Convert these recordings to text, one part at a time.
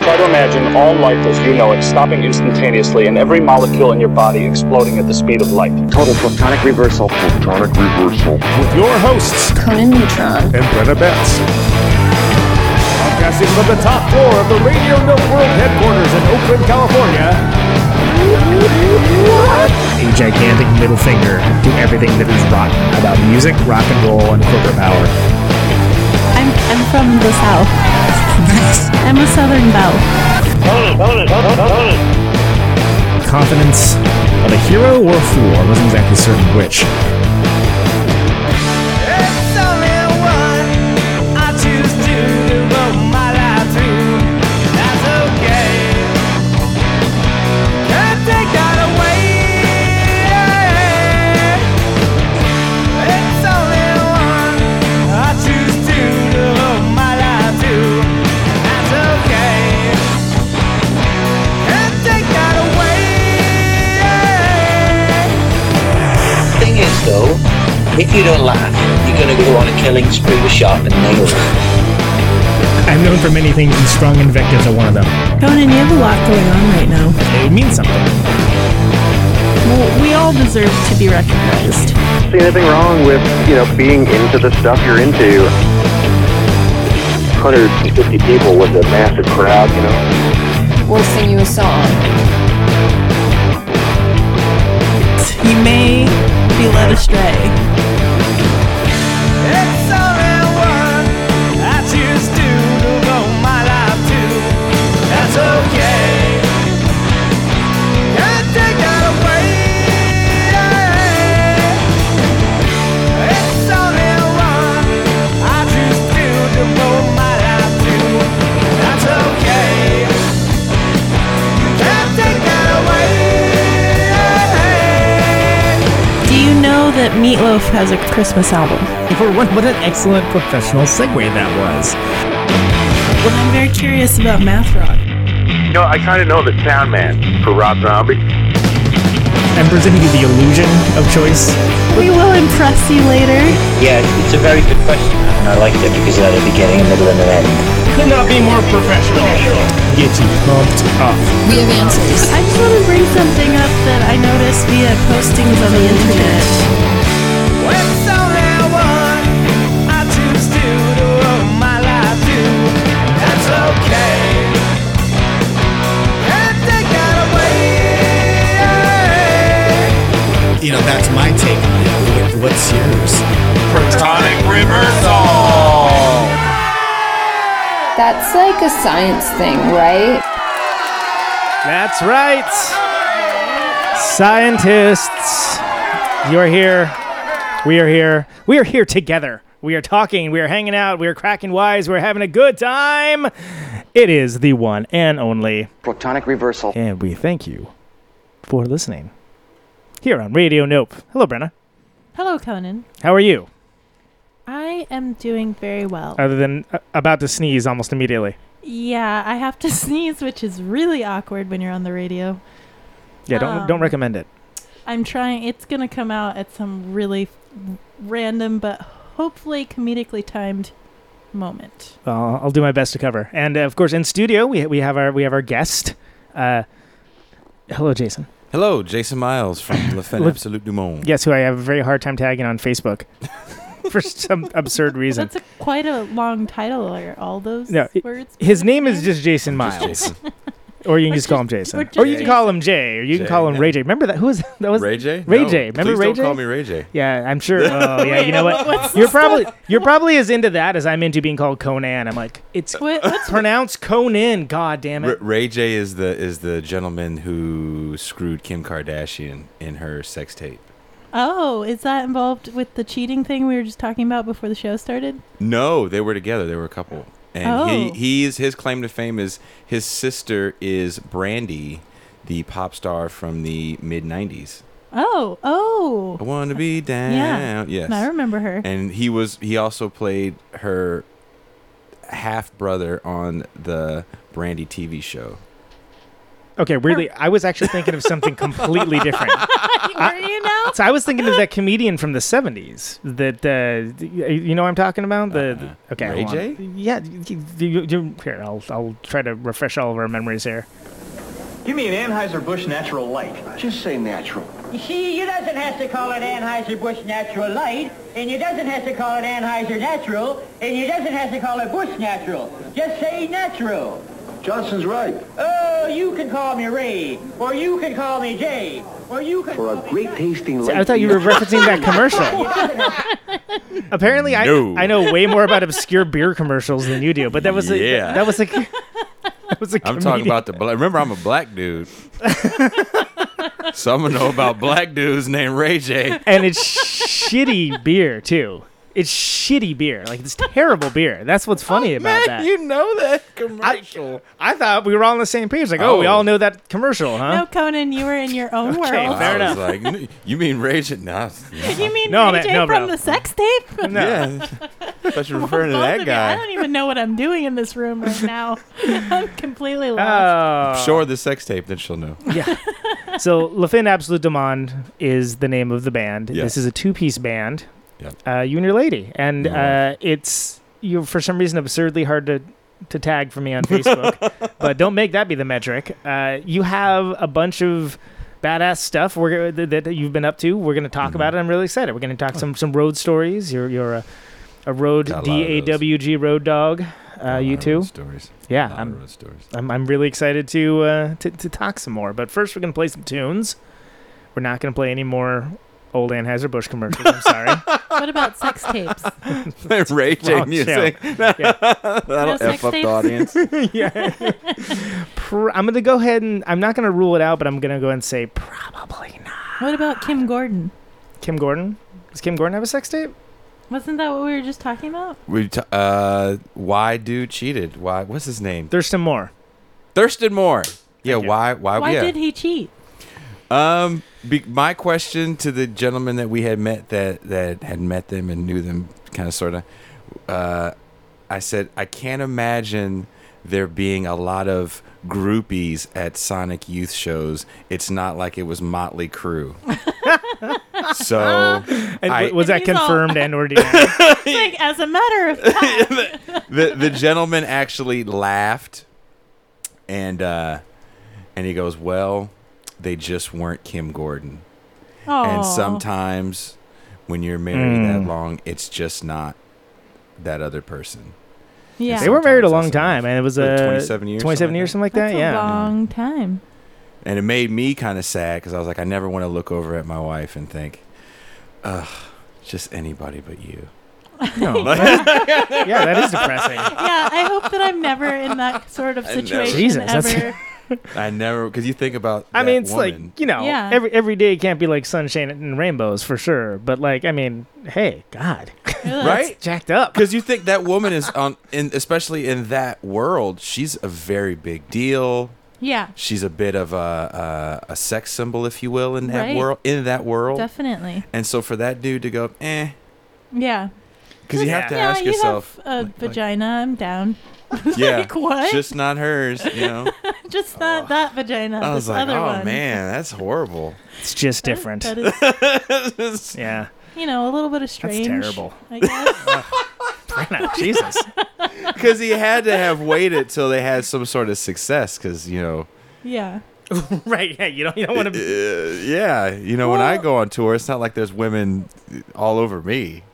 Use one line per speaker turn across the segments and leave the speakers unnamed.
imagine all life as you know it stopping instantaneously and every molecule in your body exploding at the speed of light.
Total photonic reversal.
Photonic reversal.
With your hosts,
Conan Neutron
and Brenna Betts. Broadcasting from the top floor of the Radio No World headquarters in Oakland, California.
A gigantic middle finger to everything that is rotten about music, rock and roll, and corporate power.
I'm, I'm from the South. I'm a Southern Belle.
Confidence of a hero or a fool, I wasn't exactly certain which.
It's only one I choose to devote my life to. That's okay. Can't take that away. It's only one I choose to devote my life to. That's okay. Can't take that away.
thing is, though, if you don't laugh, you're going to go on a killing spree with sharpened nails.
I'm known for many things, and strong invectives are one of them.
Conan, you have a lot going on right now.
It means something.
Well, we all deserve to be recognized.
See anything wrong with, you know, being into the stuff you're into? 150 people was a massive crowd, you know?
We'll sing you a song.
You may be led astray.
It's only one I choose to devote my life to. That's okay. Can't take that away. It's only one I choose to devote my life to. That's okay. Can't take that away.
Do you know that Meatloaf has a Christmas album?
For Oh, what, what an excellent professional segue that was.
Well, I'm very curious about Math Rock.
You know, I kind of know the sound man for Rob Zombie.
I'm presenting you the illusion of choice.
We will impress you later.
Yeah, it's a very good question, and I liked it because it had a beginning, a middle, and an end.
Could not be more professional.
Get you pumped up.
We have answers.
I just want to bring something up that I noticed via postings on the internet.
It's only one I choose to devote my life to. That's okay. Can't take that away.
You know, that's my take on it. What- What's yours?
Protonic reversal.
That's like a science thing, right?
That's right. Scientists, you're here. We are here. We are here together. We are talking. We are hanging out. We are cracking wise. We're having a good time. It is the one and only.
Photonic reversal.
And we thank you for listening here on Radio Nope. Hello, Brenna.
Hello, Conan.
How are you?
I am doing very well.
Other than uh, about to sneeze almost immediately.
yeah, I have to sneeze, which is really awkward when you're on the radio.
Yeah, don't
Um,
don't recommend it.
I'm trying. It's gonna come out at some really f- random, but hopefully comedically timed moment.
I'll, I'll do my best to cover. And uh, of course, in studio we we have our we have our guest. Uh, hello, Jason.
Hello, Jason Miles from Le Fen
Le-
Absolute Du Monde.
Yes, who I have a very hard time tagging on Facebook for some absurd reason.
That's a, quite a long title. Are all those
No, it-
words?
His name is just Jason Miles,
Jason.
or you can
Or
just call
just-
him Jason,
or
or,
just
you can call him Jay, or you can
Jay,
call him Ray
yeah.
J. Remember that? Who was that? Was
Ray J?
Ray
No,
J. Remember
please
Ray
don't
J?
call me Ray J.
Yeah, I'm sure. Oh, yeah. You know
What's
what?
the
You're probably you're probably as into that as I'm into being called Conan. I'm like, it's
What, what's
pronounced Conan. God damn
R-
it.
Ray J is the is the gentleman who screwed Kim Kardashian in her sex tape.
oh, is that involved with the cheating thing we were just talking about before the show started?
No, they were together. They were a couple. And he
Oh.
he is his claim to fame is his sister is Brandy, the pop star from the mid '90s.
Oh, oh,
I want to be down.
Yeah.
Yes.
I remember her.
and he was he also played her half brother on the Brandy TV show.
Okay, weirdly, I was actually thinking of something completely different.
Are you now?
So I was thinking of that comedian from the '70s. That uh, you know, what I'm talking about the okay,
Uh-huh. Ray
hold on.
J?
Yeah, you, you, you- here I'll I'll try to refresh all of our memories here.
Give me an Anheuser-Busch Natural Light.
Just say natural.
You see, you doesn't have to call it Anheuser-Busch Natural Light, and you doesn't have to call it Anheuser Natural, and you doesn't have to call it Bush Natural. Just say natural.
Johnson's right.
Oh, you can call me Ray, or you can call me Jay, or you can
For
call
a
me
great tasting light.
I thought you were referencing that commercial. Apparently,
No.
I I know way more about obscure beer commercials than you do. But that was a,
Yeah.
that was a that was a.
I'm
comedian.
talking about the black. Remember, I'm a black dude. so I'm gonna know about black dudes named Ray J.
and it's shitty beer too. It's shitty beer. Like it's terrible beer. That's what's funny about that.
Oh, know that
I,
commercial.
I thought we were all on the same page. Like, oh, we
Oh.
all know that commercial, huh?
No, Conan, you were in your own
Okay,
world.
fair
I
enough.
was like, "N- you mean Ray J? Nah,
You mean
No,
Ray
man,
J
no,
from
bro.
the sex tape?
No.
yeah. But you're referring to
Both
that
of you. I
guy.
don't even know what I'm doing in this room right now. I'm completely
Uh,
lost.
Oh.
Show her the sex tape, then she'll know.
so La Fin Absolute Demand is the name of the band.
Yeah.
This is a two-piece band.
Yep.
Uh, you and your lady, and
Yeah.
uh, it's you for some reason absurdly hard to to tag for me on Facebook. but don't make that be the metric. Uh, you have a bunch of badass stuff we're, that, that you've been up to. We're going to
Mm-hmm.
talk about it. I'm really excited. We're going to talk some some road stories. You're you're a a road
Oh. Got a lot
D
of
A
those.
W G road dog. Uh, you
Lot of road
too.
Stories.
Yeah,
Lot of
I'm
road stories.
I'm, I'm really excited to, uh, to to talk some more. But first, we're gonna play some tunes. We're not gonna play any more old Anheuser Busch commercials. I'm sorry.
What about sex tapes?
Ray J
wrong
music.
No
That'll
sex
f up the
tapes?
audience.
Pr- I'm gonna go ahead and I'm not gonna rule it out, but I'm gonna go ahead and say probably not.
What about Kim Gordon?
Kim Gordon. Does Kim Gordon have a sex tape?
Wasn't that what we were just talking about?
We t- uh, why dude cheated? Why? What's his name?
There's some more.
Thurston Moore. Yeah.
you.
Why? Why?
Why
Oh, yeah.
did he cheat?
Um, be, my question to the gentleman that we had met that that had met them and knew them, kind of, sort of. Uh, I said I can't imagine there being a lot of groupies at Sonic Youth shows. It's not like it was Motley Crue. so
And
I-
w- was
And
that
he's all-
confirmed and or denied?
Like, as a matter of fact,
the the gentleman actually laughed, and uh, and he goes, "Well, they just weren't Kim Gordon." And
Aw.
sometimes when you're married
Hmm.
that long, it's just not that other person.
yeah,
they were married a
Sometimes
long
that's enough.
time, and it was
Like
a
27 years,
27
something
years,
like
something like that.
That's a
Yeah.
long time.
And it made me kind of sad because I was like, I never want to look over at my wife and think, ugh, just anybody but you.
No. yeah, that is depressing.
Yeah, I hope that I'm never in that sort of
know.
situation
Jesus, that's-
ever.
I never, because you think about.
I
that
mean, it's
woman.
like you know,
Yeah.
every every day can't be like sunshine and rainbows for sure. But like, I mean, hey, God,
Ugh.
right?
jacked up.
Because you think that woman is on, in, especially in that world, she's a very big deal.
Yeah,
She's a bit of a a, a sex symbol, if you will, in that
Right.
world. In that world,
definitely.
and so for that dude to go, eh,
Yeah.
because you have to
yeah,
ask
you
yourself,
have a vagina. I'm down.
yeah,
Like, what?
just not hers, you know.
Just not that vagina.
Oh. I
this
was like,
other
oh
one.
man, that's horrible.
It's just different.
That is,
yeah.
you know, a little bit of strange.
terrible.
I guess.
No, Jesus.
Because he had to have waited till they had some sort of success. Because you know,
yeah.
right. Yeah. You don't. You don't want to.
uh, yeah, you know, when I
Well-
go on tour, it's not like there's women all over me.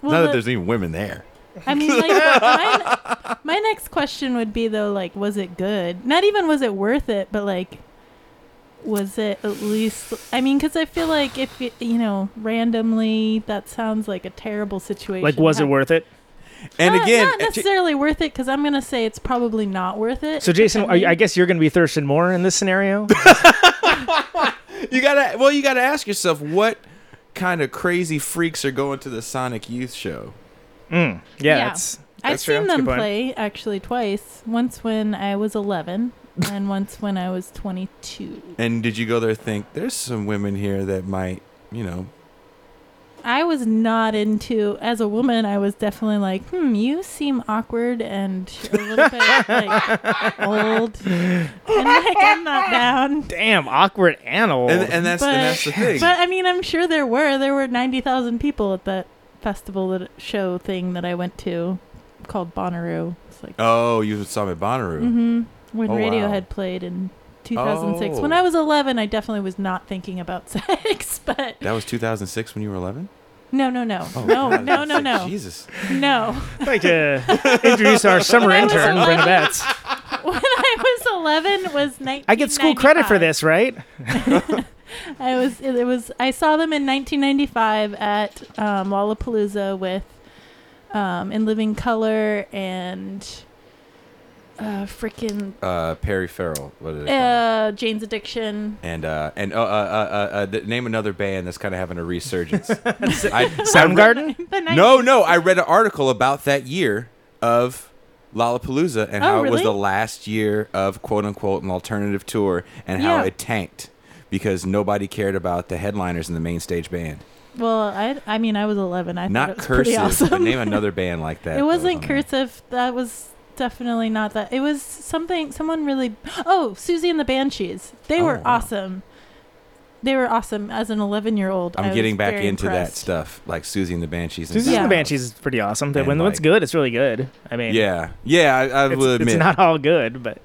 Well,
not
the-
that there's even women there.
I mean, like, my, my next question would be though, like, was it good? Not even was it worth it, but like, was it at least? I mean, because I feel like if you, you know, randomly, that sounds like a terrible situation.
Like,
to
was it
have.
worth it?
And
Not-
again,
not necessarily worth it, because I'm gonna say it's probably not worth it.
So, Jason,
But
are you, I
mean-
guess you're going to be Thurston Moore in this scenario.
you gotta well, you gotta ask yourself what kind of crazy freaks are going to the Sonic Youth show.
Mm, Yeah.
Yeah.
That's,
I've
that's fair.
seen
That's a
them
good point.
play actually twice. Once when I was 11, and once when I was 22.
And did you go there and think there's some women here that might, you know,
I was not into as a woman. I was definitely like, hmm, you seem awkward and a little bit like old, and like I'm not down.
Damn, awkward animal.
And, and that's
But-
and that's the thing.
But I mean, I'm sure there were there were ninety thousand people at that festival that show thing that I went to called Bonnaroo. It's like
oh, you saw me at Bonnaroo.
Mm-hmm. when
oh, wow.
Radiohead played in 2006. When
Oh.
I was 11, I definitely was not thinking about sex, but
That was 2006 when you were 11.
no, no, no, no,
God,
no,
it's
no,
like,
no,
Jesus.
no.
I'd like to introduce our summer
When I was
intern, Brenda Betts.
When I was 11, was 19.
I get school credit for this, right?
I was it, it was I saw them in 1995 at um, Lollapalooza with um, In Living Color and uh, freaking
Uh, Perry Farrell. What did it?
uh, Jane's Addiction.
and uh, and uh, uh, uh, uh, uh, th- name another band that's kind of having a resurgence. I,
Soundgarden.
The night-
no, no, I read an article about that year of Lollapalooza and
Oh,
how it was
really?
the last year of quote unquote an alternative tour and
Yeah.
how it tanked because nobody cared about the headliners in the main stage band.
Well, I I mean I was 11. I
Not
thought it was pretty
cursive, but
awesome.
name another band like that.
It
that was
wasn't
on there.
cursive. That was definitely not that. It was something. Someone really. Oh, Susie and the Banshees. They
Oh,
were
wow.
awesome. They were awesome as an eleven-year-old.
I'm getting back into that
stuff.
stuff, like Susie and the Banshees. And
This is
Yeah.
the Banshees is pretty awesome. That
And,
when when it's
like-
good, it's really good. I mean,
Yeah, yeah, I, I
it's,
will
it's
admit.
not all good, but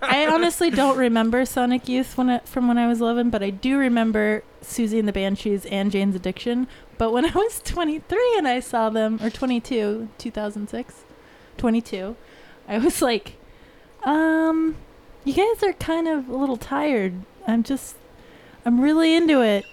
I honestly don't remember Sonic Youth when I, from when I was 11, but I do remember Susie and the Banshees and Jane's Addiction. But when I was 23 and I saw them, or 22, 2006, 22, I was like, um, you guys are kind of a little tired. I'm just, I'm really into it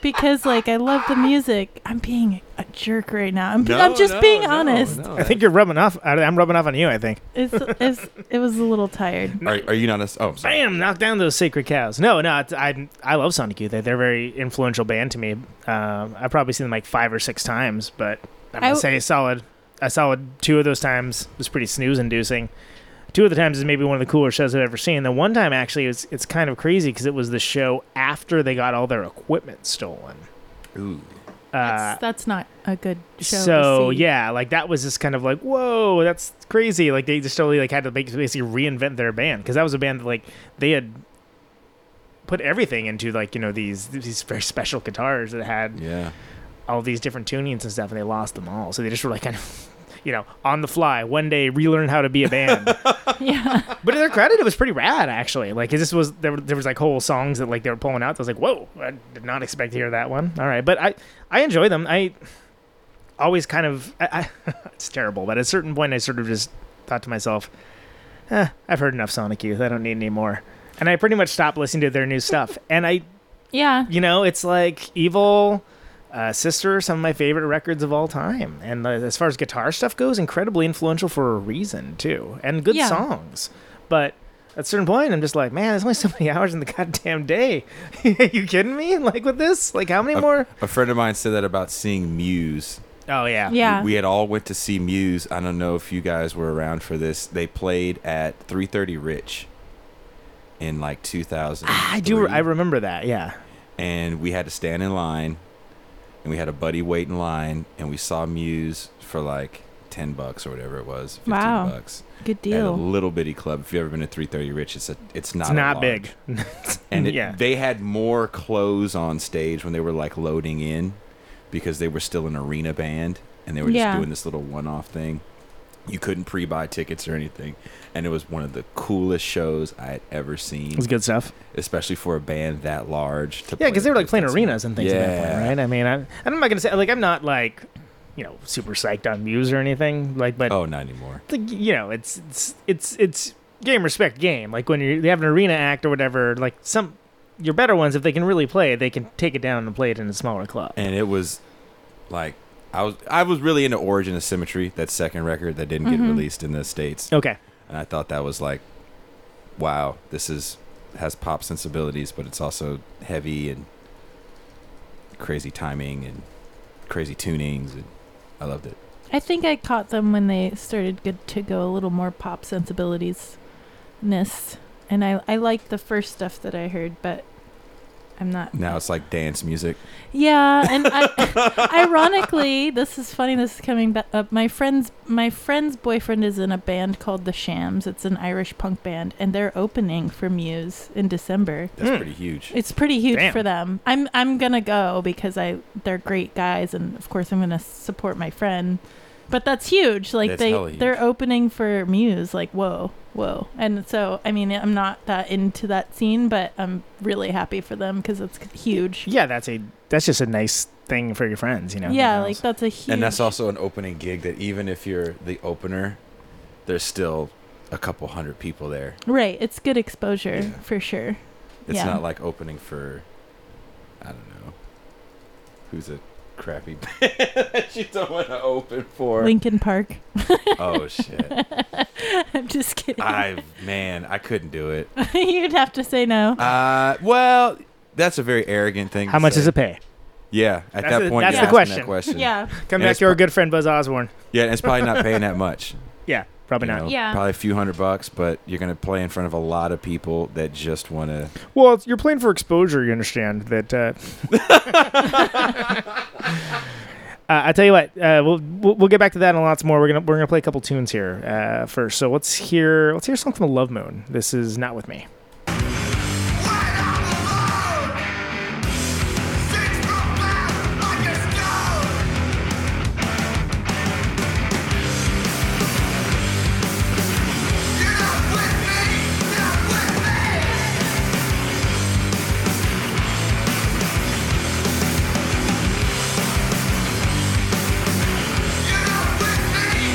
because, like, I love the music. I'm being a jerk right now. I'm, I'm just being honest.
I think you're rubbing off. I- I'm rubbing off on you. I think.
It's, it's, it was a little tired.
Are, are you not a? s- Oh, I'm sorry.
Bam! Knock down those sacred cows. No, no, it's, I I love Sonic Youth. They're a very influential band to me. Um, I've probably seen them like five or six times, but I'm
I
gonna
w-
say solid. I solid two of those times was pretty snooze inducing. Two of the times is maybe one of the cooler shows I've ever seen. The one time actually was it's kind of crazy because it was the show after they got all their equipment stolen. Uh,
Ooh.
That's, that's not a good show. to
so
see.
yeah like that was just kind of like whoa that's crazy like they just totally like had to make- basically reinvent their band because that was a band that like they had put everything into like you know these these very special guitars that had
Yeah.
all these different tunings and stuff and they lost them all so they just were like kind of you know on the fly one day relearn how to be a band
Yeah.
but to their credit it was pretty rad actually like this was there, were- there was like whole songs that like they were pulling out that was like whoa i did not expect to hear that one all right but i i enjoy them i always kind of I, I, it's terrible but at a certain point i sort of just thought to myself eh, i've heard enough sonic youth i don't need any more and i pretty much stopped listening to their new stuff and i
Yeah.
you know, it's like Evil, uh, Sister, some of my favorite records of all time. And uh, as far as guitar stuff goes, incredibly influential for a reason, too, and good
Yeah.
songs. But at a certain point, I'm just like, man, there's only so many hours in the goddamn day. Are you kidding me? Like with this? Like how many more?
A friend of mine said that about seeing Muse.
Oh, yeah.
Yeah.
We had all went to see Muse. I don't know if you guys were around for this. They played at 330 Rich in like 2000.
Ah, I do. I remember that. Yeah.
and we had to stand in line and we had a buddy wait in line and we saw Muse for like 10 bucks or whatever it was, 15
Wow.
bucks.
Good
At a
deal.
little bitty club. If you've ever been to 330 Rich, it's a, it's not
It's
a
not
large.
big.
and it,
yeah.
they had more clothes on stage when they were like loading in because they were still an arena band and they were just
Yeah.
doing this little one-off thing you couldn't pre-buy tickets or anything and it was one of the coolest shows i had ever seen
It's good stuff.
especially for a band that large to
Yeah,
play
because they were
the
like playing
place that's-
arenas and things at that point,
Yeah.
right? I mean, I, and I'm not gonna say like I'm not like, you know, super psyched on Muse or anything. Like, but
oh not anymore
like you know, it's it's it's it's game respect game. Like when you they have an arena act or whatever, like some your better ones, if they can really play, they can take it down and play it in a smaller club.
and it was like i was i was really into origin of symmetry that second record that didn't get released in the states
Okay,
and I thought that was like, wow, this is has pop sensibilities, but it's also heavy and crazy timing and crazy tunings, and I loved it.
I think I caught them when they started good to go a little more pop sensibilities ness. And I I liked the first stuff that I heard, but I'm not.
Now it's like dance music.
Yeah, and I, ironically, this is funny. This is coming ba- up. My friend's my friend's boyfriend is in a band called the Shams. It's an Irish punk band, and they're opening for Muse in December.
That's pretty huge.
It's pretty huge
Damn.
for them. I'm I'm gonna go because I they're great guys, and of course I'm gonna support my friend. But that's huge. Like
That's
they
hella huge.
they're opening for Muse. Like whoa whoa. And so I mean I'm not that into that scene, but I'm really happy for them because it's huge.
Yeah, that's a that's just a nice thing for your friends, you know.
Yeah,
nothing
like
else.
that's a huge.
And that's also an opening gig that even if you're the opener, there's still a couple hundred people there.
right. It's good exposure
Yeah.
for sure.
It's
yeah.
not like opening for, I don't know, who's a crappy band that you don't want to open for.
Lincoln Park.
Oh shit!
I'm just kidding.
I man, I couldn't do it.
You'd have to say no.
Uh, well, that's a very arrogant thing.
How
to
much
say.
is it pay?
Yeah, at
That's
that
the-
point,
that's
you're
the
asking that
question.
question.
yeah.
Come
Yeah,
back
it's
to our
pro-
good friend Buzz Osborne.
yeah, and it's probably not paying that much.
Yeah, probably
you
not.
know,
Yeah.
probably a few hundred bucks, but you're gonna play in front of a lot of people that just want to.
Well, it's- you're playing for exposure. You understand that. Uh, Uh, I tell you what, uh, we'll we'll we'll get back to that and lots more. We're gonna we're gonna play a couple tunes here uh, first. So let's hear let's hear something from Love Moon. This is not with me.
You're not with me.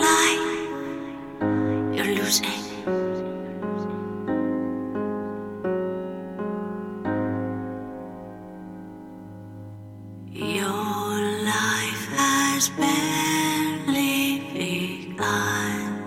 lie, you're losing. Your life has barely begun.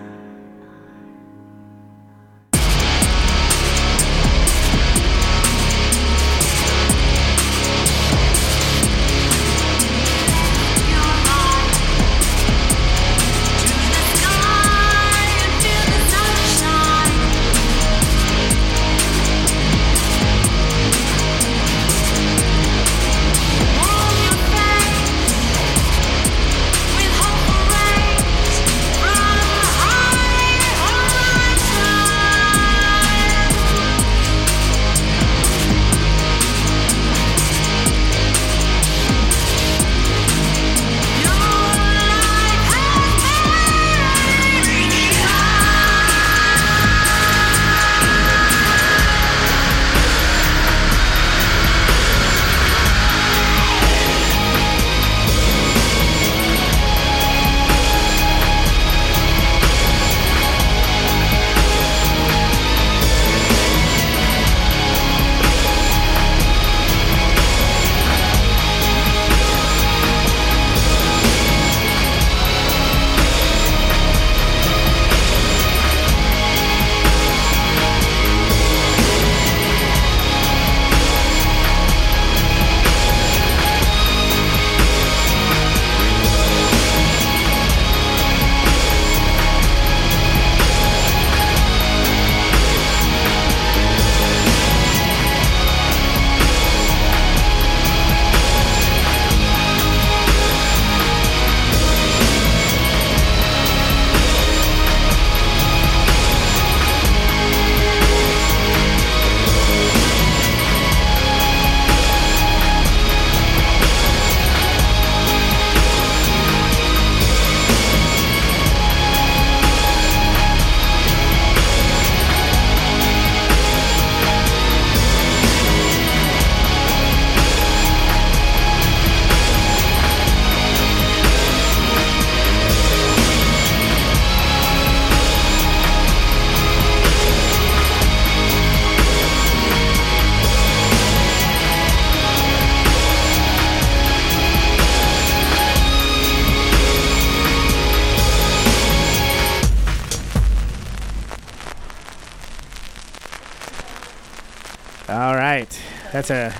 All right, that's a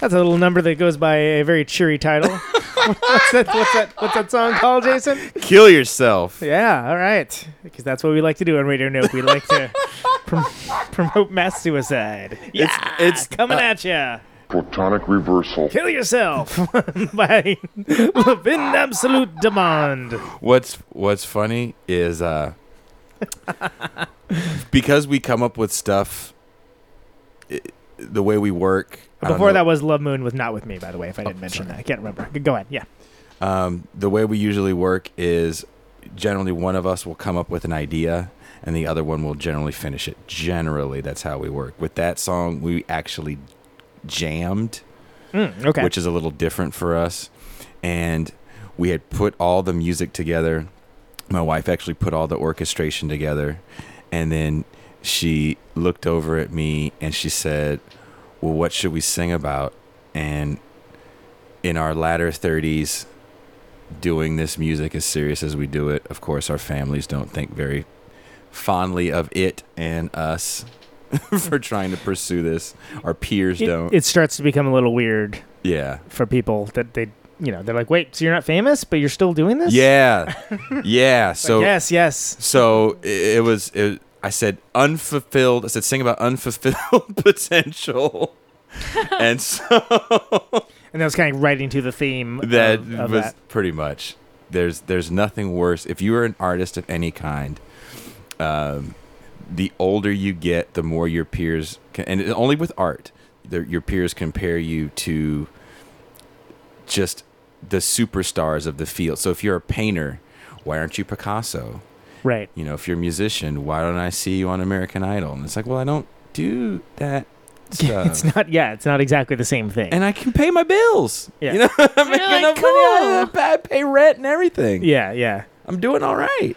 that's a little number that goes by a very cheery title. what's that? What's that? What's that song called, Jason?
Kill yourself.
Yeah, all right, because that's what we like to do on Radio Nope. We like to prom- promote mass suicide. Yeah,
it's
coming at ya.
Protonic reversal.
Kill yourself by Levin Absolute Demand.
What's What's funny is uh, because we come up with stuff i the way we work. I don't
Before
know,
that was Love Moon was not with me, by the way. If I didn't mention that, I can't remember. Go ahead. Yeah.
um, the way we usually work is generally one of us will come up with an idea and the other one will generally finish it. Generally, that's how we work. With that song, we actually jammed.
Mm, okay.
which is a little different for us. And we had put all the music together. My wife actually put all the orchestration together. And then she looked over at me and she said, Well, what should we sing about? And in our latter 30s, doing this music as serious as we do it, of course, our families don't think very fondly of it and us for trying to pursue this. Our peers
It-
don't.
it starts to become a little weird
yeah.
for people that they, you know, they're like, wait, so you're not famous, but you're still doing this?
Yeah, yeah. So
yes, yes.
So i- it was. It, I said unfulfilled. I said sing about unfulfilled potential, and so
And that was kind of right into the theme of-
that
of,
was
that.
pretty much. There's there's nothing worse if you are an artist of any kind. Um, the older you get, the more your peers, can, and it- only with art, their- your peers compare you to just the superstars of the field. So if you're a painter, why aren't you Picasso?
Right.
you know, if you're a musician, why don't I see you on American Idol? And it's like, well, I don't do that stuff.
It's not. Yeah, it's not exactly the same thing.
Uh, and I can pay my bills.
Yeah.
You know, I'm making
like,
enough money. I- I pay rent and everything.
yeah, yeah.
I'm doing all right.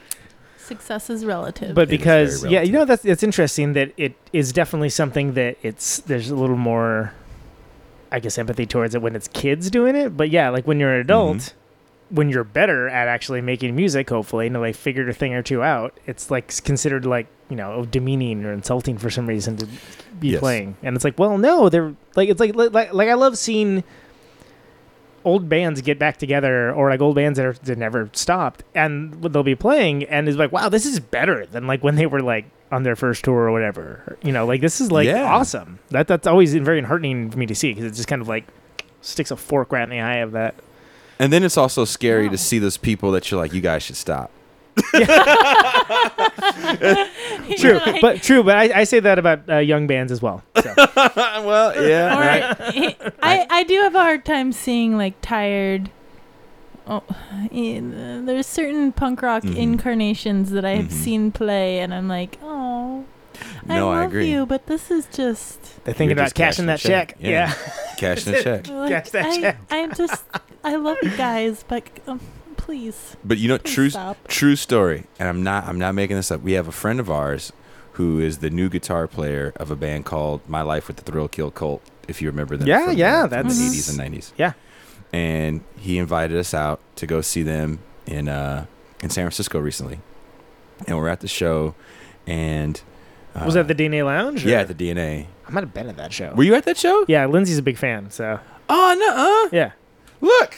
Success is relative.
but because yeah, you know that's it's interesting that it is definitely something that it's there's a little more, I guess, empathy towards it when it's kids doing it. But yeah, like when you're an
Mm-hmm.
adult, when you're better at actually making music, hopefully, and like figured a thing or two out, it's like s- considered like you know demeaning or insulting for some reason to be
Yes.
playing. And it's like, well, no, they're like it's like like like, like I love seeing old bands get back together or like old bands that, are, that never stopped and they'll be playing and it's like wow this is better than like when they were like on their first tour or whatever you know like this is like
Yeah.
awesome that that's always very heartening for me to see because it just kind of like sticks a fork right in the eye of that
And then it's also scary to see those people that you're like, you guys should stop.
true but true but I, I say that about uh, young bands as well so.
well yeah
I, I do have a hard time seeing like tired. Oh, in, there's certain punk rock
Mhm.
incarnations that I have seen play, and I'm like, oh, I
Mm-hmm. No,
love
I agree.
you, but this is just
They're thinking
You're
about
just cashing
cashing
the
that
check.
check,
Yeah.
yeah,
Cashing
That's
the
it.
check.
like,
Cash that
I,
check.
I'm just I love you guys, but um, please.
But you know,
Please
true
stop.
true story, and I'm not I'm not making this up. We have a friend of ours who is the new guitar player of a band called My Life with the Thrill Kill Cult. If you remember them,
Yeah,
from
yeah,
the,
that's-
the 80s and 90s.
Yeah.
and he invited us out to go see them in uh in San Francisco recently, and we're at the show, and uh,
was that the DNA Lounge or-
yeah at the DNA.
I might have been at that show
Were you at that show?
yeah Lindsay's a big fan so
Oh no!
yeah
Look,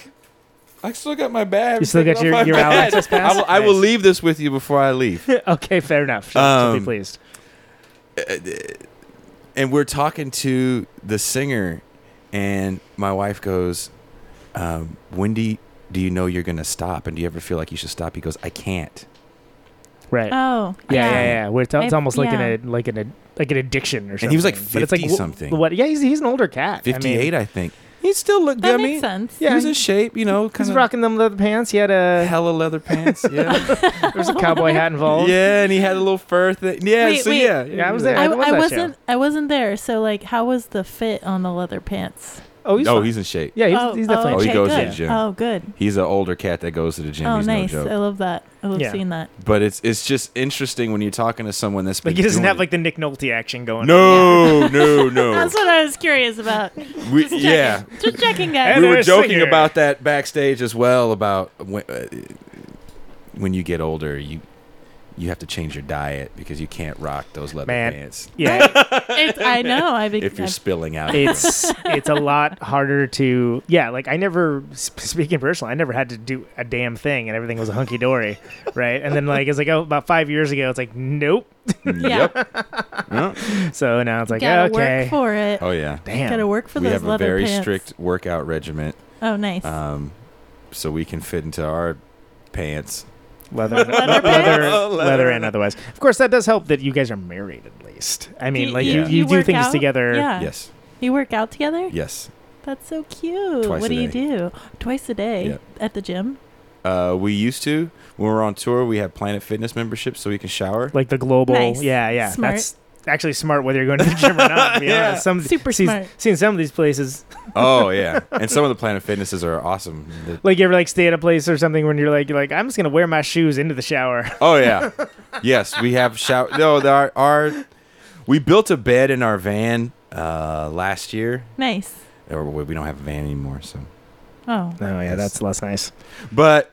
I still got my bag.
uh, You still got
Taking
your-
off my
your All
bag.
Access pass?
I will, I will
Nice.
leave this with you before I leave.
okay fair enough she'll, she'll
Um,
be pleased
and we're talking to the singer, and my wife goes, um, "When do you, do you know you're gonna stop? And do you ever feel like you should stop?" He goes, "I can't."
right
Oh,
Yeah, yeah, yeah. Where it's, it's
I-
almost like
yeah.
an like an ad- like an addiction or something.
And he was, like,
But it's like
50
wh-
something.
What? Yeah, he's, he's an older cat.
Fifty-eight, I, think. He still looked.
That
I
makes
mean,
sense.
he
Yeah,
was
he-
in shape, you know,
He's
kind of
rocking them leather pants. He had a
hella leather pants. Yeah,
there's a cowboy hat involved.
yeah, and he had a little fur thing. Yeah,
Wait,
so
wait.
yeah,
Yeah, I was there.
I,
love
I
that
wasn't I wasn't there, so like, how was the fit on the leather pants?
Oh, he's
oh,
fine.
he's in shape.
yeah, he's,
oh,
he's definitely.
oh,
Oh, he
okay,
goes to
good.
the gym.
Oh, good.
He's an older cat that goes to the gym.
oh,
he's
nice.
No joke.
I love that. I love
Yeah.
seeing that.
but it's it's just interesting when you're talking to someone that's been
Like he doesn't
doing
have
it.
like the Nick Nolte action going.
No, no, no.
That's what I was curious about.
we, yeah,
Just checking,
And
guys.
we were
there's
joking
Singer.
about that backstage as well about when, uh, when you get older, you you have to change your diet because you can't rock those leather
Man.
pants
Yeah,
It's, I know. I be,
if you're
I've-
spilling out.
it's it's a lot harder to. Yeah, like I never sp- speaking personally, I never had to do a damn thing, and everything was hunky dory, right? And then like it's like oh, about five years ago, it's like nope.
yeah.
So now it's like
gotta
okay,
work for it.
Oh yeah,
damn.
Gotta work for
we
those
have a
leather
very
pants.
strict workout regiment,
Oh, nice.
um, so we can fit into our pants.
leather, leather, Oh, leather, and otherwise. Of course, that does help that you guys are married at least. I mean,
you-
like
you-
you,
you
you, do
work
things
out?
together.
Yeah.
Yes,
you work out together?
yes.
That's so cute.
Twice
what
a
do you
day.
do? Twice a day
Yep.
at the gym?
Uh, we used to when we were on tour, we had Planet Fitness memberships so we can shower.
like the global.
Nice.
Yeah, yeah.
Smart.
That's actually smart whether you're going to the gym or not. To be
Yeah.
honest, some
Super
seeing,
smart.
Seeing some of these places,
Oh yeah, and some of the Planet Fitnesses are awesome. The-
like you ever like stay at a place or something when you're like, you're like, I'm just gonna wear my shoes into the shower.
oh yeah, yes, we have shower. No, there are, are we built a bed in our van uh, last year,
Nice.
or we we don't have a van anymore. So,
Oh,
Oh yeah, that's less nice.
but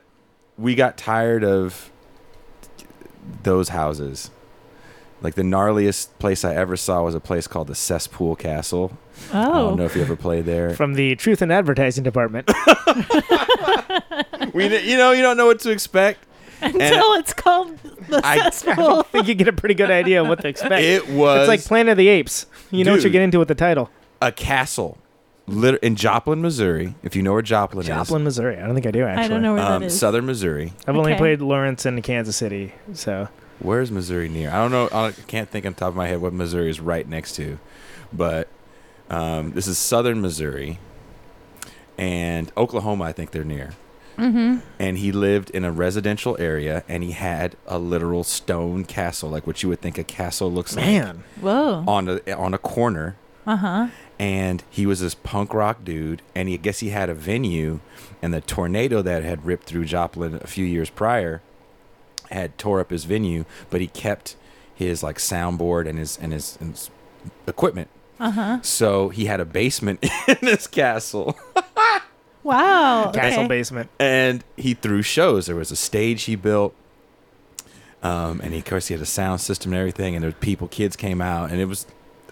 we got tired of those houses. Like the gnarliest place I ever saw was a place called the Cesspool Castle. I don't know
oh,
if you ever played there.
From the truth and advertising department.
we, you know, you don't know what to expect.
until it's called the
I-
cesspool.
I think you get a pretty good idea of what to expect.
It was
it's like Planet of the Apes. You know what
Dude.
you get into with the title.
a castle lit- in Joplin, Missouri. If you know where Joplin,
Joplin, Missouri. I don't think I do actually.
I don't know
is,
where
um,
that is.
Southern Missouri.
I've only
Okay.
played Lawrence and Kansas City, so
Where's Missouri near? I don't know. I can't think on top of my head what Missouri is right next to, but um, this is Southern Missouri and Oklahoma. I think they're near. Mm-hmm. And he lived in a residential area, and he had a literal stone castle, like what you would think a castle looks like,
man,
Whoa.
on a on a corner.
Uh huh.
and he was this punk rock dude and he I guess he had a venue and the tornado that had ripped through Joplin a few years prior had tore up his venue, but he kept his like soundboard and his and his, and his equipment.
Uh huh.
So he had a basement in this castle.
Wow. Okay.
basement.
And he threw shows. There was a stage he built. Um, and he, of course, he had a sound system and everything. And there were people, kids came out. And it was,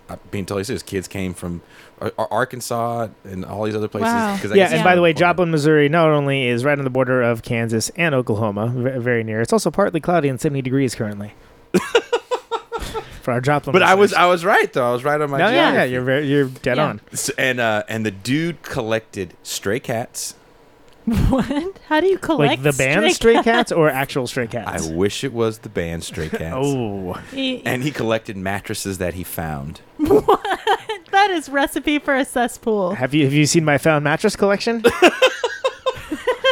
I'm being totally serious, kids came from uh, Ar- Ar- Arkansas and all these other places.
yeah,
'cause I guess
and
it's
by
on
the way, Joplin, Missouri, not only is right on the border of Kansas and Oklahoma, v- very near. It's also partly cloudy and 70 degrees currently. For our Joplin,
But I
listeners.
was I was right though. I was right on my.
No, yeah,
geography.
yeah, you're very, you're dead
Yeah.
on.
S- and uh, and the dude collected stray cats.
What? How do you collect
like the band
stray
Stray Cats, or actual Stray
I
Cats?
wish it was the band Stray Cats.
oh,
E-
and he collected mattresses that he found.
that is recipe for a cesspool.
have you have you seen my found mattress collection?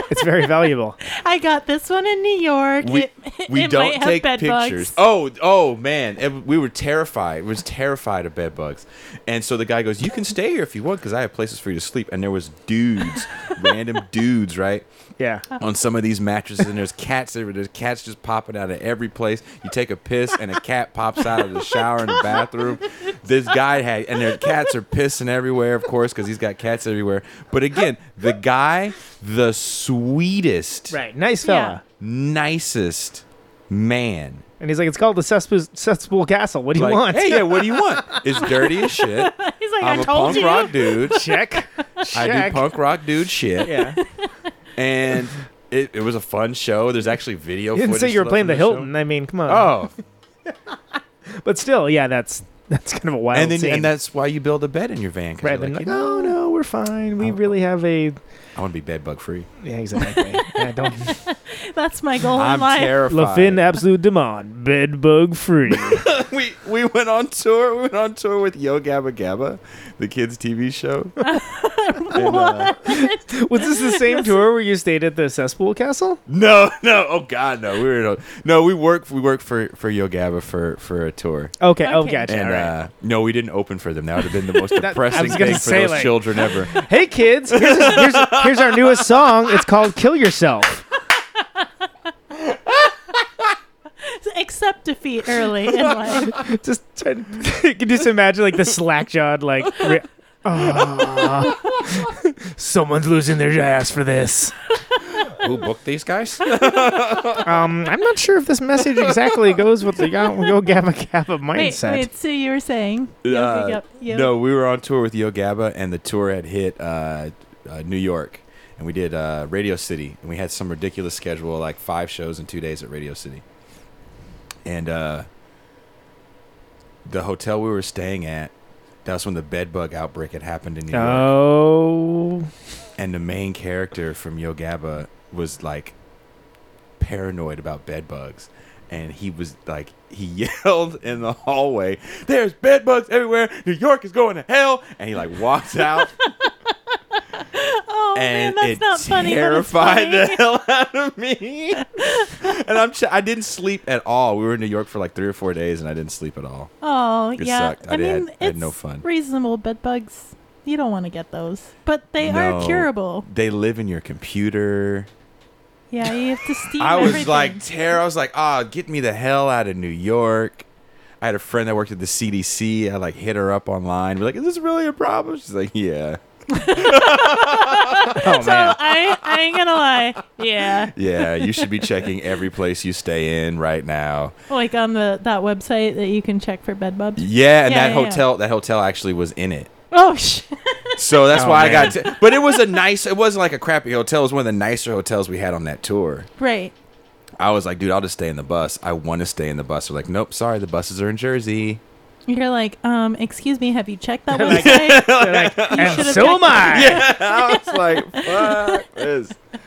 it's very valuable.
I got this one in New York.
We,
it
we
it
don't
might have
take
bed
pictures.
Bugs.
Oh oh man, It- we were terrified. We was terrified of bed bugs, and so the guy goes, "You can stay here if you want, because I have places for you to sleep." And there was dudes, random dudes, right?
Yeah.
on some of these mattresses, and there's cats. everywhere. There's cats just popping out of every place. You take a piss, and a cat pops out of the shower in the bathroom. This guy had, and their cats are pissing everywhere, of course, because he's got cats everywhere. But again, the guy, the sweetest,
Right, nice fella.
nicest man.
And he's like, it's called the cesspool, cesspool castle. What do
like,
you want?
Hey, yeah, what do you want? It's dirty as shit.
He's like,
I'm
I
a
told
punk
you.
rock dude.
Check.
I do
Check.
punk rock dude shit.
Yeah.
and it, it was a fun show. There's actually video.
You didn't say
footage
you were
left
playing
from
the
show.
Hilton. I mean, come on.
Oh,
But still, yeah, that's that's kind of a wild
and then
scene.
and that's why you build a bed in your van. 'cause
right.
you're
Then
like, Oh.
like,
you know,
no, no, we're fine. We really have a
I want to be bed bug free.
yeah, exactly. yeah, don't
That's my goal in
I'm
life.
Lafin
terrified.
absolute demand bed bug free.
we we went on tour. We went on tour with Yo Gabba Gabba, the kids' TV show. And, uh,
Was this the same tour where you stayed at the Cesspool Castle?
no, no, oh God, no. We were in a, no. We worked. We worked for for Yo Gabba for for a tour.
Okay. Oh,
Okay.
gotcha.
And
all right.
uh, no, we didn't open for them. That would have been the most
I was
depressing
gonna
thing for
say,
those
like-
children ever.
hey, kids. Here's, here's, here's our newest song. It's called "Kill Yourself."
Accept defeat early in life.
Just try to, you can just imagine like the slack jawed like. Re- Aw. Someone's losing their ass for this.
Who booked these guys?
Um, I'm not sure if this message exactly goes with the go, go Gabba Gabba
Wait,
mindset.
wait. So you were saying?
Uh,
Yo, yo,
No, we were on tour with Yo Gabba, and the tour had hit uh, uh, New York, and we did uh, Radio City, and we had some ridiculous schedule, like five shows in two days at Radio City, and uh, the hotel we were staying at. That's when the bed bug outbreak had happened in New York,
Oh,
and the main character from Yo Gabba was like paranoid about bed bugs. And he was like, he yelled in the hallway, "There's bed bugs everywhere! New York is going to hell!" And he like walks out,
oh man,
and
that's
it
not funny. but it's
terrified the
funny.
hell out of me. and I'm, ch- I didn't sleep at all. We were in New York for like three or four days, and I didn't sleep at all.
Oh
It
yeah,
sucked. I
I, mean,
did-
it's
I had no fun.
Reasonable bed bugs. You don't want to get those, but they
No.
are curable.
They live in your computer.
Yeah, you have to steam.
I was
everything.
like, terror. I was like, ah, get me the hell out of New York. I had a friend that worked at the CDC. I like hit her up online. We're like, is this really a problem? She's like, yeah,
oh
So
man.
I, I ain't gonna lie. Yeah,
yeah. You should be checking every place you stay in right now.
like on the that website that you can check for bed bugs.
Yeah, and
Yeah,
that
yeah, yeah.
hotel, that hotel actually was in it.
Oh sh.
So that's
Oh,
why
man.
I got. T- but it was a nice. It wasn't like a crappy hotel. It was one of the nicer hotels we had on that tour.
Right.
I was like, dude, I'll just stay in the bus. I want to stay in the bus. They're like, nope, sorry, the buses are in Jersey.
You're like, um, excuse me, have you checked that website?
They're like, and
should've
so am
checked
I.
Yeah, I was like, fuck this. But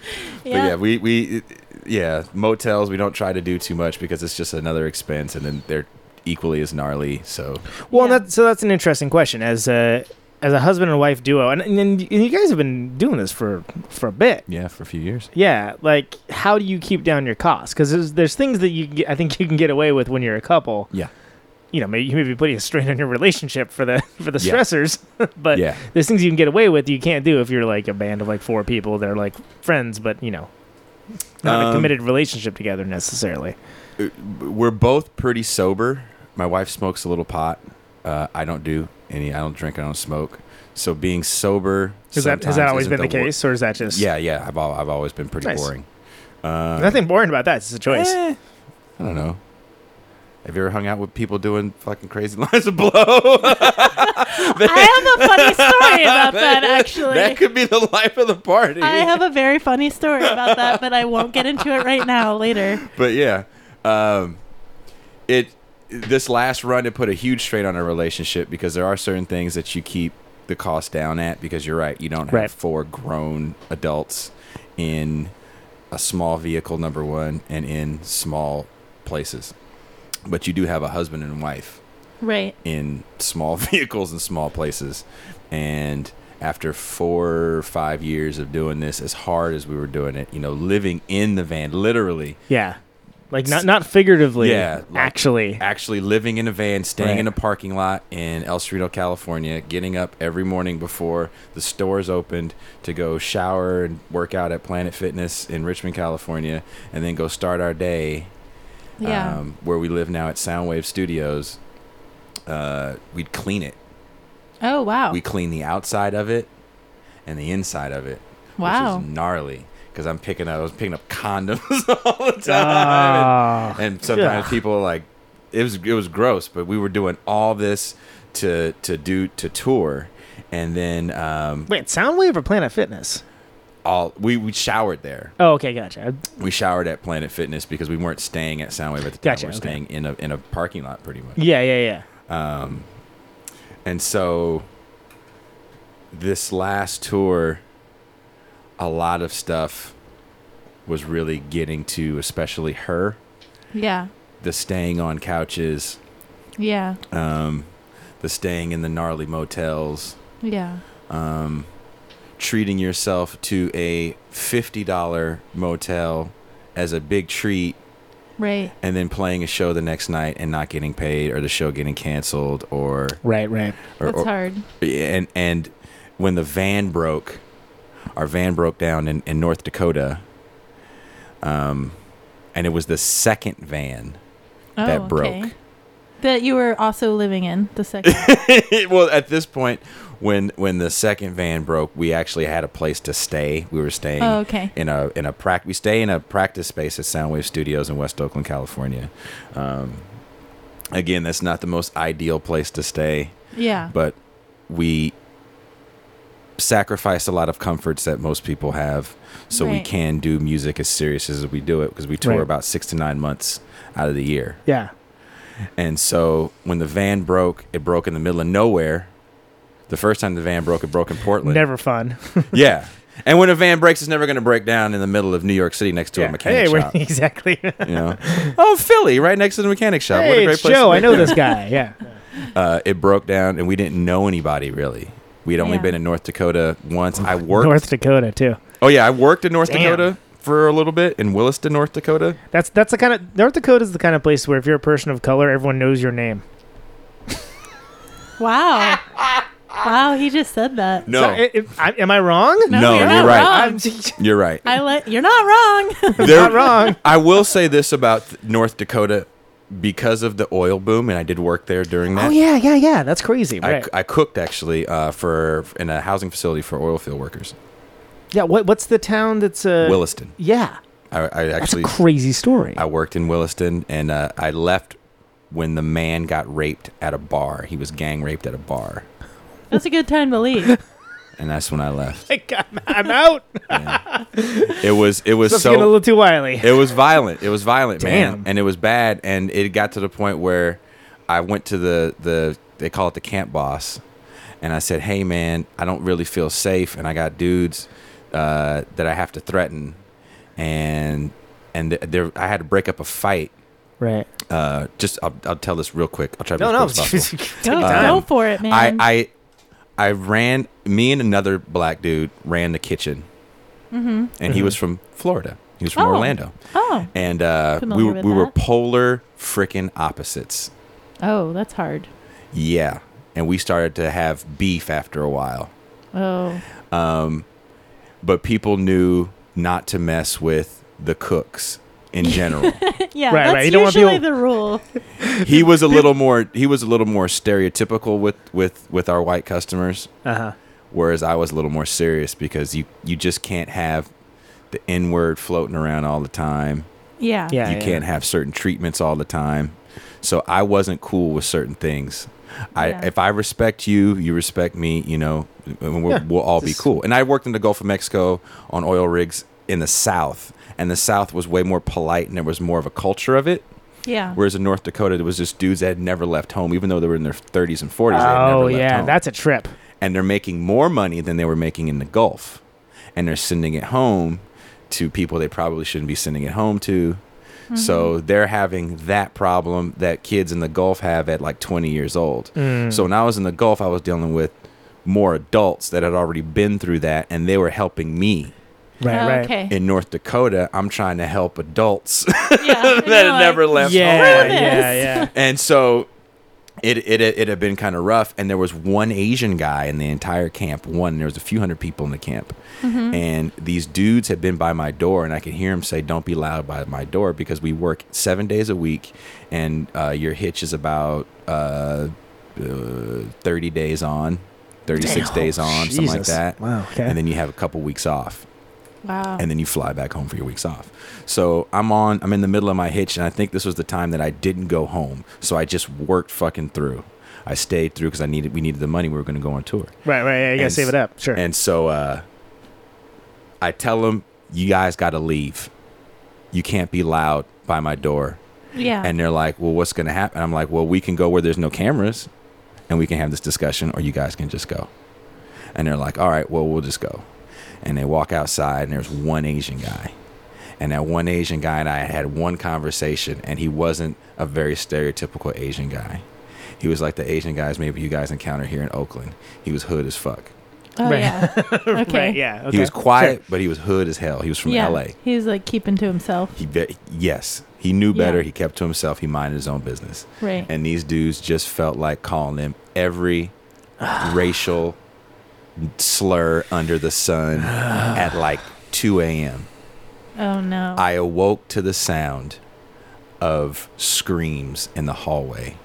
yeah,
yeah.
we we yeah motels we don't try to do too much because it's just another expense, and then they're equally as gnarly. So
Well,
Yeah.
that, so that's an interesting question as a as a husband and wife duo, and, and, then you guys have been doing this for for a bit.
yeah, for a few years.
Yeah, like how do you keep down your costs? Because there's, there's things that you can get- I think you can get away with when you're a couple.
Yeah.
You know, maybe you may be putting a strain on your relationship for the for the
Yeah.
stressors, but
Yeah.
there's things you can get away with you can't do if you're like a band of like four people that are like friends, but you know, not a
Um,
committed relationship together necessarily.
we're both pretty sober. My wife smokes a little pot. Uh, I don't do any. I don't drink. I don't smoke. So being sober
Is that- has that
sometimes
always
isn't
been the
wor-
case, or is that just-
yeah, yeah? I've al- I've always been pretty
Nice.
boring. Uh,
Nothing boring about that. It's a choice.
Eh. I don't know. Have you ever hung out with people doing fucking crazy lines of blow?
I have a funny story about that, actually.
that could be the life of the party.
I have a very funny story about that, but I won't get into it right now. Later.
but yeah, um, it this last run it put a huge strain on our relationship because there are certain things that you keep the cost down at because you're right, you don't have
Right.
four grown adults in a small vehicle number one and in small places, but you do have a husband and wife
Right.
in small vehicles and small places. And after four or five years of doing this as hard as we were doing it, you know, living in the van, literally.
Yeah. Like not not figuratively.
Yeah. like,
actually.
Actually living in a van, staying
Right.
in a parking lot in El Cerrito, California, getting up every morning before the stores opened to go shower and work out at Planet Fitness in Richmond, California, and then go start our day
Yeah.
um, where we live now at Soundwave Studios. Uh, we'd clean it.
oh wow.
We clean the outside of it and the inside of it.
Wow.
Which is gnarly because I'm picking up. I was picking up condoms all the time,
Ah.
and, and sometimes
Ugh.
people like it was it was gross. But we were doing all this to to do to tour, and then um,
Wait, Soundwave or Planet Fitness?
all we we showered there.
Oh, okay, gotcha.
We showered at Planet Fitness because we weren't staying at Soundwave at the time.
Gotcha,
we were
okay.
staying in a in a parking lot, pretty much.
Yeah, yeah, yeah.
Um, and so this last tour, a lot of stuff was really getting to, especially her,
Yeah.
the staying on couches,
Yeah.
um, the staying in the gnarly motels,
Yeah.
um, treating yourself to a $50 motel as a big treat
Right.
and then playing a show the next night and not getting paid or the show getting canceled or
right right
That's hard.
and and when the van broke our van broke down in, in north dakota um and it was the second van
Oh,
that broke
okay. That you were also living in the second.
well at this point when when the second van broke we actually had a place to stay we were staying
Oh, okay.
in a in a prac we stay in a practice space at soundwave studios in west oakland california um again that's not the most ideal place to stay
yeah.
but we sacrificed a lot of comforts that most people have so we
Right.
can do music as serious as we do it because we tour
Right.
about six to nine months out of the year
Yeah.
and so when the van broke it broke in the middle of nowhere the first time the van broke it broke in portland
Never fun.
yeah and when a van breaks it's never going to break down in the middle of new york city next to a mechanic
hey, we're-
shop
exactly.
you know oh philly right next to the mechanic shop what a
hey,
great
it's
place to
Joe. I
live.
know
Yeah
this guy. Yeah.
uh, it broke down and we didn't know anybody really. We'd only
Yeah.
been in North Dakota once. I worked.
North Dakota too.
oh yeah, I worked in North
Damn.
Dakota for a little bit in Williston, North Dakota.
That's that's the kind of North Dakota is the kind of place where if you're a person of color, everyone knows your name.
Wow. wow. He just said that.
No.
So, i- if- I- am I wrong?
No, No, you're you're not right. wrong. You're right.
I let you're not wrong.
There- I will say this about th- North Dakota because of the oil boom, and I did work there during that.
oh yeah, yeah, yeah. That's crazy.
I,
Right.
I cooked actually uh, for in a housing facility for oil field workers.
yeah. What what's the town that's uh,
Williston.
Yeah.
I, I actually
Crazy story.
I worked in Williston, and uh, I left when the man got raped at a bar. He was gang raped at a bar,
That's a good time to leave.
and that's when I left.
Like, I'm, I'm out.
It was it was
Stuff's
so
getting a little too wily.
It was violent. It was violent, man,
Damn.
and it was bad. And it got to the point where I went to the the they call it the camp boss, and I said, "Hey, man, I don't really feel safe, and I got dudes uh, that I have to threaten, and and th- there I had to break up a fight."
Right.
Uh, just I'll, I'll tell this real quick. I'll try to
No,
be
no,
as quick as possible.
take your
Um,
time. Go
for it, man.
I, I I ran. Me and another black dude ran the kitchen
Mm-hmm.
and he was from Florida. He was from
Oh.
Orlando.
Oh.
And uh, we
Familiar
were,
with
we were
that.
polar freaking opposites.
Oh, that's hard.
Yeah. And we started to have beef after a while.
Oh.
Um, but people knew not to mess with the cooks. in general.
yeah,
Right,
that's
right, you don't want
usually
people-
the rule.
he was a little more he was a little more stereotypical with with with our white customers
Uh-huh.
whereas i was a little more serious because you you just can't have the n word floating around all the time
Yeah.
you
Yeah, yeah.
can't have certain treatments all the time so i wasn't cool with certain things I,
Yeah.
if I respect you, you respect me, you know, and we'll,
Yeah,
we'll all be
just-
cool. And I worked in the Gulf of Mexico on oil rigs in the South, and the South was way more polite and there was more of a culture of it.
Uh-huh. Yeah.
Whereas in North Dakota, there was just dudes that had never left home, even though they were in their 30s and 40s. they had never
Oh
left
yeah,
home.
that's a trip.
and they're making more money than they were making in the Gulf, and they're sending it home to people they probably shouldn't be sending it home to. So they're having that problem that kids in the Gulf have at like 20 years old.
Mm.
So when I was in the Gulf, I was dealing with more adults that had already been through that, and they were helping me.
Right, Oh, right.
Eh.
okay.
In North Dakota, I'm trying to help adults
that
had never left.
Yeah,
home.
yeah, yeah.
And so it it it had been kind of rough, and there was one Asian guy in the entire camp. One, there was a few hundred people in the camp,
Mhm.
and these dudes had been by my door, and I could hear him say, "Don't be loud by my door," because we work seven days a week, and uh, your hitch is about uh, uh, thirty days on, thirty six
Damn.
days on, something like
Jesus.
that.
Wow, okay.
And then you have a couple weeks off
Wow.
and then you fly back home for your weeks off. So I'm on, I'm in the middle of my hitch, and I think this was the time that I didn't go home. So I just worked fucking through. I stayed through because I needed, we needed the money. We were going to go on tour.
Right, right. Yeah, you gotta
And
save it
s-
up. Sure.
And so uh, I tell them, you guys got to leave. You can't be loud by my door.
Yeah.
And they're like, well, what's going to happen? I'm like, well, we can go where there's no cameras and we can have this discussion, or you guys can just go. And they're like, all right, well, we'll just go. And they walk outside, and there's one Asian guy. And that one Asian guy and I had one conversation, and he wasn't a very stereotypical Asian guy. He was like the Asian guys maybe you guys encounter here in Oakland. He was hood as fuck.
Oh yeah. Okay.
Right, yeah. Okay.
He was quiet, but he was hood as hell. He was from
yeah.
LA.
He was like keeping to himself.
He ve- yes, he knew better.
Yeah.
He kept to himself. He minded his own business.
Right.
And these dudes just felt like calling him every racial slur under the sun at like 2 a.m.
Oh no.
I awoke to the sound of screams in the hallway.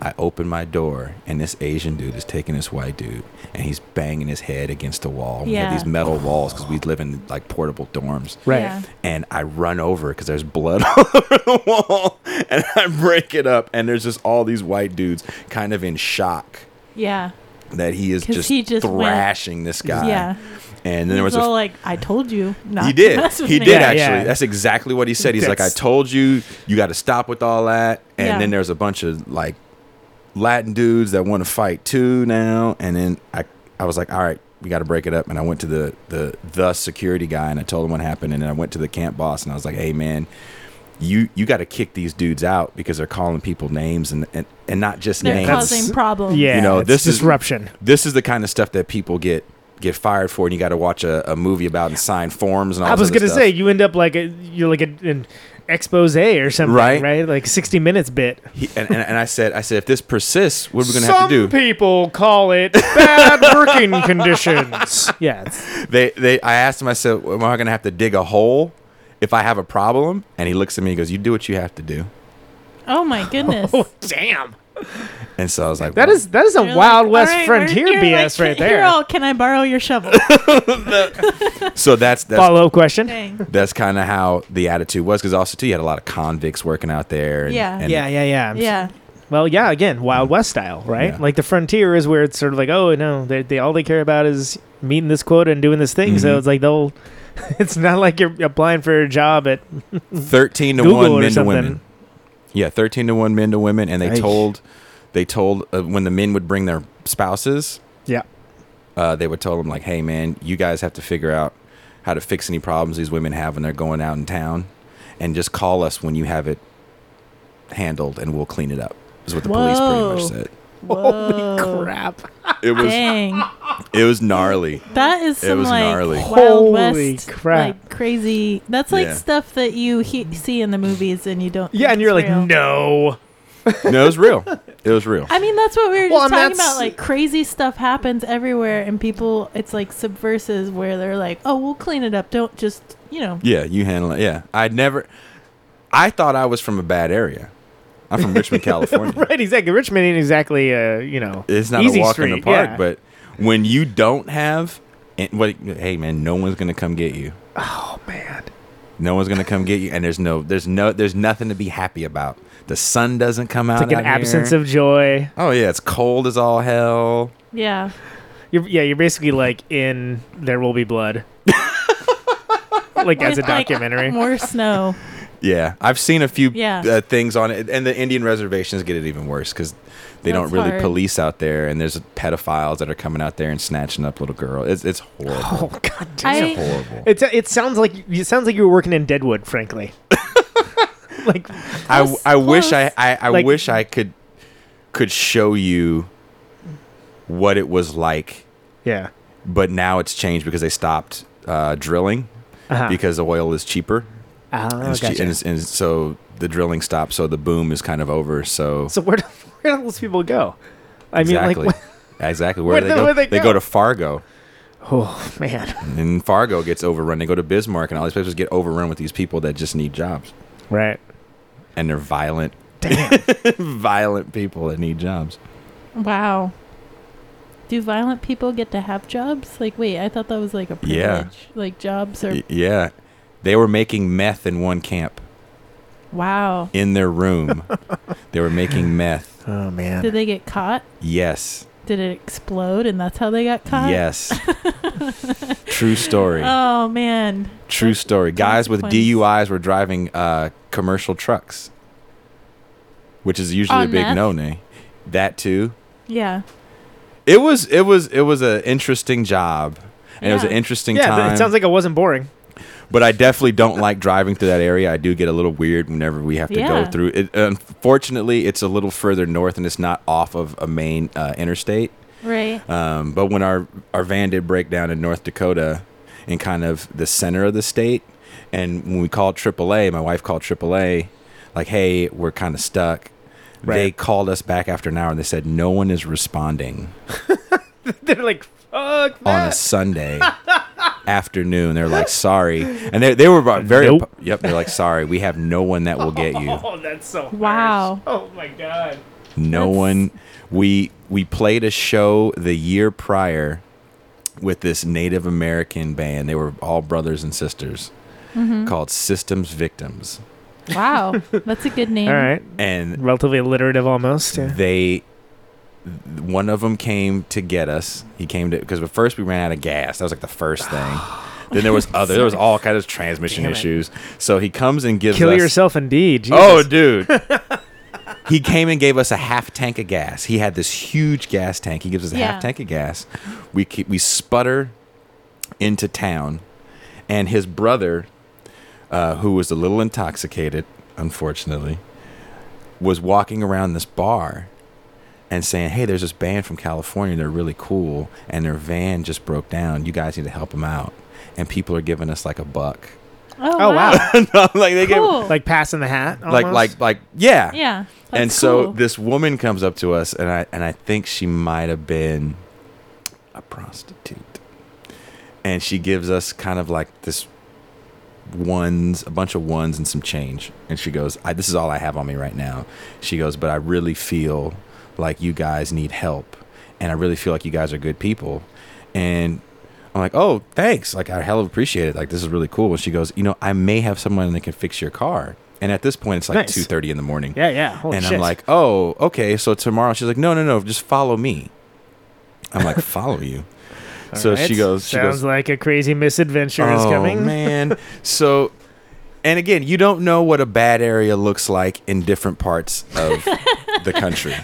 I open my door and this Asian dude is taking this white dude and he's banging his head against the wall. We have
Yeah.
these metal walls because we live in like portable dorms.
Right. Yeah.
And I run over because there's blood all over the wall and I break it up and there's just all these white dudes kind of in shock
yeah.
that he is
'Cause
just,
he just went-
thrashing this guy.
Yeah.
And Uh, then there was
He's
a
all like, I told you. Not
he
to
did.
mess with
He
me."
did actually. That's exactly what he said. He's like, I
That's-
told you, you got to stop with all that. And
Yeah.
then there's a bunch of like Latin dudes that want to fight too now. And then I, I was like, all right, we got to break it up. And I went to the the the security guy and I told him what happened. And then I went to the camp boss and I was like, hey man. You, you got to kick these dudes out because they're calling people names and and, and not just
They're
names
causing problems.
you know
it's
this
disruption.
Is, this is the kind of stuff that people get get fired for, and you got to watch a, a movie about and sign forms and all.
I
this
was
other
gonna
stuff.
say you end up like a you're like a, an expose or something,
Right.
right? Like sixty minutes bit.
He- and, and, and I said, I said, if this persists, what are we gonna
Some
have to do?
people call it bad working conditions. Yeah, it's
They, they. I asked him. I said, am I gonna have to dig a hole if I have a problem? And he looks at me and goes, you do what you have to do.
Oh my goodness.
damn.
And so I was like,
That is that is a Wild West Frontier
you're
BS
like,
right
"Can-
there.
You're all, can I borrow your shovel?
so that's, that's
Follow up question.
Dang.
That's kind of how the attitude was, because also too, you had a lot of convicts working out there. And,
Yeah.
and-
yeah, yeah, yeah. I'm s-
yeah.
Well, yeah. Again, Wild West style, right?
Yeah.
Like the frontier is where it's sort of like, oh no, they, they all they care about is meeting this quota and doing this thing.
Mhm.
So it's like they'll. It's not like you're applying for a job at
13 to
Google
1
or
men to
something.
women yeah 13 to 1 men to women and they
Eesh.
told they told uh, when the men would bring their spouses
yeah.
uh, they would tell them like hey man you guys have to figure out how to fix any problems these women have when they're going out in town and just call us when you have it handled and we'll clean it up is what the police
Whoa.
pretty much
Whoa.
Holy crap.
said it was
Dang.
it was gnarly
That is
It
some
was
like
gnarly.
Wild
Holy
West,
crap.
like crazy. That's like
Yeah.
stuff that you he- see in the movies and you don't.
Yeah,
think
and you're
it's
like,
real.
no.
no it was real it was real
I mean, that's what we were
Well,
just
and
talking
that's-
about. Like crazy stuff happens everywhere, and people, it's like subversives where they're like, "Oh, we'll clean it up. Don't just, you know."
yeah you handle it yeah i never I thought I was from a bad area. I'm from Richmond, California.
right, exactly. Richmond ain't exactly, uh, you know,
It's not
easy
a walk
street.
in the park,
yeah.
but when you don't have, and what, hey man, no one's gonna come get you. Oh man, no one's gonna come get you, and there's no, there's no, there's nothing to be happy about. The sun doesn't come out.
it's like
out
an
here.
absence of joy.
Oh yeah, it's cold as all hell.
Yeah.
You're, yeah, you're basically like in There Will Be Blood, like as a
With, like,
documentary.
more snow.
Yeah, I've seen a few
Yeah.
uh, things on it, and the Indian reservations get it even worse because they don't
That's
really
hard.
police out there, and there's pedophiles that are coming out there and snatching up little girls. It's it's horrible.
Oh god,
I-
it's horrible.
It's it sounds like it sounds like you were working in Deadwood, frankly.
I, I wish I I, I
Like-
wish I could could show you what it was like,
Yeah.
but now it's changed because they stopped uh, drilling
Uh-huh.
because the oil is cheaper.
Oh,
and, it's che-
gotcha.
and, it's- and so the drilling stopped, so the boom is kind of over. So
So where do, where do those people go? I
exactly.
mean, like,
exactly. Where,
Where
do
the-
they, go?
where they
they
go?
go to Fargo.
oh man,
And Fargo gets overrun. They go to Bismarck, and all these places get overrun with these people that just need jobs,
right?
and they're violent, violent people that need jobs.
Wow. Do violent people get to have jobs? Like, wait, I thought that was like a privilege.
Yeah.
Like jobs are.
Y- yeah, they were making meth in one camp
Wow.
in their room. they were making meth.
Oh man.
Did they get caught?
Yes,
Did it explode and that's how they got caught?
yes. True story.
Oh man.
True story. Guys with
consequence.
DUIs were driving uh, commercial trucks, which is usually a
On
big
meth?
no-no. That too.
Yeah.
It was it was it was an interesting job. And it was an
Yeah.
interesting
Yeah, but
time.
it sounds like it wasn't boring.
but I definitely don't like driving through that area. I do get a little weird whenever we have to
Yeah.
go through it. Unfortunately, it's a little further north and it's not off of a main uh, interstate.
Right.
Um, but when our our van did break down in North Dakota, in kind of the center of the state, and when we called AAA, my wife called AAA, like, "Hey, we're kind of stuck." They
Right.
called us back after an hour and they said no one is responding
They're like, fuck
on a
that.
Sunday afternoon. They're like, "Sorry," and they they were about very
Nope.
yep. They're like, "Sorry, we have no one that will get you."
Oh, that's so. harsh.
Wow.
Oh my god.
No
That's-
one. We we played a show the year prior with this Native American band. They were all brothers and sisters
Mm-hmm.
called Systems Victims,
Wow. that's a good name.
All right.
and
Relatively alliterative, almost. Yeah.
they one of them came to get us. He came to because at first we ran out of gas. That was like the first thing. Then there was other. There was all kind of transmission
Damn it.
issues. So he comes and gives
Kill
us
yourself, indeed. Jesus.
Oh, dude. he came and gave us a half tank of gas. He had this huge gas tank. He gives us a
Yeah.
half tank of gas. We ke- we sputter into town, and his brother, uh, who was a little intoxicated, unfortunately, was walking around this bar. And saying, "Hey, there's this band from California. They're really cool, and their van just broke down. You guys need to help them out." And people are giving us like a buck.
Oh,
Oh
wow.
wow.
No, like they gave,
Cool.
like passing the hat.
like
almost?
like like yeah
yeah.
and
that's
so
cool.
this woman comes up to us and i and i think she might have been a prostitute and she gives us kind of like this ones a bunch of ones and some change and she goes I, this is all i have on me right now she goes but i really feel like you guys need help and i really feel like you guys are good people and i'm like oh thanks like i hell of appreciate it like this is really cool and she goes you know i may have someone that can fix your car and at this point it's like
Nice.
2.30 in the morning
Yeah, yeah. Holy
and
shit.
I'm like, oh, okay. So tomorrow, she's like, no, no, no, just follow me. I'm like, follow you. so
Alright.
she goes, she
Sounds
goes,
like a crazy misadventure is
oh
coming.
man. so, and again, you don't know what a bad area looks like in different parts of the country,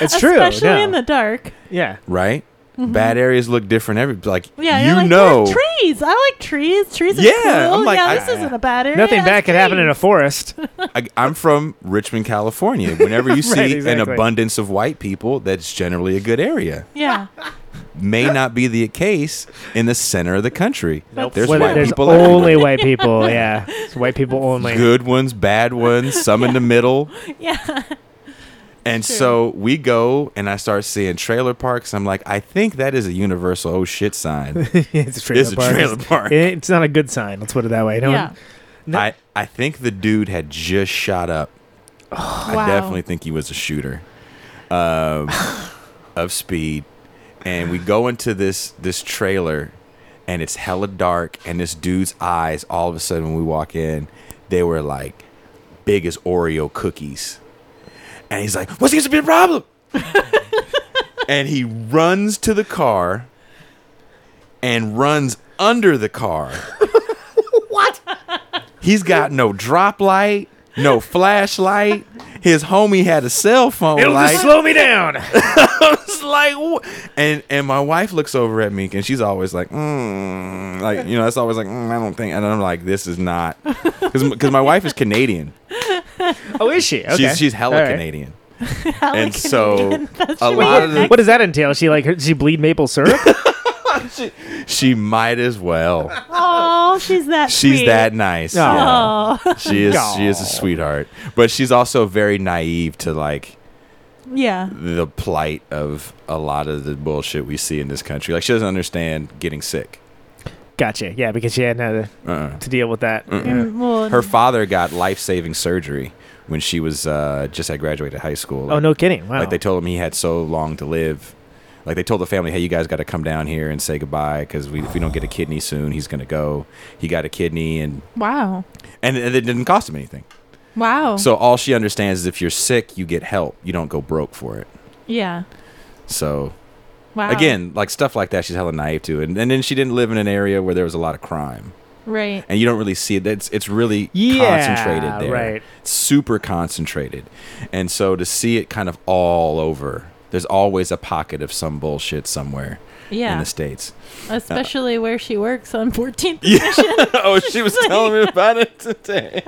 It's true.
Especially
no.
in the dark.
yeah.
right?
Mm-hmm.
Bad areas look different every like
Yeah,
you
you're like,
know
"There's trees. I like trees. Trees are
Yeah,
cool.
I'm like,
yeah,
I-
this isn't a bad area.
Nothing
There's
bad could happen in a
trees."
forest.
I, I'm from Richmond, California. Whenever you see
Right,
an
exactly.
abundance of white people, that's generally a good area.
Yeah,
May not be the case in the center of the country. There's
Well,
white
there's
people
only
everywhere.
white people. Yeah, it's white people only.
good ones, bad ones, some in the middle.
yeah.
And so we go and I start seeing trailer parks. I'm like, I think that is a universal oh shit sign.
it's a trailer
It's a
park.
trailer park.
It- It's not a good sign. Let's put it that way. No
Yeah.
one,
I, I think the dude had just shot up. I
Wow.
definitely think he was a shooter um, of speed. And we go into this this trailer, and it's hella dark. And this dude's eyes, all of a sudden, when we walk in, they were like big as Oreo cookies. And he's like, "What's going to be the problem?" and he runs to the car and runs under the car.
What?
He's got no drop light, no flashlight. His homie had a cell phone
It'll
light.
just slow me down.
I was like, "Wha-" and and my wife looks over at me, and she's always like, mm, like you know, that's always like, "Mm, I don't think, and I'm like, this is not, because my wife is Canadian.
oh, is she? Okay.
She's she's hella
All right.
Canadian. and so a
Wait,
lot of the,
what does that entail? She like her, she bleed maple syrup?
she might as well.
Oh, she's that.
She's
sweet.
that nice.
Oh,
yeah. She is she is a sweetheart. But she's also very naive to like
Yeah.
the plight of a lot of the bullshit we see in this country. Like she doesn't understand getting sick.
gotcha. Yeah, because she had no
Uh-uh.
to deal with that.
Mm-mm.
Mm, well,
Her father got life saving surgery when she was uh, just had graduated high school.
Oh, no kidding. Wow.
Like they told him he had so long to live. Like they told the family, hey, you guys got to come down here and say goodbye because we, if we don't get a kidney soon, he's gonna go. He got a kidney and
Wow.
and it it didn't cost him anything.
Wow.
So all she understands is if you're sick, you get help. You don't go broke for it.
yeah.
So
Wow.
again, like stuff like that, she's hella naive to, and and then she didn't live in an area where there was a lot of crime,
Right.
and you don't really see it. It's it's really
Yeah,
concentrated there,
right.
Super concentrated, and so to see it kind of all over. There's always a pocket of some bullshit somewhere in
Yeah.
the states.
Especially where she works on 14th edition.
oh, she was telling me about it today.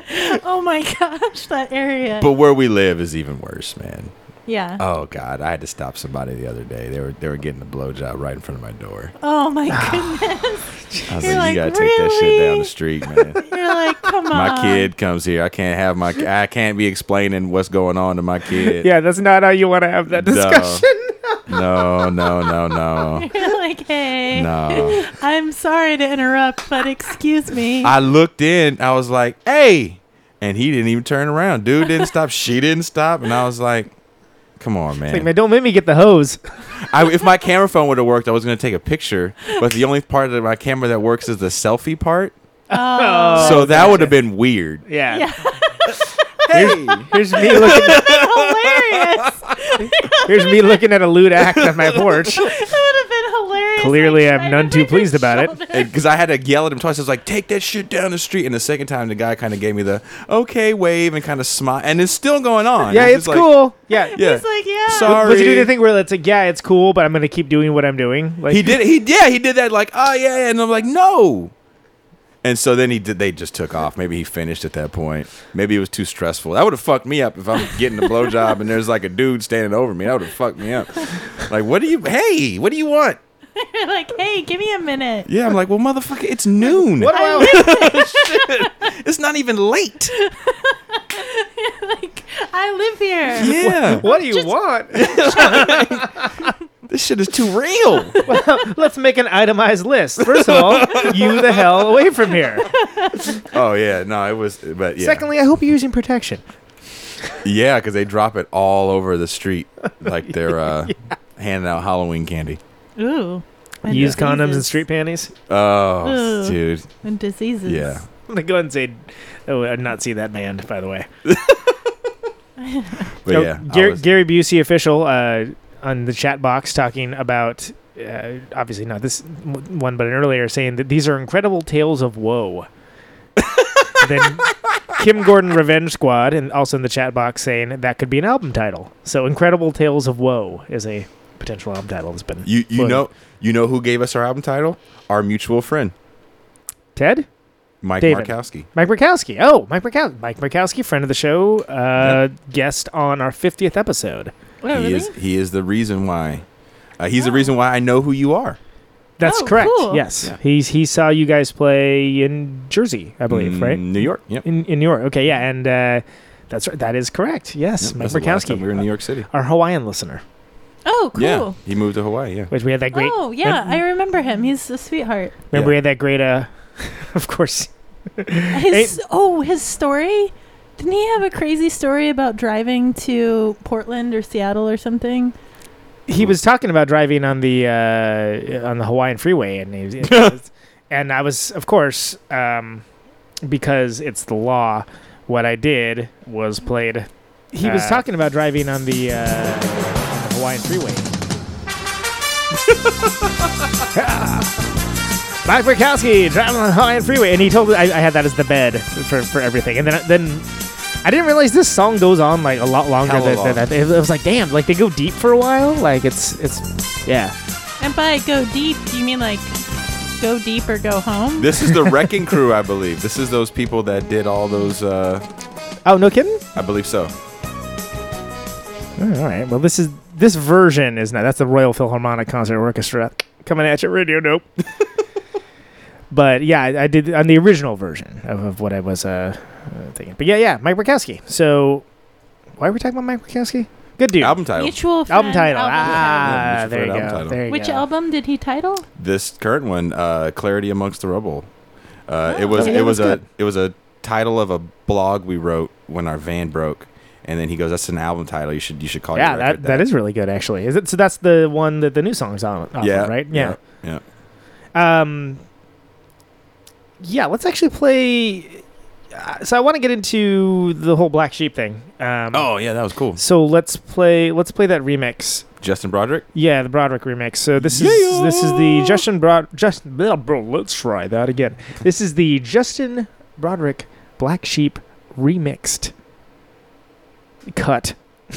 oh my gosh, that area.
But where we live is even worse, man.
yeah.
Uh,
Oh God, I had to stop somebody the other day. They were they were getting a blowjob right in front of my door.
Oh my goodness.
I was
You're
like, you
like,
gotta take that shit down the street, man.
You're like, come on.
my kid comes here. I can't have my. I can't be explaining what's going on to my kid.
yeah, that's not how you want to have that discussion.
No, no, no, no.
You're like, hey.
No.
I'm sorry to interrupt, but excuse me.
I looked in. I was like, hey, and he didn't even turn around. Dude didn't stop. She didn't stop. And I was like, come on,
It's like,
man.
man, don't make me get the hose.
I, if my camera phone would have worked, I was gonna take a picture. But the only part of my camera that works is the selfie part.
Oh.
so that would have been weird.
Yeah.
Hey,
here's me looking.
hilarious.
Here's me looking at a lewd act on my porch.
it would have been hilarious.
Clearly, I'm none too pleased about it.
because I had to yell at him twice. I was like, "Take that shit down the street." And the second time, the guy kind of gave me the okay wave and kind of smile, and it's still going on.
Yeah, it's
just like-
cool. Yeah,
Yeah. He's like,
yeah.
Sorry.
Was it anything where it's like, yeah, it's cool, but I'm gonna keep doing what I'm doing? Like,
He did. He yeah, he did that. Like, oh yeah, yeah," and I'm like, no. And so then he did. They just took off. Maybe he finished at that point. Maybe it was too stressful. That would have fucked me up if I'm getting a blowjob and there's like a dude standing over me. That would have fucked me up. Like, what do you? Hey, what do you want?
You're like, hey, give me a minute.
Yeah, I'm like, well, motherfucker, it's noon.
What about-
Shit. It's not even late.
like, I live here.
Yeah. What-
what do you want?
this shit is too real.
well, let's make an itemized list. First of all, you the hell away from here.
Oh yeah, no, it was. But yeah,
Secondly, I hope you're using protection.
yeah, because they drop it all over the street, like they're uh, handing out Halloween candy.
Ooh.
Use condoms and street panties.
Oh,
Ooh.
dude.
And diseases.
Yeah.
I'm gonna go ahead and say, oh, I'd not see that band, by the way.
But
Oh,
yeah, I
Gar-
was-
Gary Busey official uh, on the chat box talking about uh, obviously not this m- one, but an earlier saying that these are incredible tales of woe. then Kim Gordon Revenge Squad, and also in the chat box saying that could be an album title. So incredible tales of woe is a potential album title that's been
You you
floated.
know you know who gave us our album title? Our mutual friend,
Ted.
Mike
David.
Markowski.
Mike Murkowski. Oh, Mike Murkowski. Mike Murkowski, friend of the show, uh, guest on our 50th episode.
Oh,
he
really?
is he is the reason why. Uh,
Oh.
he's the reason why I know who you are.
That's
Oh,
correct.
cool.
Yes,
Yeah.
he's he saw you guys play in Jersey, I believe,
Mm,
right?
New York. Yep.
In in New York. Okay, yeah, and uh, that's right. That is correct. Yes,
Yep,
Mike
that's the last
Murkowski,
time we were in New York City.
our Hawaiian listener,
Oh, cool.
Yeah, he moved to Hawaii. Yeah.
which we had that great.
oh, yeah.
remem-
I remember him. He's a sweetheart.
remember we had that great. Uh, of course,
His oh, his story. Didn't he have a crazy story about driving to Portland or Seattle or something?
he
Mm.
was talking about driving on the uh, on the Hawaiian freeway, and he was, and I was, of course, um, because it's the law. What I did was played. He was
Uh,
talking about driving on the, uh, on the Hawaiian freeway. Mike Murkowski driving on the Hawaiian freeway, and he told I, I had that as the bed for, for everything, and then then. I didn't realize this song goes on like a lot longer
Hella
than,
long.
than I it was like damn like they go deep for a while like it's it's yeah
And by go deep, you mean like go deep or go home?
This is the Wrecking Crew, I believe. This is those people that did all those. Uh,
oh no kidding
I believe so.
all right well this is this version is not that's the royal philharmonic concert orchestra coming at you radio nope but yeah I, I did on the original version of, of what i was uh, uh thinking but yeah yeah mike Murkowski. so why are we talking about mike Murkowski? good dude
album title
Mutual friend
album title
album
ah
Yeah, mutual friend
there you go
album title.
there you
Which
go
album did he title?
This current one, uh, "Clarity Amongst the Rubble." Uh, it was
okay.
it was
That's
a
good.
it was a title of a blog we wrote when our van broke, and then he goes, "That's an album title. You should you should call
yeah
your
that,
record
that is really good actually is it so that's the one that the new song's on off of,
Yeah,
right
yeah, yeah.
Um, yeah, let's actually play. Uh, so I want to get into the whole black sheep thing. Um,
Oh yeah, that was cool.
So let's play. Let's play that remix.
Justin Broderick.
Yeah, the Broderick remix. So this is this is the Justin Brod Justin blah, bro, let's try that again. This is the Justin Broderick Black Sheep remixed cut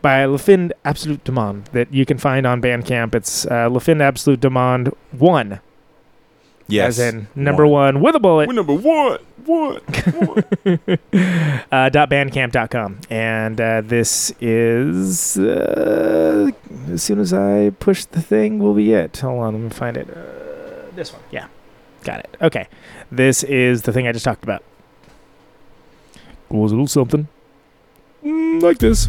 by Lefin Absolute Demand that you can find on Bandcamp. It's uh, Lefin Absolute Demand 1.
Yes.
As in number one, with a bullet.
number one. What?
uh, dot bandcamp.com and uh, this is uh, as soon as i push the thing will be it hold on let me find it uh, this one yeah got it okay this is the thing i just talked about was a little something mm, like this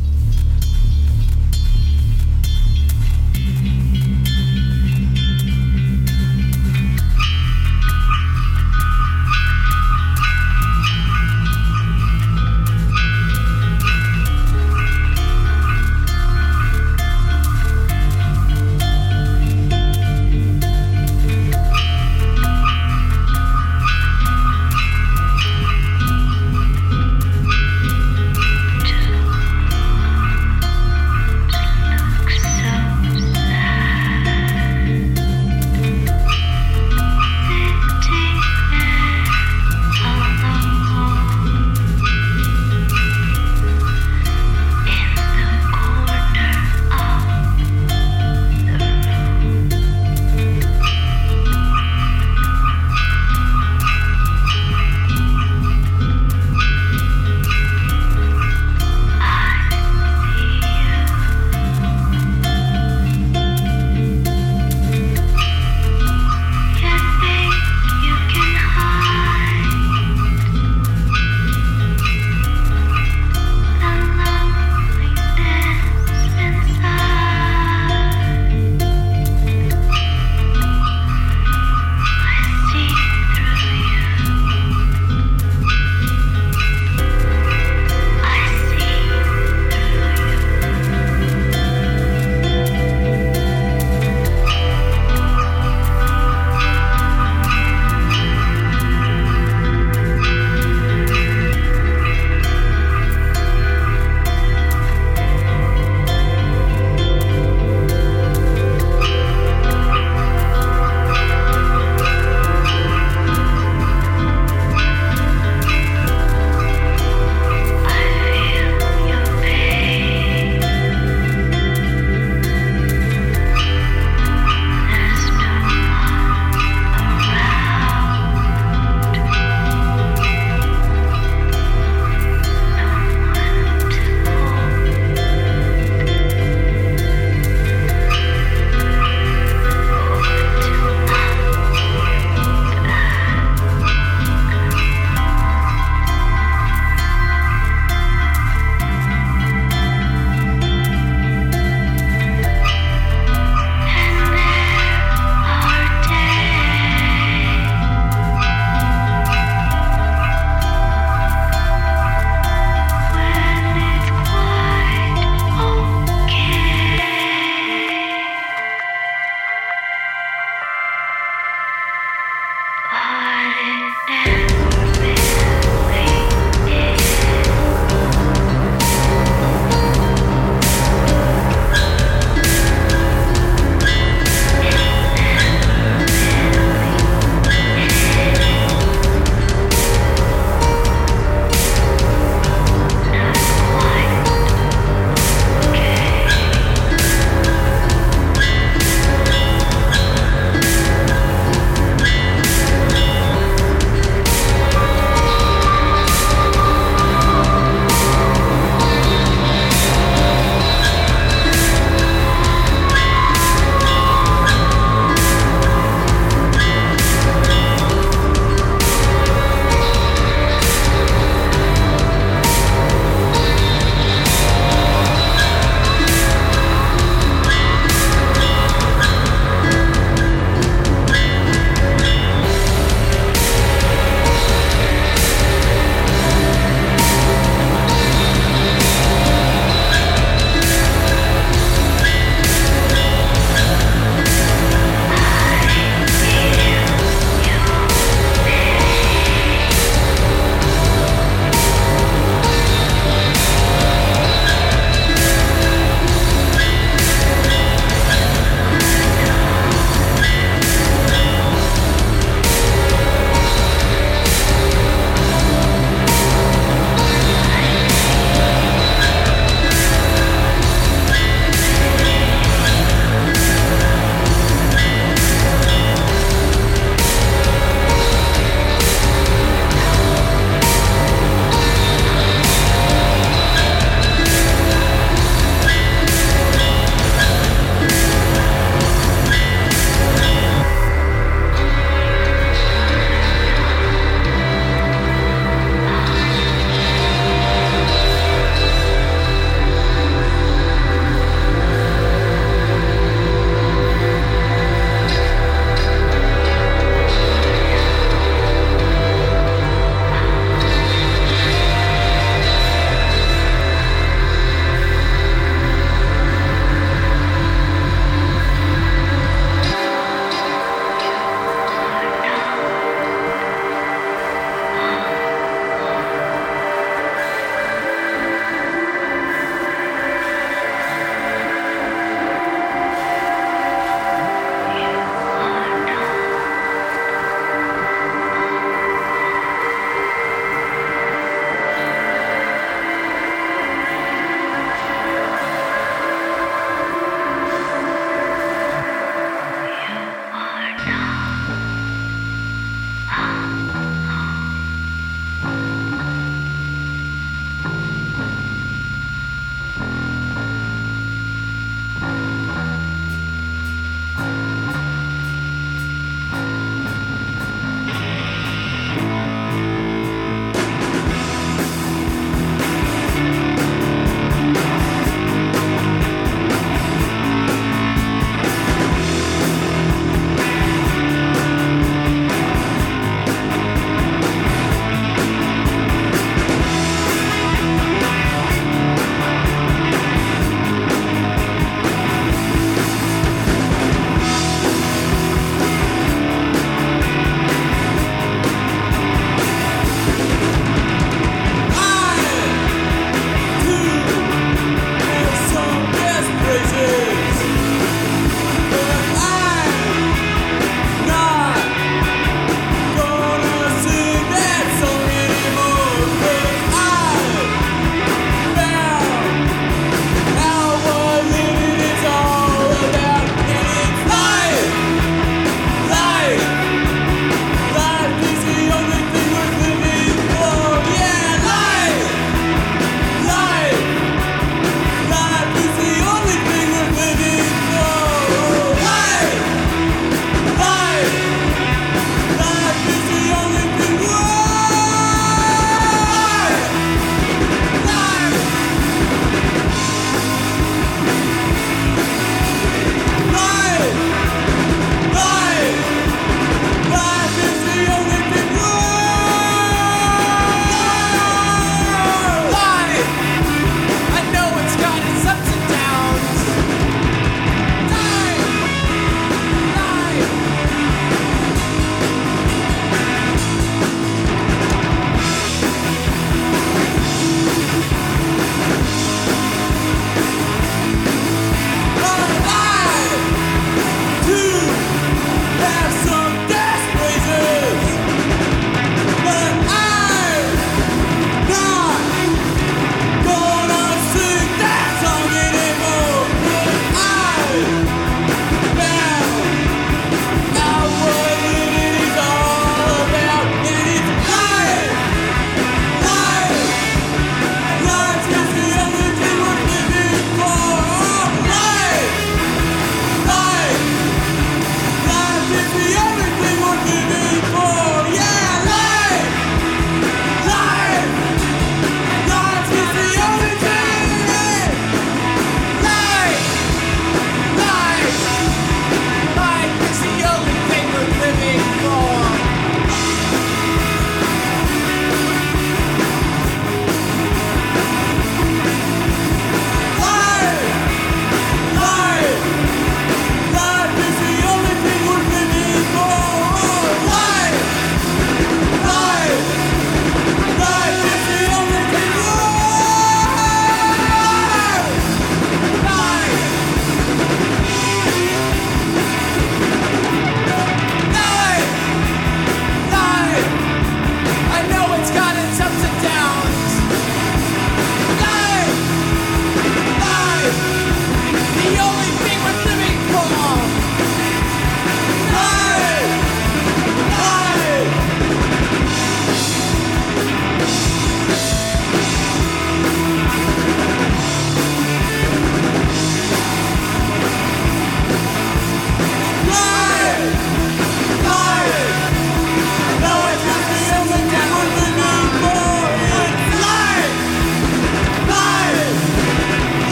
Thank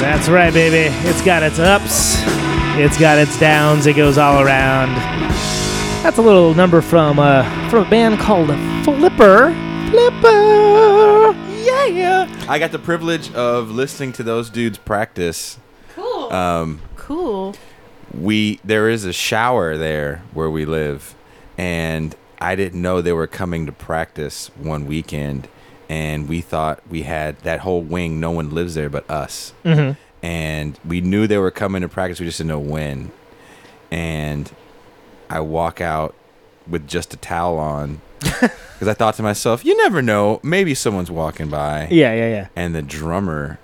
That's right, baby. It's got its ups, it's got its downs. It goes all around. That's a little number from uh, from a band called Flipper. Flipper, yeah.
I got the privilege of listening to those dudes practice.
Cool.
Um,
Cool.
we there is a shower there where we live and i didn't know they were coming to practice one weekend and we thought we had that whole wing no one lives there but us
Mhm.
and we knew they were coming to practice we just didn't know when and i walk out with just a towel on because i thought to myself you never know maybe someone's walking by
Yeah, yeah, yeah.
and the drummer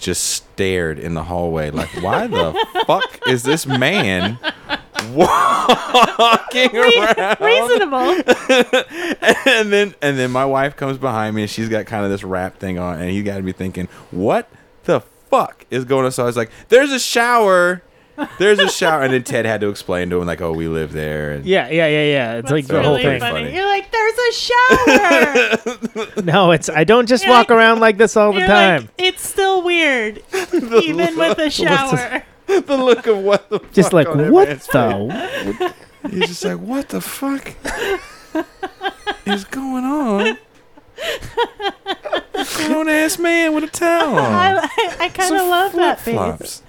just stared in the hallway like why the fuck is this man walking around
Reasonable.
and then and then my wife comes behind me and she's got kind of this wrap thing on and he got me thinking what the fuck is going on so i was like there's a shower there's a shower and then ted had to explain to him like oh we live there and
Yeah, yeah, yeah, yeah. It's like the whole
really
thing.
funny.
You're like, there's a shower.
No, it's I don't just walk around like this all the
You're
time.
like, it's still weird, even with a shower.
the look of what the
just like
on that
what
man's
the?
he's just like what the fuck is going on grown ass man with a towel on.
I, I, I kind of love that face.
flops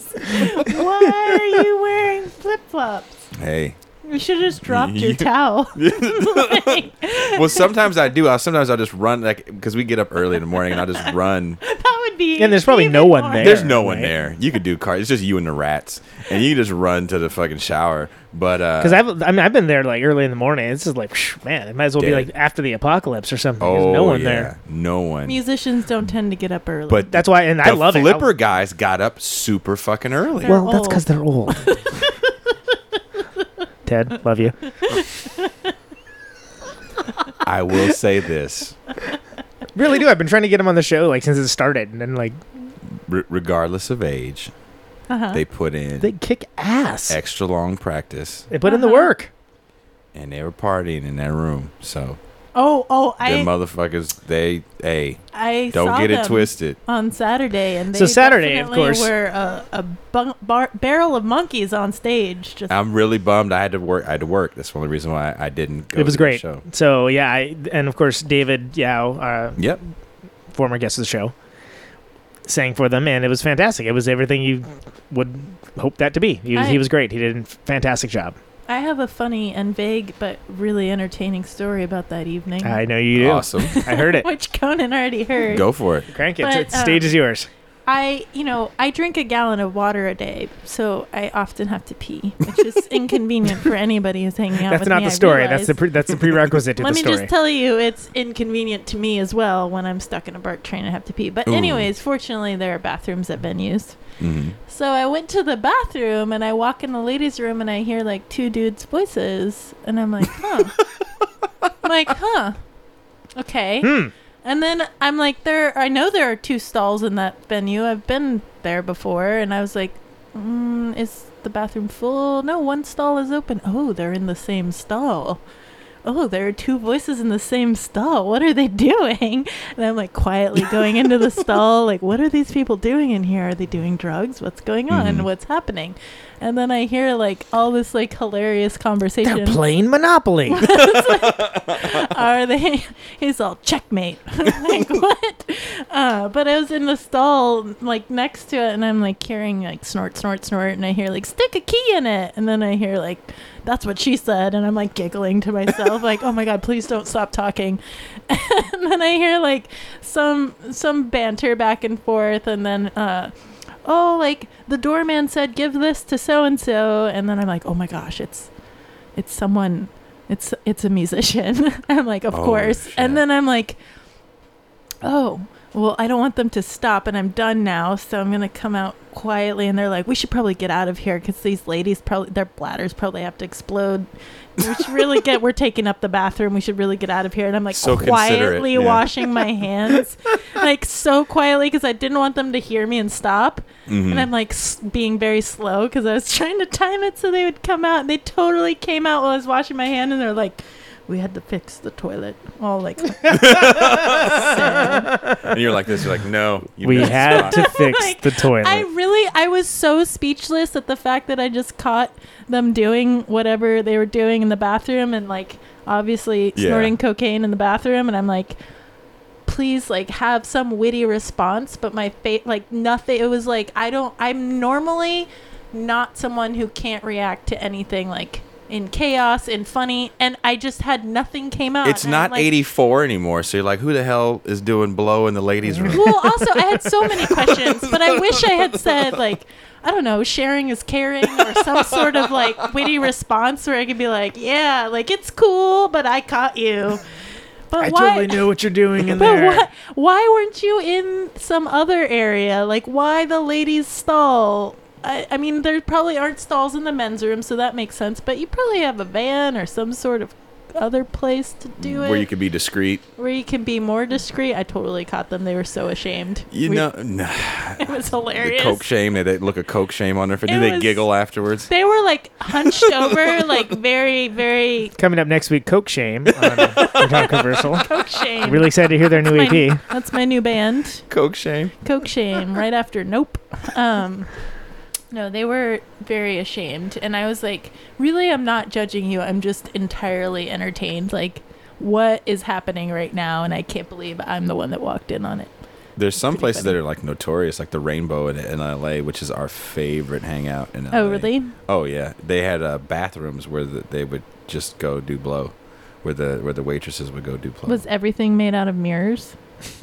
Why are you wearing flip flops?
hey
You should have just dropped your
You-
towel. Like,
well sometimes i do i sometimes i'll just run like because we get up early in the morning and i'll just run
that would be.
And there's probably no one there.
There's no one
right?
there. You could do car. It's just you and the rats, and you can just run to the fucking shower. But uh,
Because I've, I mean, I've been there like early in the morning. It's just like, psh, man, it might as well be
Dead.
like after the apocalypse or something. There's
oh
no one
yeah,
there.
no one.
Musicians don't tend to get up early.
But
That's why, and I
the
love it.
flipper guys got up super fucking early.
Well, that's
old.
because they're old. Ted, love you.
I will say this,
Really do. I've been trying to get him on the show like since it started, and then like
re- regardless of age,
Uh-huh.
they put in
they kick ass.
extra long practice,
They put in the
Uh-huh.
work.
and they were partying in that room. So
oh, oh, I
them motherfuckers, they hey,
I
don't
saw
get
them
it twisted.
on Saturday, and they
So Saturday, of
definitely
course.
were a, a bun- bar- barrel of monkeys on stage. Just
I'm really bummed. I had to work. I had to work. That's one of the reasons why I didn't. go
it was
to the
great.
Show.
So yeah, I, and of course David Yao, uh,
Yep.
former guest of the show, sang for them, and it was fantastic. It was everything you would hope that to be. He was,
I-
he was great. He did a fantastic job.
I have a funny and vague but really entertaining story about that evening,
I know you do.
Awesome.
I heard it.
which Conan already heard.
Go for it.
Crank it.
But,
the stage
um,
is yours.
I, you know, I drink a gallon of water a day, so I often have to pee, which is inconvenient for anybody who's hanging out
That's
with
not
me,
the
I
story. That's the
realize.
pre- that's the prerequisite to
Let
the
me
story.
just tell you, it's inconvenient to me as well when I'm stuck in a BART train and have to pee. But
Ooh.
anyways, fortunately, there are bathrooms at venues.
Mhm.
So I went to the bathroom and I walk in the ladies' room and I hear like two dudes' voices and I'm like, huh. I'm like, huh. Okay.
Hmm.
And then I'm like, there. I know there are two stalls in that venue. I've been there before, and I was like, mm, is the bathroom full? No, one stall is open. Oh, they're in the same stall. Oh, there are two voices in the same stall. What are they doing? And I'm like quietly going into the stall, like, what are these people doing in here? Are they doing drugs? What's going on?
Mm-hmm.
Mhm.
What's happening? And then I hear like all this like hilarious conversation.
They're playing Monopoly.
are they he's all checkmate like what uh, but i was in the stall like next to it and i'm like hearing like snort snort snort and i hear like stick a key in it and then i hear like that's what she said and i'm like giggling to myself like oh my god please don't stop talking and then i hear like some some banter back and forth and then uh oh like the doorman said give this to so and so and then i'm like oh my gosh it's it's someone it's it's a musician i'm like of
Oh,
course
shit.
and then i'm like oh well i don't want them to stop and i'm done now so i'm gonna come out quietly and they're like we should probably get out of here because these ladies probably their bladders probably have to explode we should really get we're taking up the bathroom we should really get out of here and i'm like
So considerate,
quietly
yeah.
washing my hands like so quietly because i didn't want them to hear me and stop
Mhm.
and i'm like s- being very slow because i was trying to time it so they would come out and they totally came out while i was washing my hand and they're like we had to fix the toilet. All like
and you're like this. You're like, no. you
We
missed the
had
spot.
to fix the toilet.
I really, I was so speechless at the fact that I just caught them doing whatever they were doing in the bathroom and like obviously
Yeah.
snorting cocaine in the bathroom. And I'm like, please, like, have some witty response. But my fate, like, nothing. It was like, I don't, I'm normally not someone who can't react to anything like in chaos and funny. And I just had nothing came out.
It's
and I'm
not
like,
84 anymore, so you're like, who the hell is doing blow in the ladies' room?
Well, also, I had so many questions, but I wish I had said, like, I don't know, sharing is caring or some sort of like witty response where I could be like, yeah, like it's cool, but I caught you. But
I
why?
totally know what you're doing in
but
there.
why, why weren't you in some other area? Like, why the ladies' stall? I, I mean, there probably aren't stalls in the men's room, so that makes sense, but you probably have a van or some sort of other place to do it
Where you could be discreet.
where you can be more discreet. I totally caught them. They were so ashamed.
You
We-
know, nah,
it was
the
hilarious.
coke shame. They, they look a coke shame on their face.
It
Do they
was-
giggle afterwards?
They were like hunched over, like very, very
Coming up next week, Coke Shame on Tom Commercial.
coke shame.
Really excited to hear their new E
That's my-
EP.
That's my new band,
Coke shame.
Coke Shame. Right after Nope. Um, no, they were very ashamed, and I was like, really, I'm not judging you. I'm just entirely entertained. Like, what is happening right now? And I can't believe I'm the one that walked in on it.
There's some places that are like notorious, like the Rainbow in, in LA, which is our favorite hangout in LA.
Oh, really?
Oh yeah, they had uh, bathrooms where the, they would just go do blow, where the where the waitresses would go do blow.
Was everything made out of mirrors?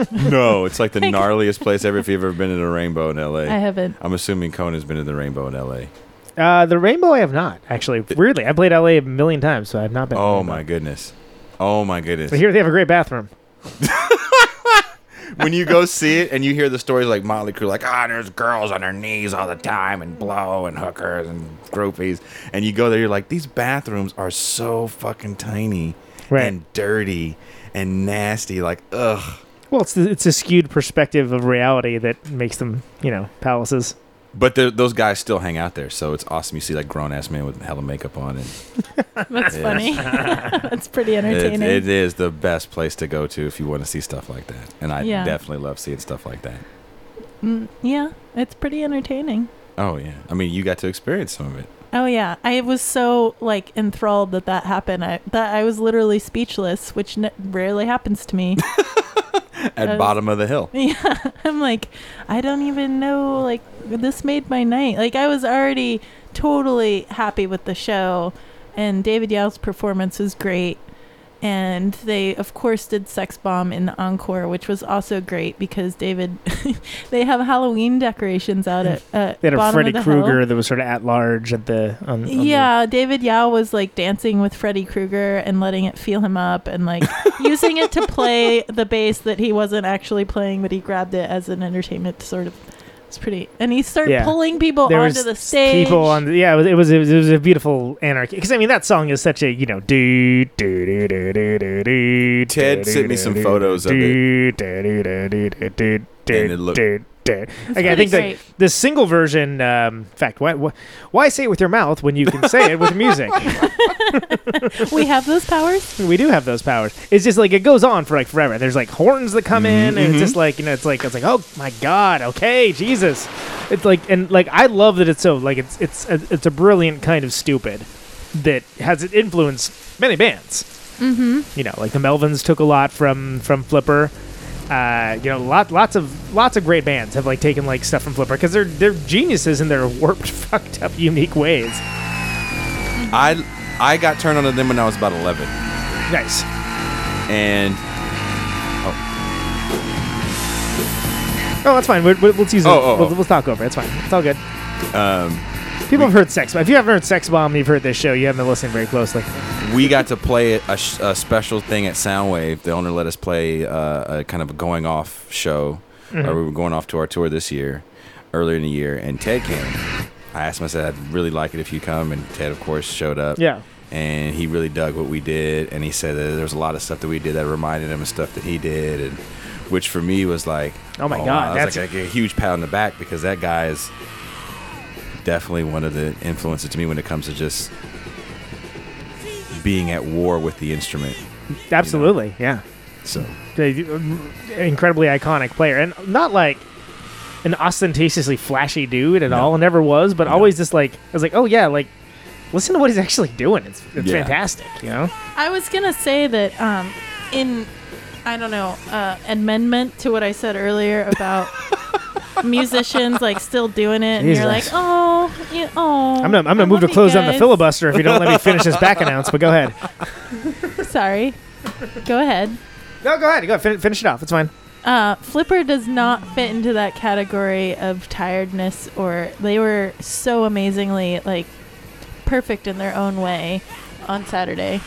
no, it's like the
Like-
gnarliest place ever. If you've ever been in a Rainbow in LA,
I haven't.
I'm assuming Conan's been in the Rainbow in LA.
Uh, the Rainbow, I have not actually. Weirdly, I played LA a million times, so I've not been.
Oh my goodness, oh my goodness.
But here they have a great bathroom.
when you go see it and you hear the stories like Motley Crue, like ah, there's girls on their knees all the time and blow and hookers and groupies, and you go there, you're like, these bathrooms are so fucking tiny and dirty and nasty, like ugh.
Well, it's the, it's a skewed perspective of reality that makes them, you know, palaces.
But they're- those guys still hang out there, so it's awesome. You see like grown ass man with hella makeup on, and
That's
Yes.
funny. That's pretty
it,
entertaining.
it is the best place to go to if you want to see stuff like that. And I
Yeah.
definitely love seeing stuff like that.
Mm, yeah, it's pretty entertaining.
Oh yeah, I mean you got to experience some of it.
Oh yeah, I was so like enthralled that that happened. I that I was literally speechless, which n- rarely happens to me.
At
was-
bottom of the hill.
yeah, I'm like, I don't even know. Like this made my night. Like I was already totally happy with the show, and David Yao's performance was great. And they, of course, did Sex Bomb in the encore, which was also great because David, they have Halloween decorations out at. at
They had a
bottom
Freddy
of the
Krueger
hill.
that was sort of at large at the. On, on
Yeah, David Yao was like dancing with Freddy Krueger and letting it feel him up and like using it to play the bass that he wasn't actually playing, but he grabbed it as an entertainment sort of. It's pretty, and he
The,
started pulling people
There
onto
was
the stage.
People on. The, yeah, it was, it was it was it was a beautiful anarchy. Because I mean, that song is such a you know do do do do do do do.
Ted sent me some photos of
it. And
it looked-
Okay, I
pretty
think the,
great.
the single version. Um, in fact, why, why why say it with your mouth when you can say it with music?
we have those powers.
We do have those powers. It's just like it goes on for like forever. There's like horns that come in, and it's just like you know, it's like it's like oh my god, okay, Jesus. It's like and like I love that it's so like it's it's a, it's a brilliant kind of stupid that has influenced many bands.
Mm-hmm.
You know, like the Melvins took a lot from from Flipper. Uh, you know, lot lots of lots of great bands have like taken like stuff from Flipper because they're they're geniuses in their warped, fucked up, unique ways.
I I got turned on to them when I was about 11.
Nice.
And oh,
Oh, that's fine. We're, we'll, we'll use it.
Oh, oh,
we'll,
oh.
we'll talk over. it. It's fine. It's all good.
um,
People have heard sex bomb. If you haven't heard sex bomb, and you've heard this show. You haven't been listening very closely.
we got to play a, sh- a special thing at Soundwave. The owner let us play uh, a kind of a going off show.
Mhm.
Or we were going off to our tour this year, earlier in the year, and Ted came. I asked him, I said, I'd really like it if you come. And Ted, of course, showed up.
Yeah.
And he really dug what we did. And he said that there was a lot of stuff that we did that reminded him of stuff that he did. And which for me was like,
Oh my God,
wow. That's
that's-
like a, a huge pat on the back because that guy is definitely one of the influences to me when it comes to just being at war with the instrument.
Absolutely, yeah.
So
They- um, incredibly iconic player, and not like an ostentatiously flashy dude at all. Never was, but always just like I was like, oh yeah, like listen to what he's actually doing. It's, it's
Yeah.
fantastic, you know.
I was gonna say that um, in I don't know uh, amendment to what I said earlier about musicians like still doing it, and
Jesus.
you're like, oh, yeah, oh.
I'm gonna I'm gonna move to close down the filibuster if you don't let me finish this back announce. But go ahead.
filibuster. Sorry, go ahead.
No, go ahead. Go ahead. Fin- finish it off. It's fine.
Uh, Flipper does not fit into that category of tiredness, or they were so amazingly like perfect in their own way on Saturday.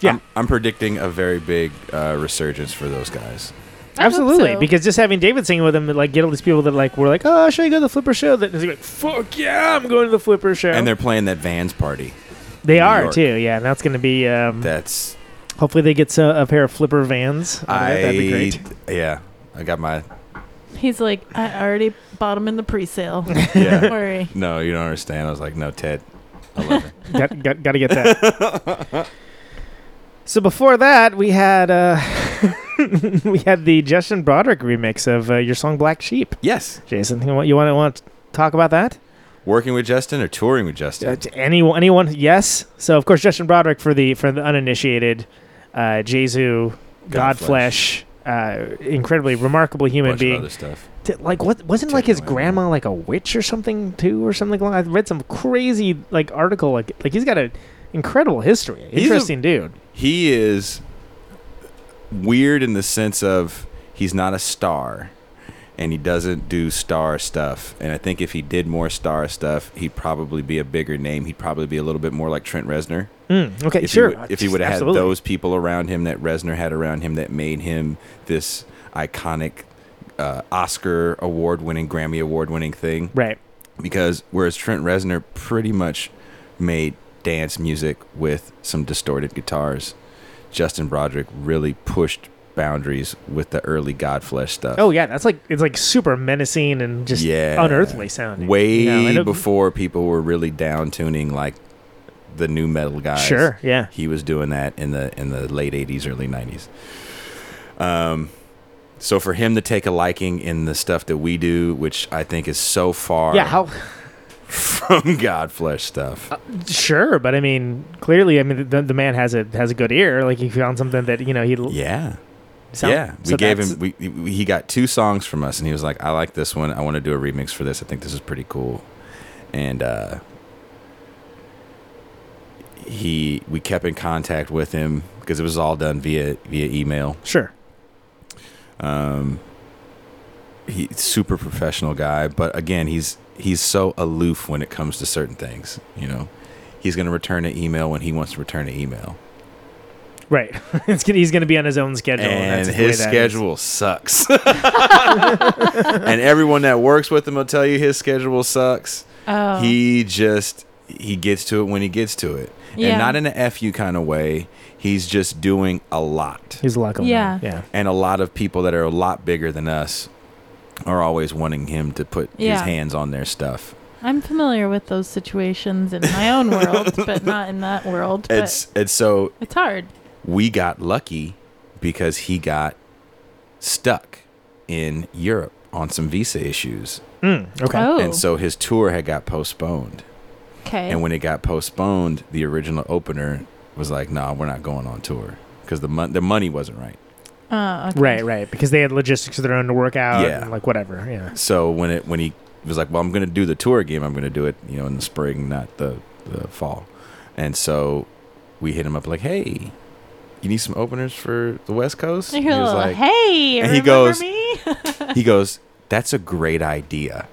Yeah.
I'm, I'm predicting a very big uh, resurgence for those guys.
I hope
Absolutely,
so.
because just having David singing with him, like get all these people that like were like, oh, should I go to the Flipper show? That is like, fuck yeah, I'm going to the Flipper show.
And they're playing that Vans party.
They
New
are
York.
too. Yeah, and that's going to be. Um,
that's.
Hopefully, they get so- a pair of flipper vans. out of it. That'd be great.
Yeah, I got my.
He's like, I already bought him in the pre-sale.
Yeah.
Don't worry.
No, you don't understand. I was like, no, Ted. I love it.
got, got, got to get that. so before that, we had uh, we had the Justin Broderick remix of uh, your song "Black Sheep."
Yes,
Jason, you want you want to want to talk about that?
Working with Justin or touring with Justin?
Uh, to anyone, anyone, yes. So of course, Justin Broderick for the for the uninitiated, uh, Jesu, Godflesh, uh, incredibly remarkable human
Bunch of
being.
other stuff.
T- like what wasn't like his grandma like a witch or something too or something like that? I read some crazy like article like like he's got an incredible history.
He's a-
Interesting dude.
He is weird in the sense of he's not a star and he doesn't do star stuff. And I think if he did more star stuff, he'd probably be a bigger name. He'd probably be a little bit more like Trent Reznor.
Mm, okay,
if
sure.
He would, if he would have had
Absolutely.
those people around him that Reznor had around him that made him this iconic uh, Oscar award winning, Grammy award winning thing.
Right.
Because whereas Trent Reznor pretty much made dance music with some distorted guitars, Justin Broderick really pushed boundaries with the early Godflesh stuff.
Oh yeah, that's like it's like super menacing and just unearthly sounding.
Way
you know, and it-
before people were really down tuning like the new metal guys.
Sure, yeah.
He was doing that in the in the late eighties, early nineties. Um so for him to take a liking in the stuff that we do, which I think is so far
Yeah, how
from Godflesh stuff.
Uh, sure, but I mean, clearly, I mean, the, the man has a has a good ear. Like he found something that you know he
yeah
sound-
yeah, we
so
gave
that's-
him. We, we- he got two songs from us, and he was like, "I like this one. I want to do a remix for this. I think this is pretty cool." And uh, he, we kept in contact with him because it was all done via via email.
Sure.
Um, he's super professional guy, but again, he's he's so aloof when it comes to certain things. You know, he's going to return an email when he wants to return an email.
right. it's gonna, he's going to be on his own schedule,
and
that's the way
his
that is.
schedule sucks. and everyone that works with him will tell you his schedule sucks.
Oh.
He just he gets to it when he gets to it,
Yeah.
and not in a fu kind of way. He's just doing a lot.
He's lucky.
Yeah.
Yeah.
And a lot of people that are a lot bigger than us are always wanting him to put his
Yeah.
hands on their stuff.
I'm familiar with those situations in my own world, but not in that world. But
It's and so
it's hard.
we got lucky because he got stuck in Europe on some visa issues.
Mm, okay.
Oh.
And so his tour had got postponed.
Okay.
And when it got postponed, the original opener was like, "No, nah, we're not going on tour because the mon- the money wasn't right."
Uh, okay.
Right, right, because they had logistics of their own to work out,
Yeah.
and like whatever. Yeah,
So when it when he was like, "Well, I'm going to do the tour again. I'm going to do it, you know, in the spring, not the the fall." And so we hit him up like, "Hey, you need some openers for the West Coast?"
You
And he
hear a
was
little,
like-
hey,
and
remember
he goes,
me?
he goes, "That's a great idea.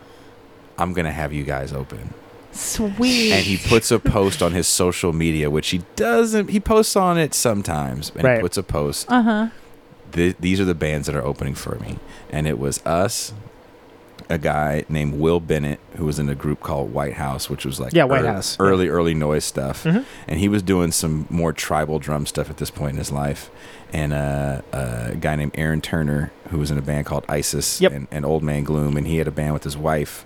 I'm going to have you guys open."
Sweet.
and he puts a post on his social media, which he doesn't. He posts on it sometimes, and
Right.
he puts a post.
uh huh.
"Th- these are the bands that are opening for me, and it was us, a guy named Will Bennett who was in a group called White House, which was like
Yeah, White House.
early early noise stuff,
Mhm.
and he was doing some more tribal drum stuff at this point in his life. And uh, a guy named Aaron Turner who was in a band called Isis and, and Old Man Gloom, and he had a band with his wife.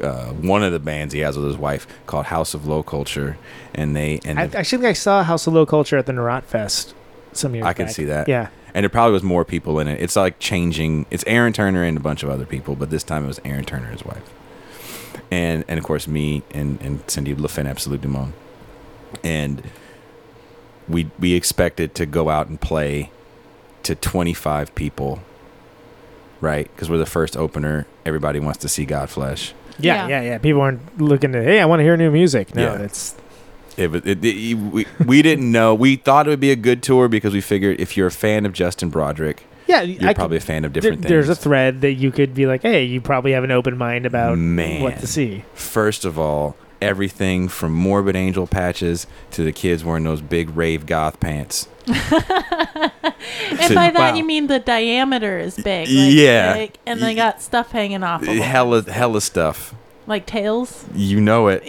Uh, one of the bands he has with his wife called House of Low Culture, and they and
I
the-
actually think I saw House of Low Culture at the Narot Fest some years
I can
back.
see that.
Yeah.
And there probably was more people in it. It's like changing. It's Aaron Turner and a bunch of other people, but this time it was Aaron Turner and his wife. And and of course me and and Cindy LaFin Absolute Dumont. And we we expected to go out and play to 25 people. Right? Cuz we're the first opener. Everybody wants to see Godflesh.
Yeah, yeah, yeah, People aren't looking to, hey, I want to hear new music. No,
Yeah.
it's
It, was- it, it- we, we didn't know. We thought it would be a good tour because we figured if you're a fan of Justin Broderick,
Yeah,
you're
I
probably
could-
a fan of different
there-
things.
There's a thread that you could be like, hey, you probably have an open mind about what to see.
First of all, everything from morbid angel patches to the kids wearing those big rave goth pants.
And by that
Wow.
you mean the diameter is big. Like,
Yeah.
like- and they got stuff hanging off of 'em.
Eh, Hella, hella stuff.
like tails.
You know it.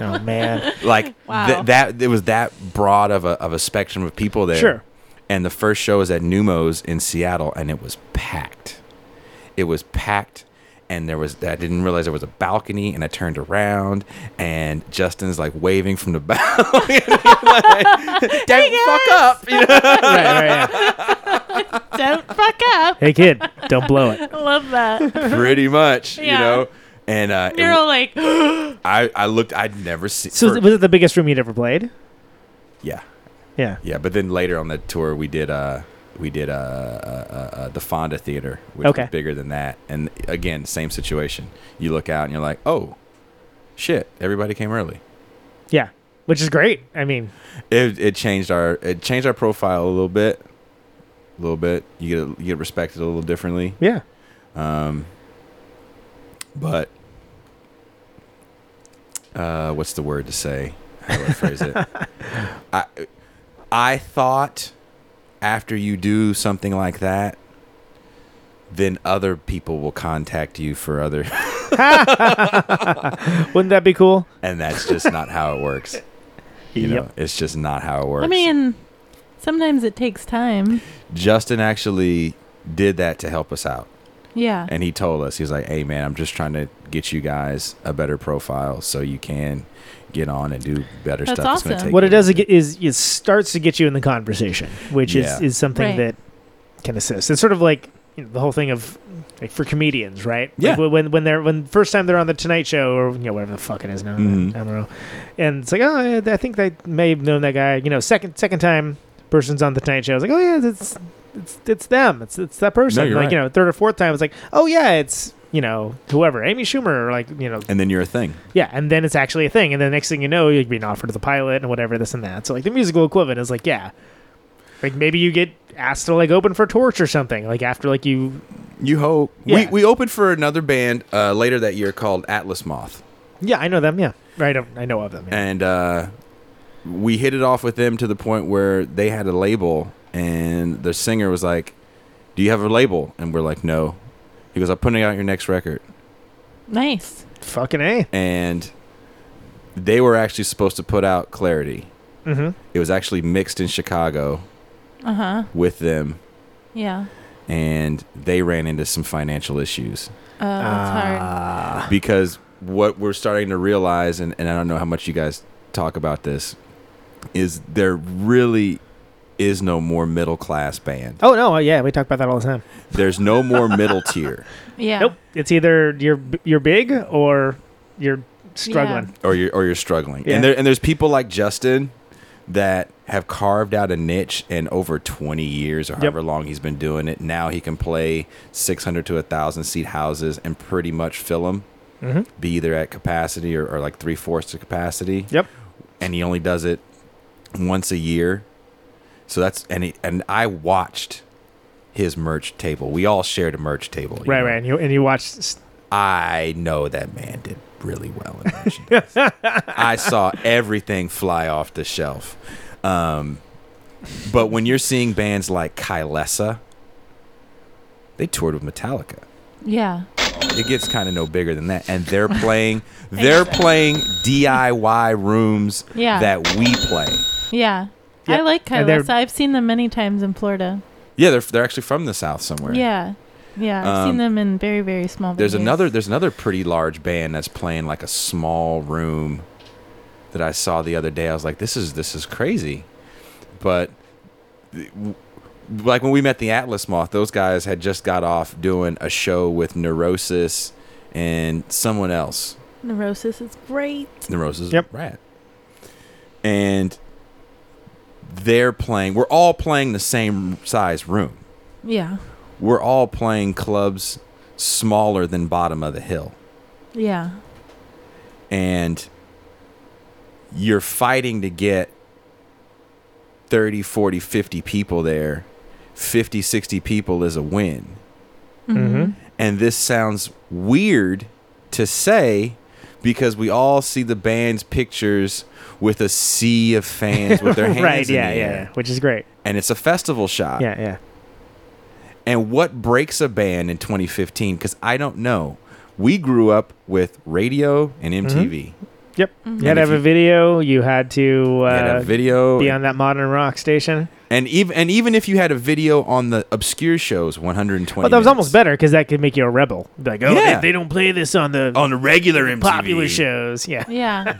oh man!
Like
Wow.
th- that, it was that broad of a of a spectrum of people there.
Sure.
And the first show was at Numos in Seattle, and it was packed. It was packed, and there was I didn't realize there was a balcony, and I turned around, and Justin's like waving from the balcony. Don't fuck up. You know?
Right,
Don't fuck up.
Hey, kid, don't blow it.
Love that.
pretty much, you
Yeah.
know. And uh, it
You're all
w-
like, oh
I, I looked, I'd never seen.
So
for-
was it the biggest room you'd ever played?
yeah,
Yeah.
yeah. But then later on the tour, we did uh, we did uh, uh, uh, uh the Fonda Theater, which
Okay.
was bigger than that. And again, same situation. You look out and you're like, oh, shit! Everybody came early.
Yeah, which is great. I mean,
It, it changed our it changed our profile a little bit, a little bit. You get you get respected a little differently.
Yeah.
Um. But. Uh, what's the word to say? How do I phrase it? I I thought after you do something like that, then other people will contact you for other,
wouldn't that be cool?
and that's just not how it works. You know, it's just not how it works.
I mean, sometimes it takes time.
Justin actually did that to help us out.
Yeah.
And he told us, he was like, hey, man, I'm just trying to get you guys a better profile so you can get on and do better
That's
stuff. It's gonna take
What
you
it does it is it starts to get you in the conversation, which
Yeah.
is, is something
Right.
that can assist. It's sort of like you know, the whole thing of like for comedians, right?
Yeah.
Like, when when they're when first time they're on the Tonight Show or you know whatever the fuck it is now,
Mhm.
I don't know. And it's like oh, yeah, I think they may have known that guy. You know, second second time person's on the Tonight Show, it's like oh yeah, that's it's it's them, it's it's that person.
you're
like you
right.
know, third or fourth time, it's like oh yeah, it's you know whoever, Amy Schumer, or like you know
And then you're a thing.
yeah, and then it's actually a thing, and then the next thing you know, you're being offered to the pilot and whatever this and that. So like the musical equivalent is like yeah, like maybe you get asked to like open for Torch or something like after like you
you hope
yeah
We, we opened for another band uh, later that year called Atlas Moth.
yeah I know them yeah right I, I know of them
And uh, we hit it off with them to the point where they had a label, and the singer was like, do you have a label? And we're like, no. He goes, I'm putting out your next record.
Nice.
fucking a
And they were actually supposed to put out Clarity.
mm-hmm
It was actually mixed in Chicago
Uh huh.
with them,
Yeah.
and they ran into some financial issues
Oh,
Ah.
that's hard.
Uh,
because what we're starting to realize, and, and I don't know how much you guys talk about this, is there really is no more middle class band.
oh no yeah we talk about that all the time
There's no more middle tier,
yeah
nope it's either you're you're big or you're struggling
or you're or you're struggling,
Yeah.
and there and there's people like Justin that have carved out a niche and over 20 years or however long he's been doing it now he can play 600 to 1000 seat houses and pretty much fill them
mm-hmm.
be either at capacity or, or like three fourths of capacity.
Yep.
And he only does it once a year. So that's and he, and I watched his merch table. We all shared a merch table. you
right
know?
right and you and you watch s-
I know that man did really well in merchandise. I saw everything fly off the shelf. Um, but when you're seeing bands like Kylesa, they toured with Metallica.
Yeah.
It gets kind of no bigger than that, and they're playing they're playing DIY rooms
Yeah.
that we play.
Yeah. I
Yeah,
like
and they're-
Kairos. I've seen them many times in Florida.
Yeah, they're they're actually from the south somewhere.
Yeah. Yeah. I've seen
Um,
them in very, very small
There's
venues.
another there's another pretty large band that's playing like a small room that I saw the other day. I was like, this is this is crazy, but th- w- like when we met the Atlas Moth, those guys had just got off doing a show with Neurosis and someone else.
Neurosis is great.
Neurosis,
Yep.
Right. And they're playing. We're all playing the same size room.
Yeah.
We're all playing clubs smaller than bottom of the hill.
Yeah.
and you're fighting to get 30, 40, 50 people there. 50, 60 people is a win.
Mm-hmm.
Mhm.
And this sounds weird to say because we all see the band's pictures with a sea of fans with their hands
right?
in
Yeah,
the
yeah,
air. Uh,
yeah, which is great.
And it's a festival shot.
Yeah, yeah.
And what breaks a band in 2015? Because I don't know. We grew up with radio and
Mm-hmm.
MTV.
Yep.
Mhm.
Mm-hmm.
You had to have a video. You had to, uh,
had a video.
be on that modern rock station.
And even and even if you had a video on the obscure shows, 120.
But that was
minutes.
almost better because that could make you a rebel. Be like, oh, they-
Yeah.
they, don't play this on the
on the regular MTV.
popular shows. Yeah,
Yeah.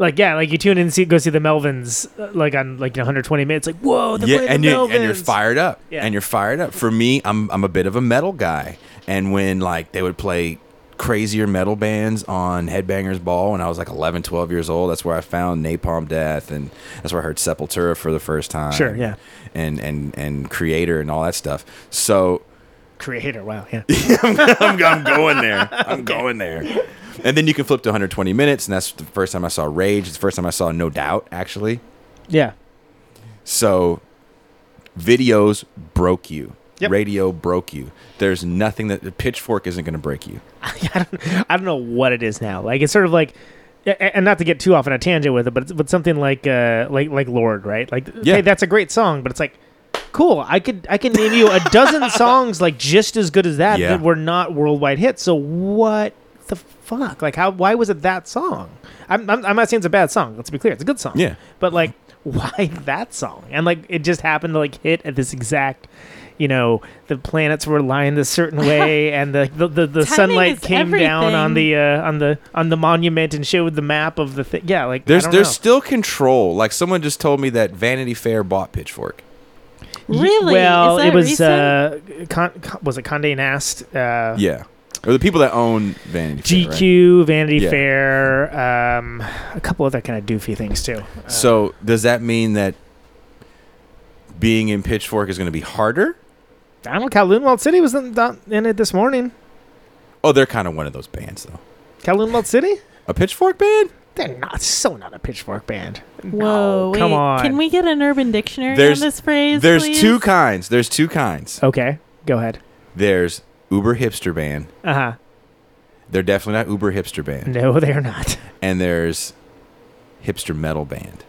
like yeah, like you tune in and see go see the Melvins uh, like on like 120 minutes. Like whoa, they're
yeah,
playing
and
the
you
Melvins.
and you're fired up.
Yeah.
And you're fired up. For me, I'm I'm a bit of a metal guy. And when like they would play crazier metal bands on Headbangers Ball when I was like 11, 12 years old, that's where I found Napalm Death and that's where I heard Sepultura for the first time.
Sure, yeah.
And and and Creator and all that stuff. So
Creator, wow, yeah.
I'm, I'm going there. I'm going there. And then you can flip to 120 minutes, and that's the first time I saw Rage. It's the first time I saw No Doubt, actually.
Yeah.
So videos broke you.
Yep.
Radio broke you. There's nothing that the pitchfork isn't going to break you.
I don't know what it is now. Like it's sort of like, a- a- and not to get too off on a tangent with it, but it's, but something like uh like like Lord, right? Like
Yeah.
hey, that's a great song, but it's like, cool. I could I can name you a dozen songs like just as good as that
Yeah.
that were not worldwide hits. So what the fuck? Like how? Why was it that song? I'm I'm, I'm not saying it's a bad song. Let's be clear, it's a good song.
Yeah.
But like, why that song? And like, it just happened to like hit at this exact. You know, the planets were lined a certain way, and the the, the,
Timing
the sunlight
is
came down on
everything.
the uh, on the on the monument and showed the map of the thing. Yeah, like
There's
I don't
there's
know.
still control. Like someone just told me that Vanity Fair bought Pitchfork.
Y-
Really?
Well,
Is that
it was
recent?
uh, Con- Con- was it Condé Nast? Uh,
Yeah. Or the people that own Vanity Fair. right?
GQ, Vanity
Yeah.
Fair, um, a couple other kind of doofy things too. Uh,
So does that mean that being in Pitchfork is going to be harder?
I don't know. Kowloon Walled City was in, th- in it this morning.
Oh, they're kind of one of those bands though.
Kowloon Walled City?
A Pitchfork band?
They're not so not a pitchfork band.
Whoa.
come
wait.
on.
Can we get an urban dictionary
There's-
on this phrase?
There's
please?
two kinds. There's two kinds.
Okay, go ahead.
There's Uber hipster band.
Uh huh.
They're definitely not Uber hipster band.
No, they are not.
And there's hipster metal band.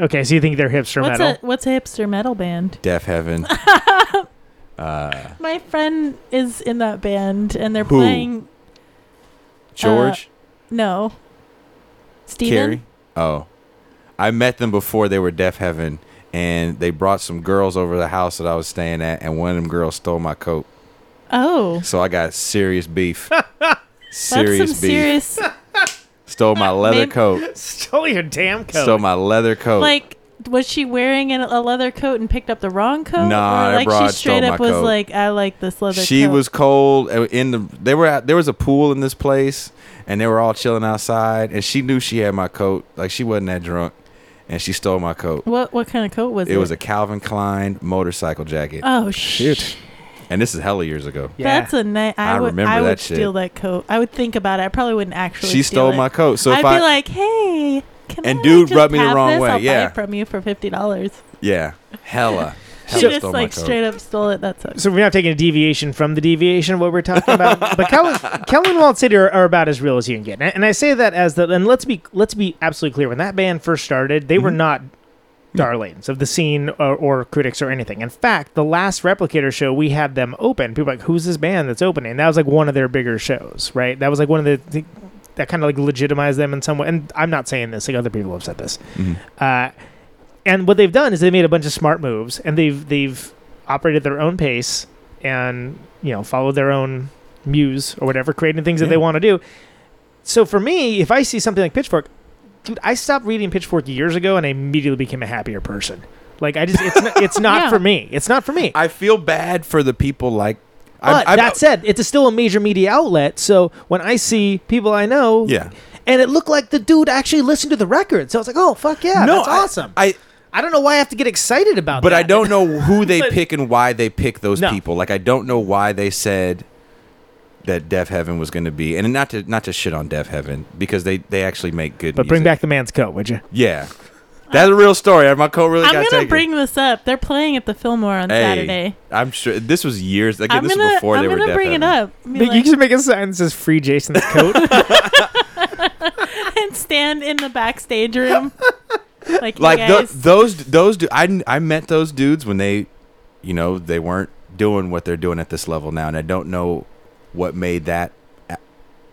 Okay, so you think they're hipster
What's
metal?
a what's a hipster metal band?
Deaf Heaven. uh,
My friend is in that band and they're
Who?
playing
George,
Uh, no. Steven?
Carrie. Oh, I met them before they were Deaf Heaven, and they brought some girls over to the house that I was staying at, and one of them girls stole my coat.
Oh.
So I got serious beef. serious
That's some
beef. Oh.
serious
stole my leather
Maybe-
coat.
Stole your damn coat.
Stole my leather coat.
like was she wearing an- a leather coat and picked up the wrong coat?
Nah,
or
that
like
broad
she straight
stole my
up was
coat.
like, I like this leather
she
coat.
was cold uh, in the they were out there was a pool in this place and they were all chilling outside and she knew she had my coat like she wasn't that drunk and she stole my coat
What what kind of coat was
it,
it?
was a calvin klein motorcycle jacket
Oh shoot.
and this is hella years ago
That's a night. I,
I
would,
remember
I would
that shit.
steal that coat. I would think about it. I probably wouldn't actually.
She
steal
stole
it.
my coat, so if
I'd
I-
be like, "Hey, can
And
I
dude
just
rubbed me the
have
wrong
this?
way,
I'll
yeah.
buy it from you for fifty dollars."
yeah hella
She
hella
just
stole
like
my coat
straight up stole it. That sucks.
So we're not taking a deviation from the deviation of what we're talking about. but Kellen, Kellen Walt City are, are about as real as you can get,
Mm-hmm.
and, and I say that as the. And let's be let's be absolutely clear. When that band first started, they were not darlings of the scene or, or critics or anything. In fact, the last Replicator show, we had them open. People were like, who's this band that's opening? That was like one of their bigger shows, right? That was like one of the. the that kind of like legitimized them in some way. And I'm not saying this; like other people have said this.
Mm-hmm.
Uh, and what they've done is they made a bunch of smart moves, and they've they've operated their own pace, and you know followed their own muse or whatever, creating things that they
Yeah.
want to do. So for me, if I see something like Pitchfork, dude, I stopped reading Pitchfork years ago, and I immediately became a happier person. Like I just, it's not, it's not
Yeah.
for me. It's not for me.
I feel bad for the people like.
But
I, I,
that said, it's a still a major media outlet. So when I see people I know,
Yeah.
and it looked like the dude actually listened to the record. So I was like, oh fuck yeah,
No,
that's
I-
awesome.
I
I don't know why I have to get excited about
but
that.
I don't know who they pick and why they pick those
No.
people. Like I don't know why they said that Deaf Heaven was going to be, and not to not to shit on Deaf Heaven because they they actually make good.
But bring back the man's coat, would you?
yeah, that's a real story. My coat really
I'm
got
gonna
taken.
bring this up. They're playing at the Fillmore on
Hey,
Saturday.
I'm sure this was years. Again,
I'm
this
gonna-
was before
I'm
they were
gonna
Def
bring it
Heaven.
up. I mean, like-
you should make a sign that says "Free Jason's coat."
and stand in the backstage room. Like,
Like
you
tho-
guys,
those those du- I kn- I met those dudes when they, you know, they weren't doing what they're doing at this level now, and I don't know what made that a-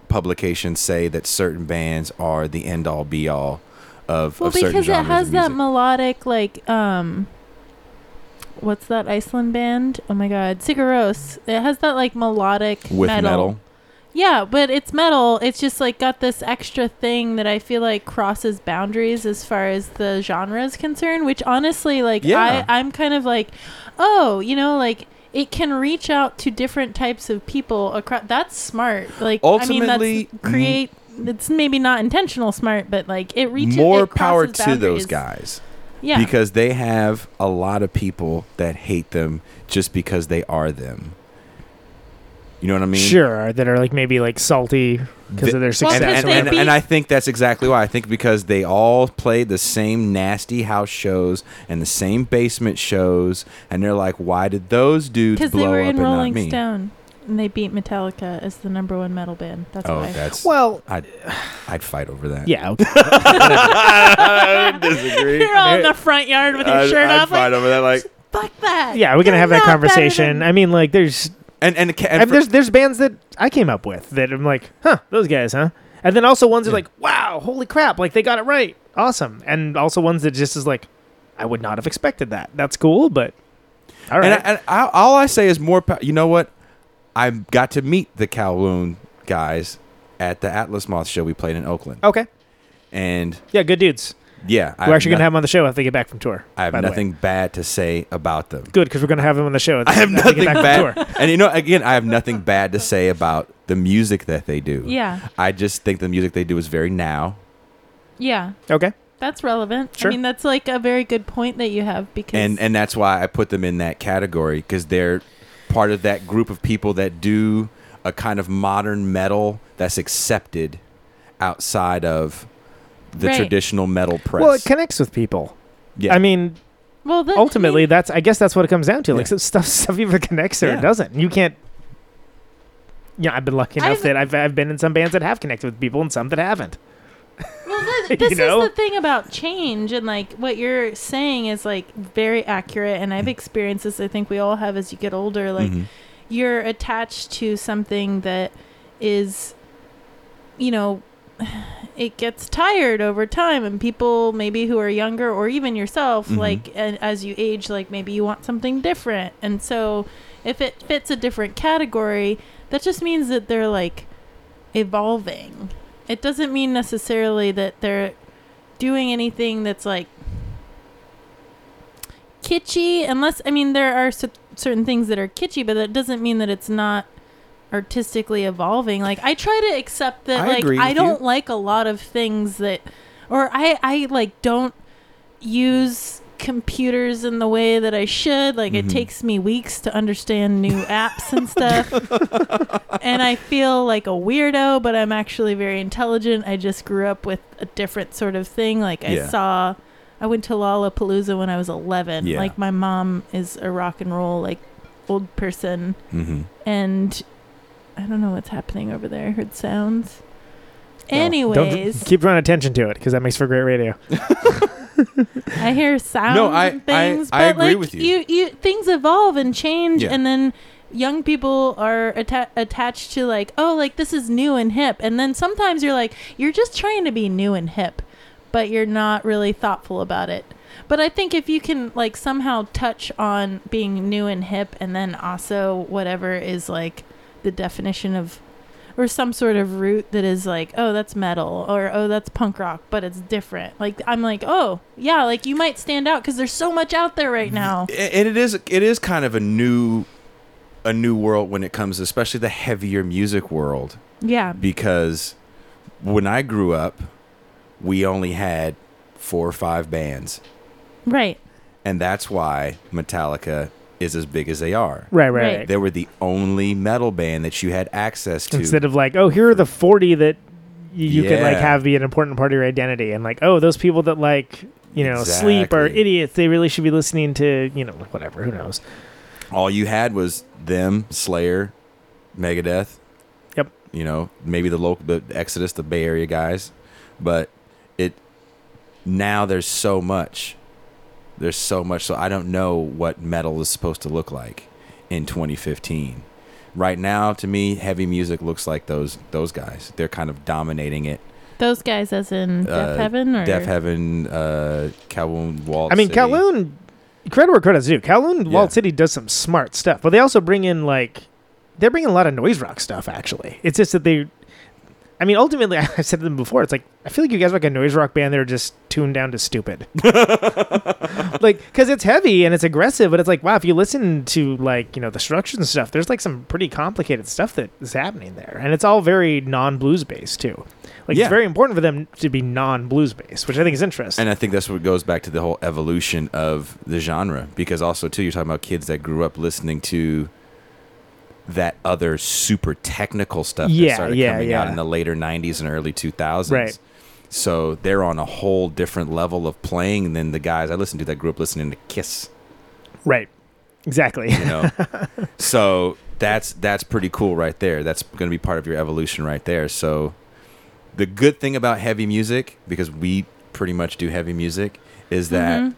publication say that certain bands are the end all be all of,
well,
of certain
because it
genres. of
has that
music.
melodic, like, um, what's that Iceland band? Oh my God, Sigaros. It has that like melodic
with metal.
Yeah, but it's metal. It's just like got this extra thing that I feel like crosses boundaries as far as the genre is concerned, which honestly, like,
Yeah.
I, I'm kind of like, oh, you know, like it can reach out to different types of people across. That's smart. Like, I mean,
Ultimately,
that's create. It's maybe not intentional smart, but like it reaches
More
it
power
crosses
to those
boundaries.
guys.
Yeah.
Because they have a lot of people that hate them just because they are them. You know what I mean?
sure, that are like maybe like salty because of their
Well,
success.
And,
or
and, and,
whatever.
and I think that's exactly why. I think because they all play the same nasty house shows and the same basement shows, and they're like, why did those dudes
Because they
blow
were
up
in
and not
Rolling
me?
Stone and they beat Metallica as the number one metal band. That's
Oh,
why.
that's
well.
I'd, I'd fight over that.
Yeah.
I disagree.
You're all in the front yard with your
I'd-
shirt
I'd
off.
fight over that. Like,
Fuck that.
yeah, we're gonna have that
They're not better
conversation. I mean, like, there's
and and,
I mean, there's there's bands that I came up with that I'm like, huh, those guys, huh? And then also ones that are like, wow, holy crap, like they got it right, awesome. And also ones that just is like, I would not have expected that. That's cool, but all right.
And, I, and I, all I say is more. pow- You know what? I got to meet the Kowloon guys at the Atlas Moth show we played in Oakland.
okay,
And
yeah, good dudes.
yeah, I
we're
have
actually gonna
noth-
have them on the show if they get back from tour.
I have
by the way.
nothing bad to say about them.
Good because we're gonna have them on the show.
I have nothing
back
bad,
From tour.
and you know, again, I have nothing bad to say about the music that they do.
Yeah.
I just think the music they do is very now.
Yeah,
Okay,
that's relevant.
Sure.
I mean, that's like a very good point that you have because
and and that's why I put them in that category because they're part of that group of people that do a kind of modern metal that's accepted outside of the
Right.
traditional metal press.
well, it connects with people.
Yeah.
I mean,
well, the,
ultimately, that's I guess that's what it comes down to. Like some stuff, stuff either connects or
Yeah.
it doesn't. You can't. Yeah, I've been lucky enough
I've-
that I've I've been in some bands that have connected with people and some that haven't.
well,
you
th- this
know?
is the thing about change and like what you're saying is like very accurate. And I've
Mm.
experienced this. I think we all have as you get older. Like
Mm-hmm.
you're attached to something that is you know it gets tired over time and people maybe who are younger or even yourself
Mhm.
like and as you age like maybe you want something different and so if it fits a different category that just means that they're like evolving it doesn't mean necessarily that they're doing anything that's like kitschy unless i mean there are cer- certain things that are kitschy but that doesn't mean that it's not artistically evolving like i try to accept that
I
like
agree
i
with
don't
you.
like a lot of things that or i i like don't use computers in the way that i should like it
Mhm.
takes me weeks to understand new apps and stuff and I feel like a weirdo, but I'm actually very intelligent. I just grew up with a different sort of thing. Like I
Yeah.
saw, I went to Lollapalooza when I was 11.
Yeah.
Like my mom is a rock and roll like old person,
Mm-hmm.
Mhm.
and I don't know what's happening over there. I heard sounds. Anyways,
Don't keep drawing attention to it because that makes for great radio.
I hear sounds
No, I-
and things,
I- I
but
agree
like
with you.
you, things evolve and change,
Yeah.
and then young people are atta- attached to like, oh, like this is new and hip, and then sometimes you're like, you're just trying to be new and hip, but you're not really thoughtful about it. But I think if you can like somehow touch on being new and hip, and then also whatever is like the definition of or some sort of root that is like, oh, that's metal, or oh, that's punk rock, but it's different. Like I'm like, oh, yeah, like you might stand out because there's so much out there
Mm-hmm.
right now.
A- and it is it is kind of a new a new world when it comes especially the heavier music world
Yeah.
because when i grew up we only had four or five bands
Right.
and that's why metallica is as big as they are
Right, right, Right. right.
they were the only metal band that you had access to
Instead of like, oh, here are the 40 that you, you could like
Yeah.
have be an important part of your identity. And like, oh, those people that like, you know, sleep are idiots. They really should be listening to, you know, whatever. Who knows?
all you had was them slayer megadeth
Yep.
you know, maybe the local the Exodus, the Bay Area guys, but it now there's so much. There's so much so I don't know what metal is supposed to look like in 2015. Right now to me heavy music looks like those those guys. They're kind of dominating it.
Those guys, as in Death
Uh,
Heaven, or
Def Heaven uh Kowloon Wall
I mean,
City.
Kowloon, credit where credit's due. Kowloon, Walled City does some smart stuff, but they also bring in like, they're bringing a lot of noise rock stuff, actually. It's just that they, I mean, ultimately, I've said to them before, it's like, I feel like you guys are like a noise rock band that are just tuned down to stupid. like, because it's heavy and it's aggressive, but it's like, wow, if you listen to like, you know, the structures and stuff, there's like some pretty complicated stuff that is happening there. And it's all very non blues based, too. Like,
Yeah.
it's very important for them to be non blues based, which I think is interesting.
And I think that's what goes back to the whole evolution of the genre, because also too, you're talking about kids that grew up listening to that other super technical stuff
Yeah,
that started
yeah,
coming out
yeah.
in the later '90s and early 2000s.
Right.
So they're on a whole different level of playing than the guys I listened to that grew up listening to Kiss.
Right. Exactly.
You know, so that's that's pretty cool right there. That's going to be part of your evolution right there. So the good thing about heavy music, because we pretty much do heavy music, is that
Mm-hmm.
Mhm.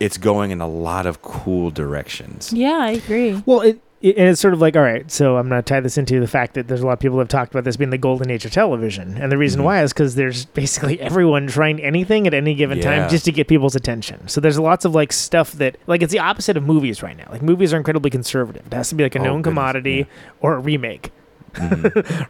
it's going in a lot of cool directions.
yeah, I agree.
Mm-hmm.
Well, it, it and it's sort of like, all right, so I'm going to tie this into the fact that there's a lot of people that have talked about this being the golden age of television, and the
Mm-hmm.
reason why is because there's basically everyone trying anything at any given
Yeah.
time just to get people's attention. So there's lots of like stuff that like it's the opposite of movies right now. Like movies are incredibly conservative. It has to be like a
Oh,
known
goodness,
commodity or a remake.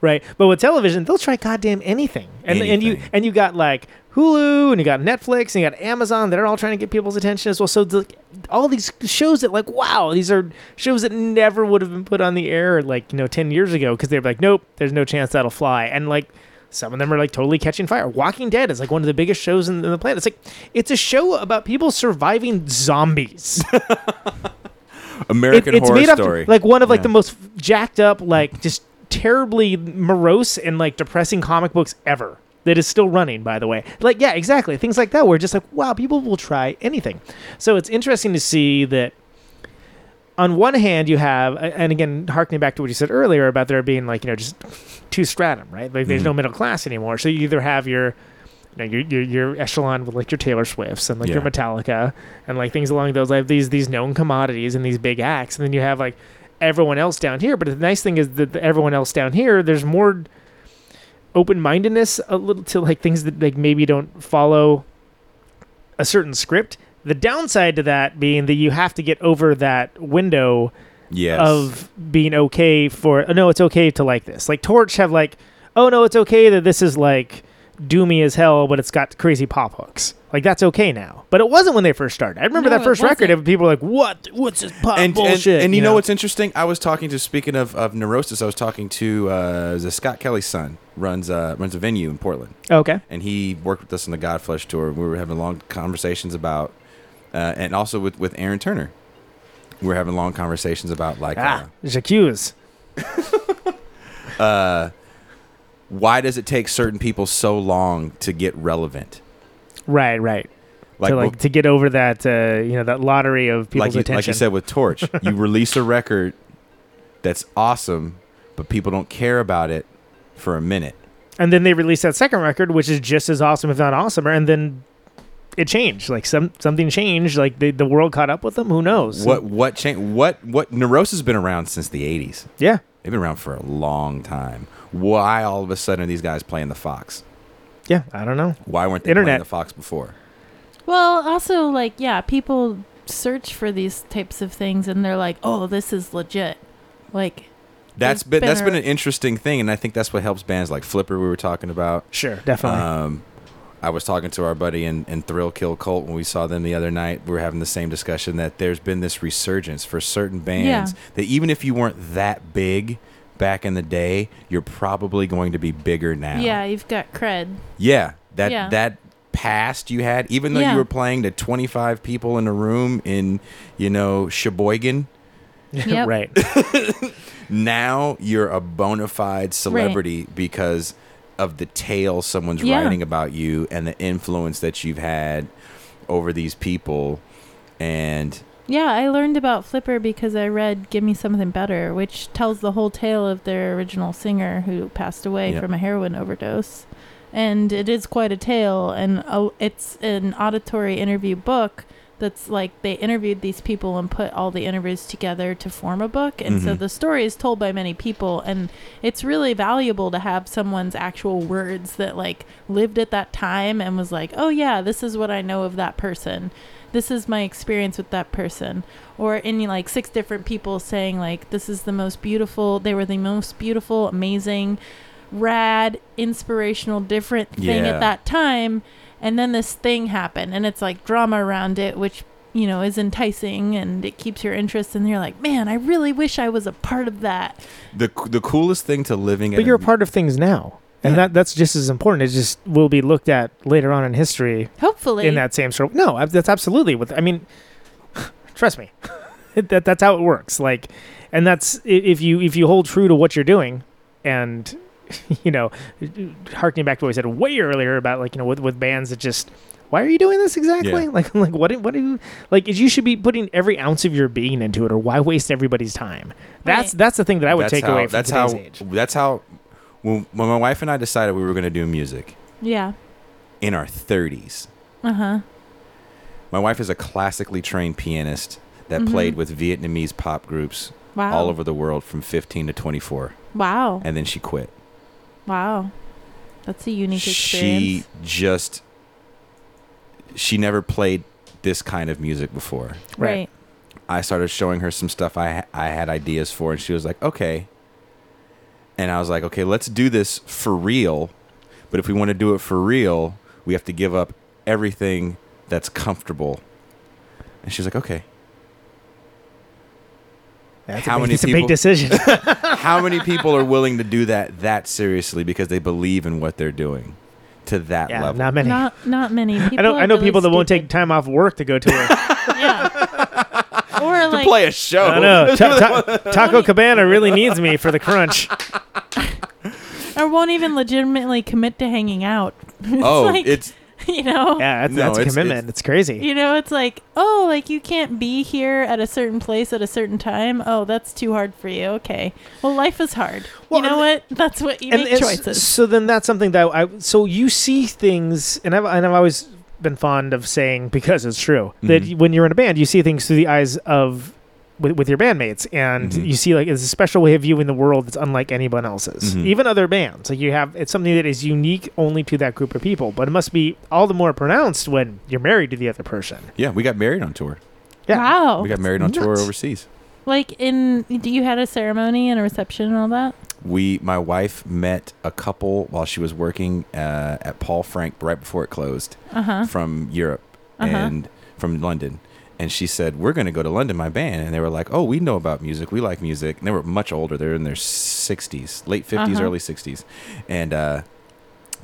right but with television they'll try goddamn anything and and you and you got like hulu and you got netflix and you got amazon they're all trying to get people's attention as well so the, all these shows that like wow these are shows that never would have been put on the air like you know 10 years ago because they're like nope there's no chance that'll fly and like some of them are like totally catching fire. Walking Dead is like one of the biggest shows in, in the planet. It's like it's a show about people surviving zombies.
American
It- it's
Horror
made up
Story.
like one of like
Yeah.
the most jacked up, like just terribly morose and like depressing comic books ever. That is still running, by the way. Like, yeah, exactly. Things like that. Where just like, wow, people will try anything. So it's interesting to see that. On one hand, you have, and again, harkening back to what you said earlier about there being like you know just two stratum, right? Like there's no middle class anymore. So you either have your you know, your, your your echelon with like your Taylor Swifts and like your
Yeah.
Metallica and like things along those like these these known commodities and these big acts, and then you have like everyone else down here. But the nice thing is that the- everyone else down here, there's more open mindedness a little to like things that like maybe don't follow a certain script. The downside to that being that you have to get over that window
Yes.
of being okay for oh, no, it's okay to like this. Like Torch have like, oh no, it's okay that this is like doomy as hell, but it's got crazy pop hooks. Like that's okay now, but it wasn't when they first started. I remember
No,
that
it
1st record,
wasn't.
and people were like, "What? What's this pop
and,
bullshit?"
And, and you know, what's interesting? I was talking to speaking of, of neurosis. I was talking to uh, the Scott Kelly's son runs uh, runs a venue in Portland.
Okay.
and he worked with us on the Godflesh tour. We were having long conversations about, uh, and also with with Aaron Turner, we were having long conversations about like
ah, J'accuse.
uh, uh, why does it take certain people so long to get relevant?
Right, right.
Like,
to like
well-
to get over that uh, you know that lottery of
like
people's
you,
attention.
like you said with Torch, you release a record that's awesome, but people don't care about it for a minute.
and then they released that second record, which is just as awesome, if not awesomer, and then it changed. Like some something changed. Like the the world caught up with them. Who knows?
What what change? What what? Neurosis has been around since the '80s.
Yeah,
they've been around for a long time. Why all of a sudden are these guys playing the Fox?
Yeah, I don't know.
Why weren't they
Internet.
playing the Fox before?
Well, also like yeah, people search for these types of things and they're like, "Oh, this is legit." Like
That's
They've
been,
been
that's been
ar-
an interesting thing, and I think that's what helps bands like Flipper we were talking about.
Sure, definitely.
Um, I was talking to our buddy in, in Thrill Kill Cult when we saw them the other night. We were having the same discussion that there's been this resurgence for certain bands
Yeah.
that even if you weren't that big back in the day, you're probably going to be bigger now.
yeah, you've got cred.
Yeah, that
Yeah.
that past you had, even though
Yeah.
you were playing to 25 people in a room in, you know, Sheboygan,
Yep.
right.
now you're a bona fide celebrity because of the tale someone's
Yeah.
writing about you and the influence that you've had over these people. And
Yeah, I learned about Flipper because I read Give Me Something Better, which tells the whole tale of their original singer who passed away
Yep.
from a heroin overdose. And it is quite a tale and oh, it's an auditory interview book that's like they interviewed these people and put all the interviews together to form a book and so
Mhm.
the story is told by many people and it's really valuable to have someone's actual words that like lived at that time and was like oh yeah this is what i know of that person this is my experience with that person or any like six different people saying like this is the most beautiful they were the most beautiful amazing rad inspirational different thing
Yeah.
at that time and then this thing happened and it's like drama around it which you know is enticing and it keeps your interest and you're like man i really wish i was a part of that
the the coolest thing to living
But
at
you're a part of things now, and that that's just as important. It just will be looked at later on in history.
Hopefully.
in that same sort. No, ab- that's absolutely what I mean. Trust me, that that's how it works. Like, and that's i- if you if you hold true to what you're doing, and you know, harkening back to what we said way earlier about like you know with with bands that just. Why are you doing this exactly?
Yeah.
Like, like what? do- What do you like? Is you should be putting every ounce of your being into it, or why waste everybody's time? That's that's the thing that I would
that's
take
how-
away from
that's
today's
how,
age.
That's how when, when my wife and I decided we were going to do music
yeah
in our 30s.
uh-huh
My wife is a classically trained pianist that
Mm-hmm.
Mhm.
played with Vietnamese pop groups
Wow.
all over the world from 15 to 24.
wow
And then she quit.
wow that's a unique experience
She just she never played this kind of music before.
Right.
I started showing her some stuff I I had ideas for and she was like, "Okay." And I was like, "Okay, let's do this for real." But if we want to do it for real, we have to give up everything that's comfortable. And she's like, "Okay."
That's a big- it's a big decision.
how many people are willing to do that that seriously because they believe in what they're doing to that
Yeah,
level?
not many.
not not many people
I know.
are
I know
really
people that won't
stupid.
take time off work to go to a
or like
play a show.
I know. Ta- ta- Taco Cabana really needs me for the crunch.
or won't even legitimately commit to hanging out. It's
Oh,
like,
it's-
you know,
Yeah, that's,
No,
that's a
it's-
commitment. It's, crazy.
you know, it's like oh, like you can't be here at a certain place at a certain time. Oh, that's too hard for you. Okay, well, life is hard. you know what? That's what you make
it's-
choices.
So then that's something that I. So you see things, and I've and I've always been fond of saying because it's true that
Mhm.
you- when you're in a band, you see things through the eyes of. With, with your bandmates, and you see like it's a special way of viewing the world that's unlike anyone else's,
Mhm.
even other bands. Like you have, it's something that is unique only to that group of people, but it must be all the more pronounced when you're married to the other person.
Yeah, we got married on tour.
Wow,
we got married on tour
Oh, nuts.
overseas.
Like in, do you had a ceremony and a reception and all that?
We, my wife, met a couple while she was working uh, at Paul Frank right before it closed
Uh-huh.
from Europe
Uh-huh.
and from London. And she said, "We're going to go to London, my band." And they were like, "Oh, we know about music. We like music." And they were much older. They're in their sixties, late 50s
Uh-huh.
early sixties, and uh,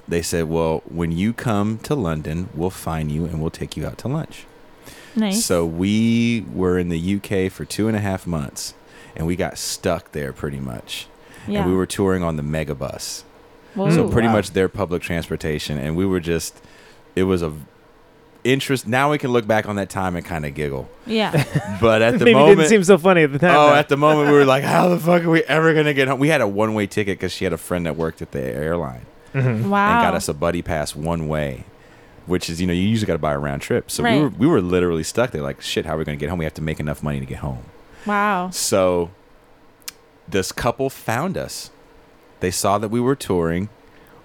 they said, "Well, when you come to London, we'll find you and we'll take you out to lunch."
Nice.
So we were in the UK for two and a half months, and we got stuck there pretty much.
Yeah.
And we were touring on the megabus,
Whoa.
so pretty
Wow.
much their public transportation, and we were just, it was a interest. Now we can look back on that time and kind of giggle.
Yeah.
But at the
Maybe it
moment,
didn't seem so funny at the time.
oh,
though.
at the moment we were like, how the fuck are we ever gonna get home? We had a one way ticket because she had a friend that worked at the airline
Oh.
Mhm.
and got
Wow.
us a buddy pass one way. which is you know you usually got to buy a round trip. So
Right.
we were we were literally stuck there. Like shit, how are we going to get home? We have to make enough money to get home.
Wow.
So this couple found us. They saw that we were touring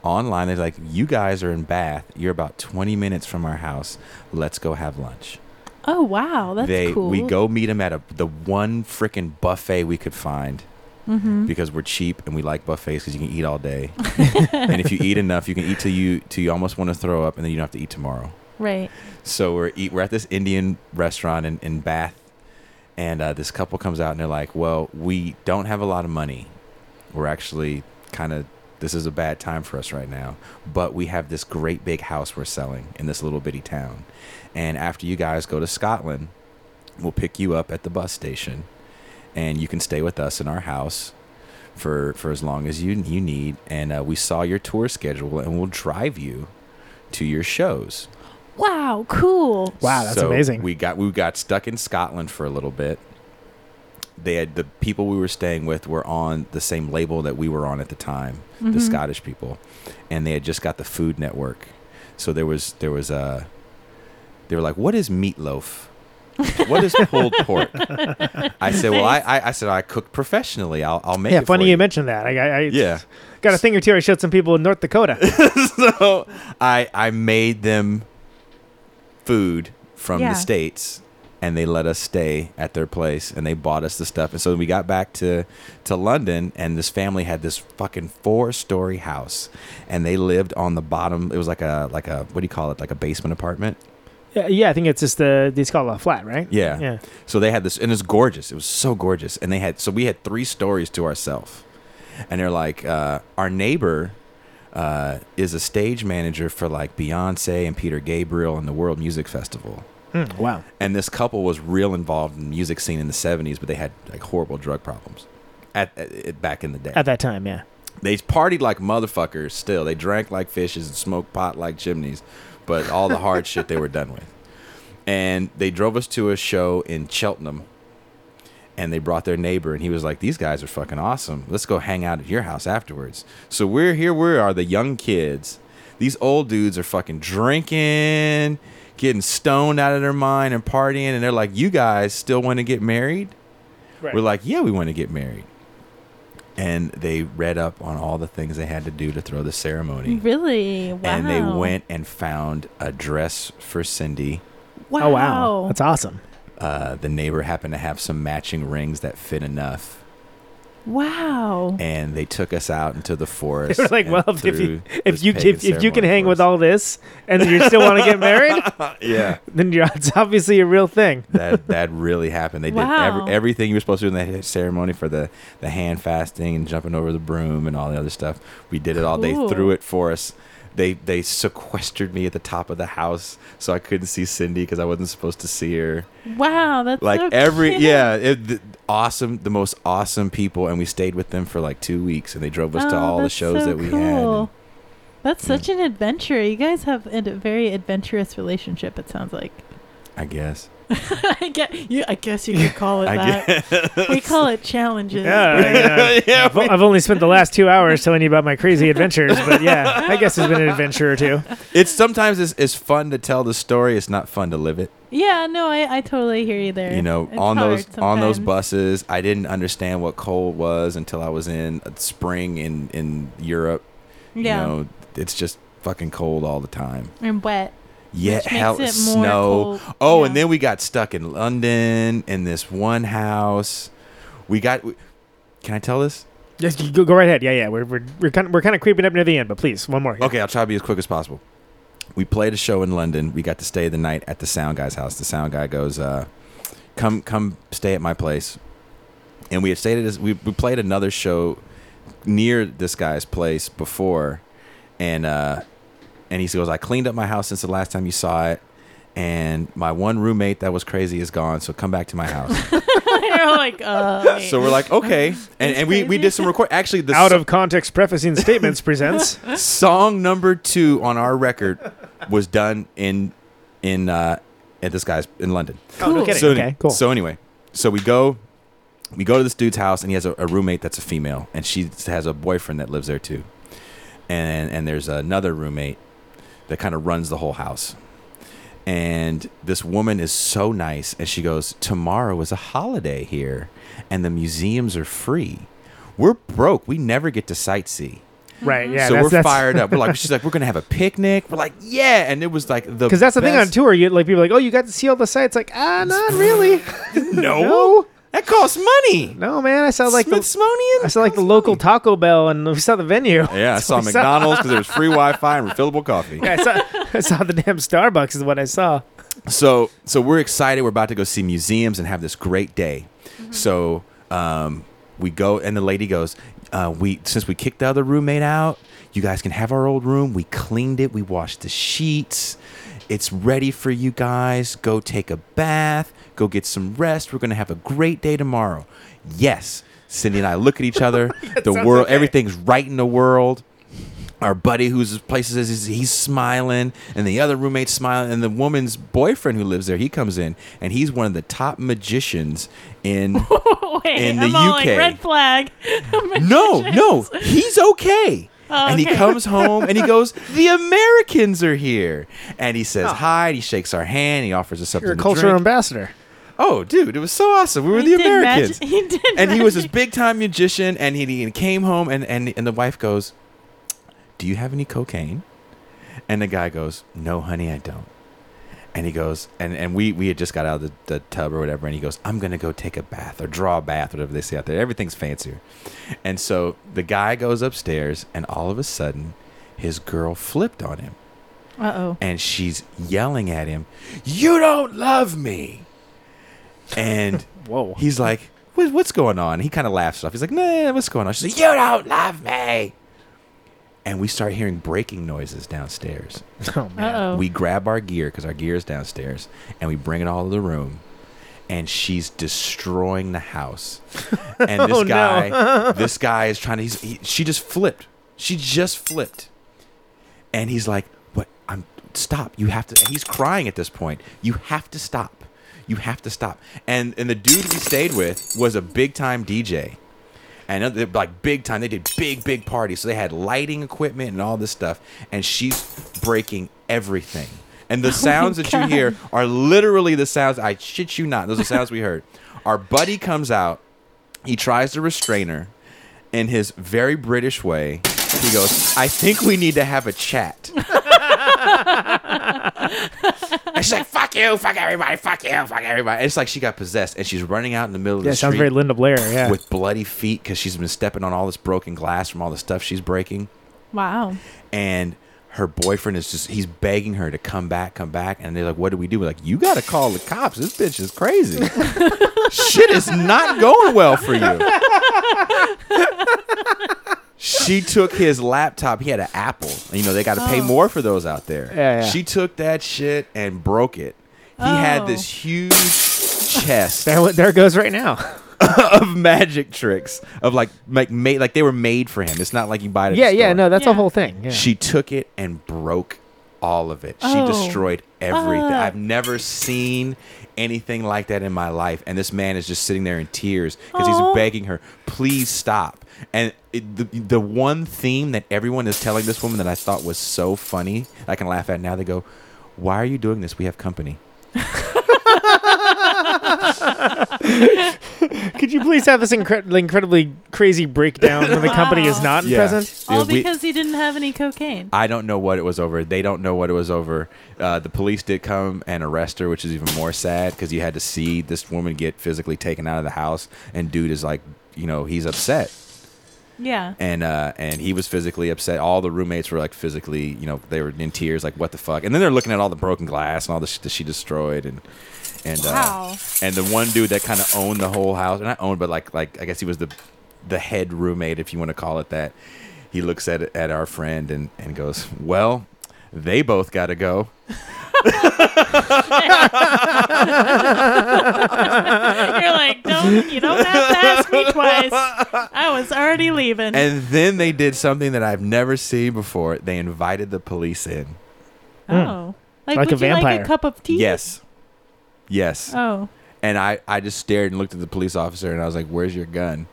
online. They're like, "You guys are in Bath. You're about 20 minutes from our house. Let's go have lunch."
Oh wow, that's
they
cool.
we go meet them at a the one freaking buffet we could find
Mhm.
because we're cheap and we like buffets because you can eat all day. and if you eat enough, you can eat till you till you almost want to throw up, and then you don't have to eat tomorrow.
Right.
So we're eat we're at this Indian restaurant in, in Bath, and uh, this couple comes out and they're like, "Well, we don't have a lot of money. We're actually kind of this is a bad time for us right now, but we have this great big house we're selling in this little bitty town, and after you guys go to Scotland, we'll pick you up at the bus station, and you can stay with us in our house." For, for as long as you you need, and uh, we saw your tour schedule, and we'll drive you to your shows.
Wow, cool.
So We got we got stuck in Scotland for a little bit. They had the people we were staying with were on the same label that we were on at the time, the
Mm-hmm.
Mhm.
Scottish people, and they had just got the Food Network. So there was there was a they were like, "What is meatloaf? What is pulled pork?" I said, "Well, I, I I said I cook professionally. I'll I'll make
yeah,
it for
funny
you."
you mentioned that. I, I, I
Yeah.
got a thing or two. I showed some people in North Dakota.
so I I made them food from
Yeah.
the states, and they let us stay at their place, and they bought us the stuff. And so we got back to to London, and this family had this fucking four story house, and they lived on the bottom. It was like a like a what do you call it? Like a basement apartment.
yeah, yeah, I think it's just the it's called a flat, right?
Yeah.
yeah.
So they had this, and it's gorgeous. It was so gorgeous, and they had so we had three stories to ourselves, and they're like, uh, our neighbor uh, is a stage manager for like Beyonce and Peter Gabriel and the World Music Festival.
Mm, wow.
And this couple was real involved in the music scene in the '70s, but they had like horrible drug problems at, at, at- back in the day.
At that time, yeah.
They partied like motherfuckers. Still, they drank like fishes and smoked pot like chimneys, but all the hard shit they were done with. And they drove us to a show in Cheltenham, and they brought their neighbor, and he was like, "These guys are fucking awesome. Let's go hang out at your house afterwards." So we're here. We are the young kids. These old dudes are fucking drinking, getting stoned out of their mind, and partying. And they're like, "You guys still want to get married?"
Right.
We're like, "Yeah, we want to get married." and they read up on all the things they had to do to throw the ceremony.
Really? Wow.
And they went and found a dress for Cindy.
Wow. Oh, wow. That's
awesome.
Uh, the neighbor happened to have some matching rings that fit enough,
Wow.
and they took us out into the forest.
They were like,
and
well, if
through
you
this
if you
pagan
if, if you can
ceremony.
hang with all this and you still want to get married,
yeah,
then you're, it's obviously a real thing.
that that really happened. They did
Wow.
every, everything you were supposed to do in that ceremony for the the hand fasting and jumping over the broom and all the other stuff. We did it all.
Cool.
They threw it for us. They they sequestered me at the top of the house so I couldn't see Cindy because I wasn't supposed to see her.
Wow, that's
like
so
every
cute.
yeah, it, the, awesome, the most awesome people, and we stayed with them for like two weeks, and they drove us to
Oh,
all the
that's
shows
so
that we had.
cool. That's such an adventure. You guys have a d- very adventurous relationship. It sounds like.
I guess.
I get you. I guess you could call it
I
that.
guess.
We call it challenges.
Yeah, yeah. I've, I've only spent the last two hours telling you about my crazy adventures, but yeah, I guess it's been an adventure or two.
It's sometimes it's, it's fun to tell the story. It's not fun to live it.
Yeah, no, I, I totally hear you there.
you know
It's
on
hard
those on those
sometimes.
buses i didn't understand what cold was until i was in uh, spring in in europe
Yeah.
you know it's just fucking cold all the time
and wet.
yeah
which
hell
makes it more
snow
cold.
oh and then we got stuck in london in this one house we got can i tell this
Yes, you go, go right ahead. Yeah, yeah. We're we're we're kind of, we're kind of creeping up near the end, but please, one more.
Okay, I'll try to be as quick as possible. We played a show in London. We got to stay the night at the sound guy's house. The sound guy goes, uh, "Come, come, stay at my place." And we had stayed at his. We, we played another show near this guy's place before, and uh, and he goes, "I cleaned up my house since the last time you saw it." And my one roommate that was crazy is gone, so come back to my house.
You're like, uh,
so we're like, okay, and, and we, we did some record. Actually, the
Out of context prefacing statements presents.
song number two on our record was done in in uh at this guy's in London.
Oh, no Cool. kidding.
So,
Okay, cool.
so anyway, so we go we go to this dude's house and he has a, a roommate that's a female and she has a boyfriend that lives there too. And and there's another roommate that kind of runs the whole house. And this woman is so nice, and she goes, "Tomorrow is a holiday here, and the museums are free. We're broke. We never get to sightsee."
Right, yeah,
So
that's-
we're
that's-
fired up. We're like, she's like, we're gonna have a picnic. We're like, yeah. And it was like the
Because that's the thing on
best-
tour. You like people are like, oh, you got to see all the sights. Like, ah, not really.
No. that costs money.
No, man, I saw like
Smithsonian.
I saw like the local Taco Bell, and we saw the venue.
Yeah, I
That's
saw
what we
McDonald's because there was free Wi-Fi and refillable coffee.
Yeah, I saw, I saw the damn Starbucks is what I saw.
So so we're excited. We're about to go see museums and have this great day.
Mm-hmm.
So um, we go, and the lady goes, uh, "We since we kicked the other roommate out, you guys can have our old room. We cleaned it. We washed the sheets. It's ready for you guys. Go take a bath. Go get some rest. We're gonna have a great day tomorrow." Yes, Cindy and I look at each other. the
sounds
world,
okay.
everything's right in the world our buddy who's places is he's smiling and the other roommate's smiling and the woman's boyfriend who lives there he comes in and he's one of the top magicians in
Wait,
In the
I'm all like
UK.
red flag.
no no he's okay
Oh,
and he
okay.
comes home and he goes the americans are here and he
Oh.
says hi and he shakes our hand he offers us something
You're a
to
cultural
drink.
ambassador.
oh dude it was so awesome we were the
did magi-
americans
he did
and he was this
magic.
big time magician and he, he came home and, and, and the wife goes do you have any cocaine and the guy goes no honey i don't and he goes and, and we, we had just got out of the, the tub or whatever and he goes i'm gonna go take a bath or draw a bath whatever they say out there everything's fancier and so the guy goes upstairs and all of a sudden his girl flipped on him
Uh oh.
and she's yelling at him, "You don't love me!" And
whoa,
he's like, what, "What's going on?" He kind of laughs it off. He's like, "Nah, what's going on?" She's like, "You don't love me!" And we start hearing breaking noises downstairs.
Oh
man. Uh-oh.
We grab our gear because our gear is downstairs, and we bring it all to the room. And she's destroying the house. And this
Oh, no.
guy, this guy is trying to. He's, he, she just flipped. She just flipped and he's like, "What? I'm stop. You have to." And he's crying at this point. You have to stop. You have to stop. And and the dude we stayed with was a big time DJ, and they're like big time. They did big big parties, so they had lighting equipment and all this stuff. And she's breaking everything. And the sounds that you
God.
hear are literally the sounds. I shit you not. Those are the sounds we heard. Our buddy comes out. He tries to restrain her in his very British way. He goes, I think we need to have a chat. and she's like, fuck you, fuck everybody, fuck you, fuck everybody. And it's like she got possessed and she's running out in the middle of
Yeah,
the
sounds
street.
very Linda Blair. Yeah.
With bloody feet because she's been stepping on all this broken glass from all the stuff she's breaking
Wow.
and her boyfriend is just he's begging her to come back come back and they're like what do we do We're like you gotta call the cops this bitch is crazy shit is not going well for you she took his laptop he had an apple you know they gotta pay
Oh.
more for those out there
Yeah, yeah.
she took that shit and broke it he had this huge chest
there, w- there it goes right now.
of magic tricks of like like made like they were made for him it's not like you buy it at the
Yeah, yeah,
store.
no, that's the whole thing. yeah.
She took it and broke all of it.
Oh.
She destroyed everything.
Ah.
I've never seen anything like that in my life. And this man is just sitting there in tears because
Aw.
he's begging her, please stop. And it, the, the one theme that everyone is telling this woman that I thought was so funny, I can laugh at now, they go, why are you doing this? We have company.
Could you please have this incre- incredibly crazy breakdown when the company is not
Yeah.
present?
All
We-
because he didn't have any cocaine.
I don't know what it was over. They don't know what it was over. Uh, the police did come and arrest her, which is even more sad because you had to see this woman get physically taken out of the house, and dude is like, you know, he's upset,
Yeah.
and uh, and he was physically upset. All the roommates were like physically, you know, they were in tears, like what the fuck. And then they're looking at all the broken glass and all the shit that she destroyed, and and
Wow.
uh, and the one dude that kind of owned the whole house, not owned, but like like I guess he was the the head roommate, if you want to call it that. He looks at at our friend and and goes, "Well, they both got to go."
You're like, don't you don't have to ask me twice. I was already leaving.
And then they did something that I've never seen before. They invited the police in.
Hmm.
oh, like, would you like a cup of tea?
Yes. Yes.
Oh.
And I, I just stared and looked at the police officer and I was like, "Where's your gun?"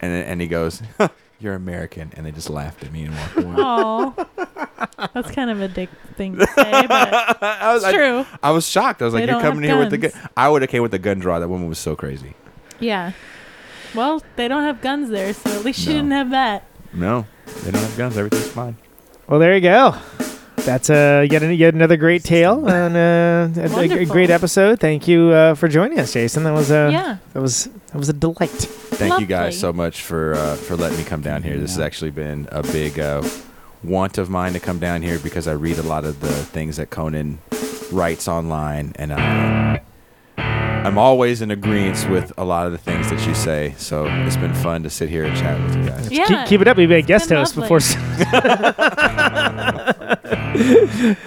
And and he goes, you're American, and they just laughed at me and walked away.
Oh, that's kind of a dick thing to say, but
I was,
it's
I-
true.
I, was shocked. I was
They
like, "You're
don't have
coming here with the
guns.
gun." I would have came with the gun draw. That woman was so crazy.
yeah. Well, they don't have guns there, so at least she didn't have that.
No, they don't have guns. Everything's fine.
Well, there you go. That's uh, yet, an- yet another great tale and uh, a- a, a
Wonderful.
great episode. Thank you uh, for joining us, Jason. That was uh,
Yeah.
that was that was a delight.
Thank you guys so much for uh, for letting me come down here. This has actually been a big uh, want of mine to come down here because I read a lot of the things that Conan writes online, and uh, I'm always in agreement with a lot of the things that you say. So it's been fun to sit here and chat with you guys.
Keep- keep, it up. We've been a guest host before. s-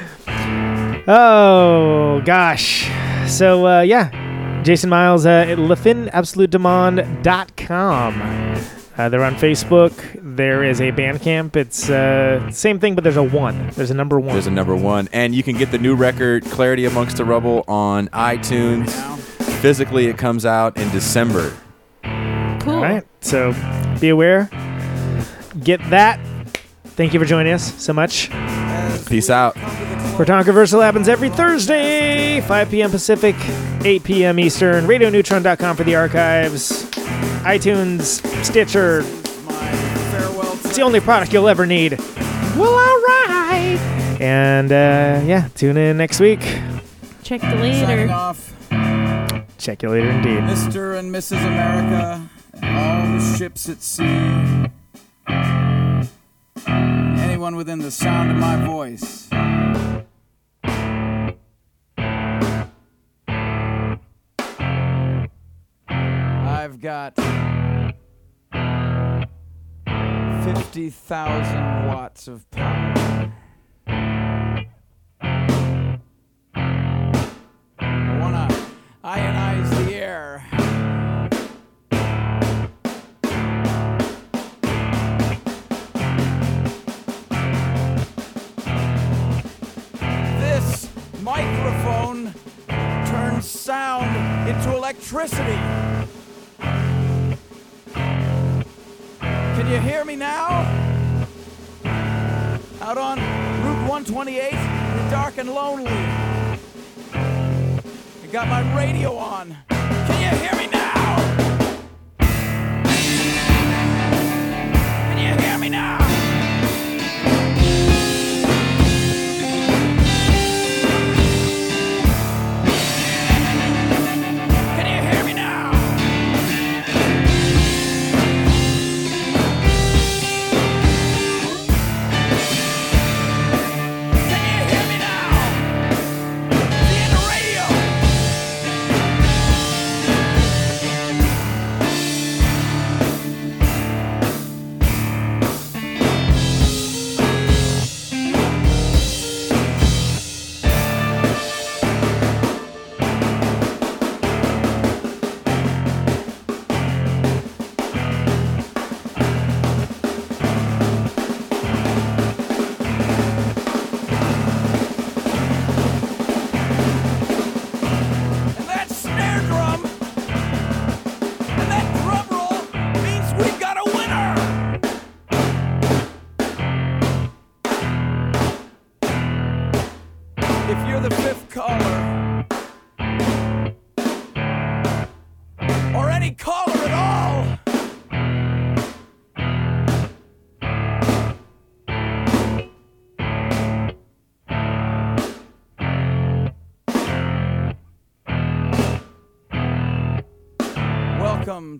oh gosh. So uh, yeah, Jason Miles uh, at LafinAbsoluteDemand.com. Uh, they're on Facebook. There is a Bandcamp. It's uh, same thing, but there's a one. There's a number one.
There's a number one. And you can get the new record, Clarity Amongst the Rubble, on iTunes. Physically, it comes out in December.
Cool.
All right. So be aware. Get that. Thank you for joining us so much.
Peace out.
Proton Controversial happens every Thursday, 5 p.m. Pacific, 8 p.m. Eastern. RadioNeutron.com for the archives. iTunes, Stitcher. It's the only product you'll ever need. Well, all right. And uh, yeah, tune in next week.
Check the later.
Signing off,
Check you later, indeed.
Mr. and Mrs. America, and all the ships at sea. Anyone within the sound of my voice. I've got 50,000 watts of power. I want to ionize the air. This microphone turns sound into electricity. Can you hear me now? Out on Route 128, in the dark and lonely. I got my radio on. Can you hear me now? Can you hear me now? Can you hear me now? And that snare drum and that drum roll means we've got a winner. If you're the fifth caller, or any caller at all, Welcome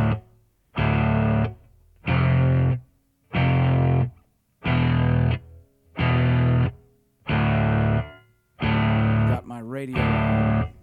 Got my radio on.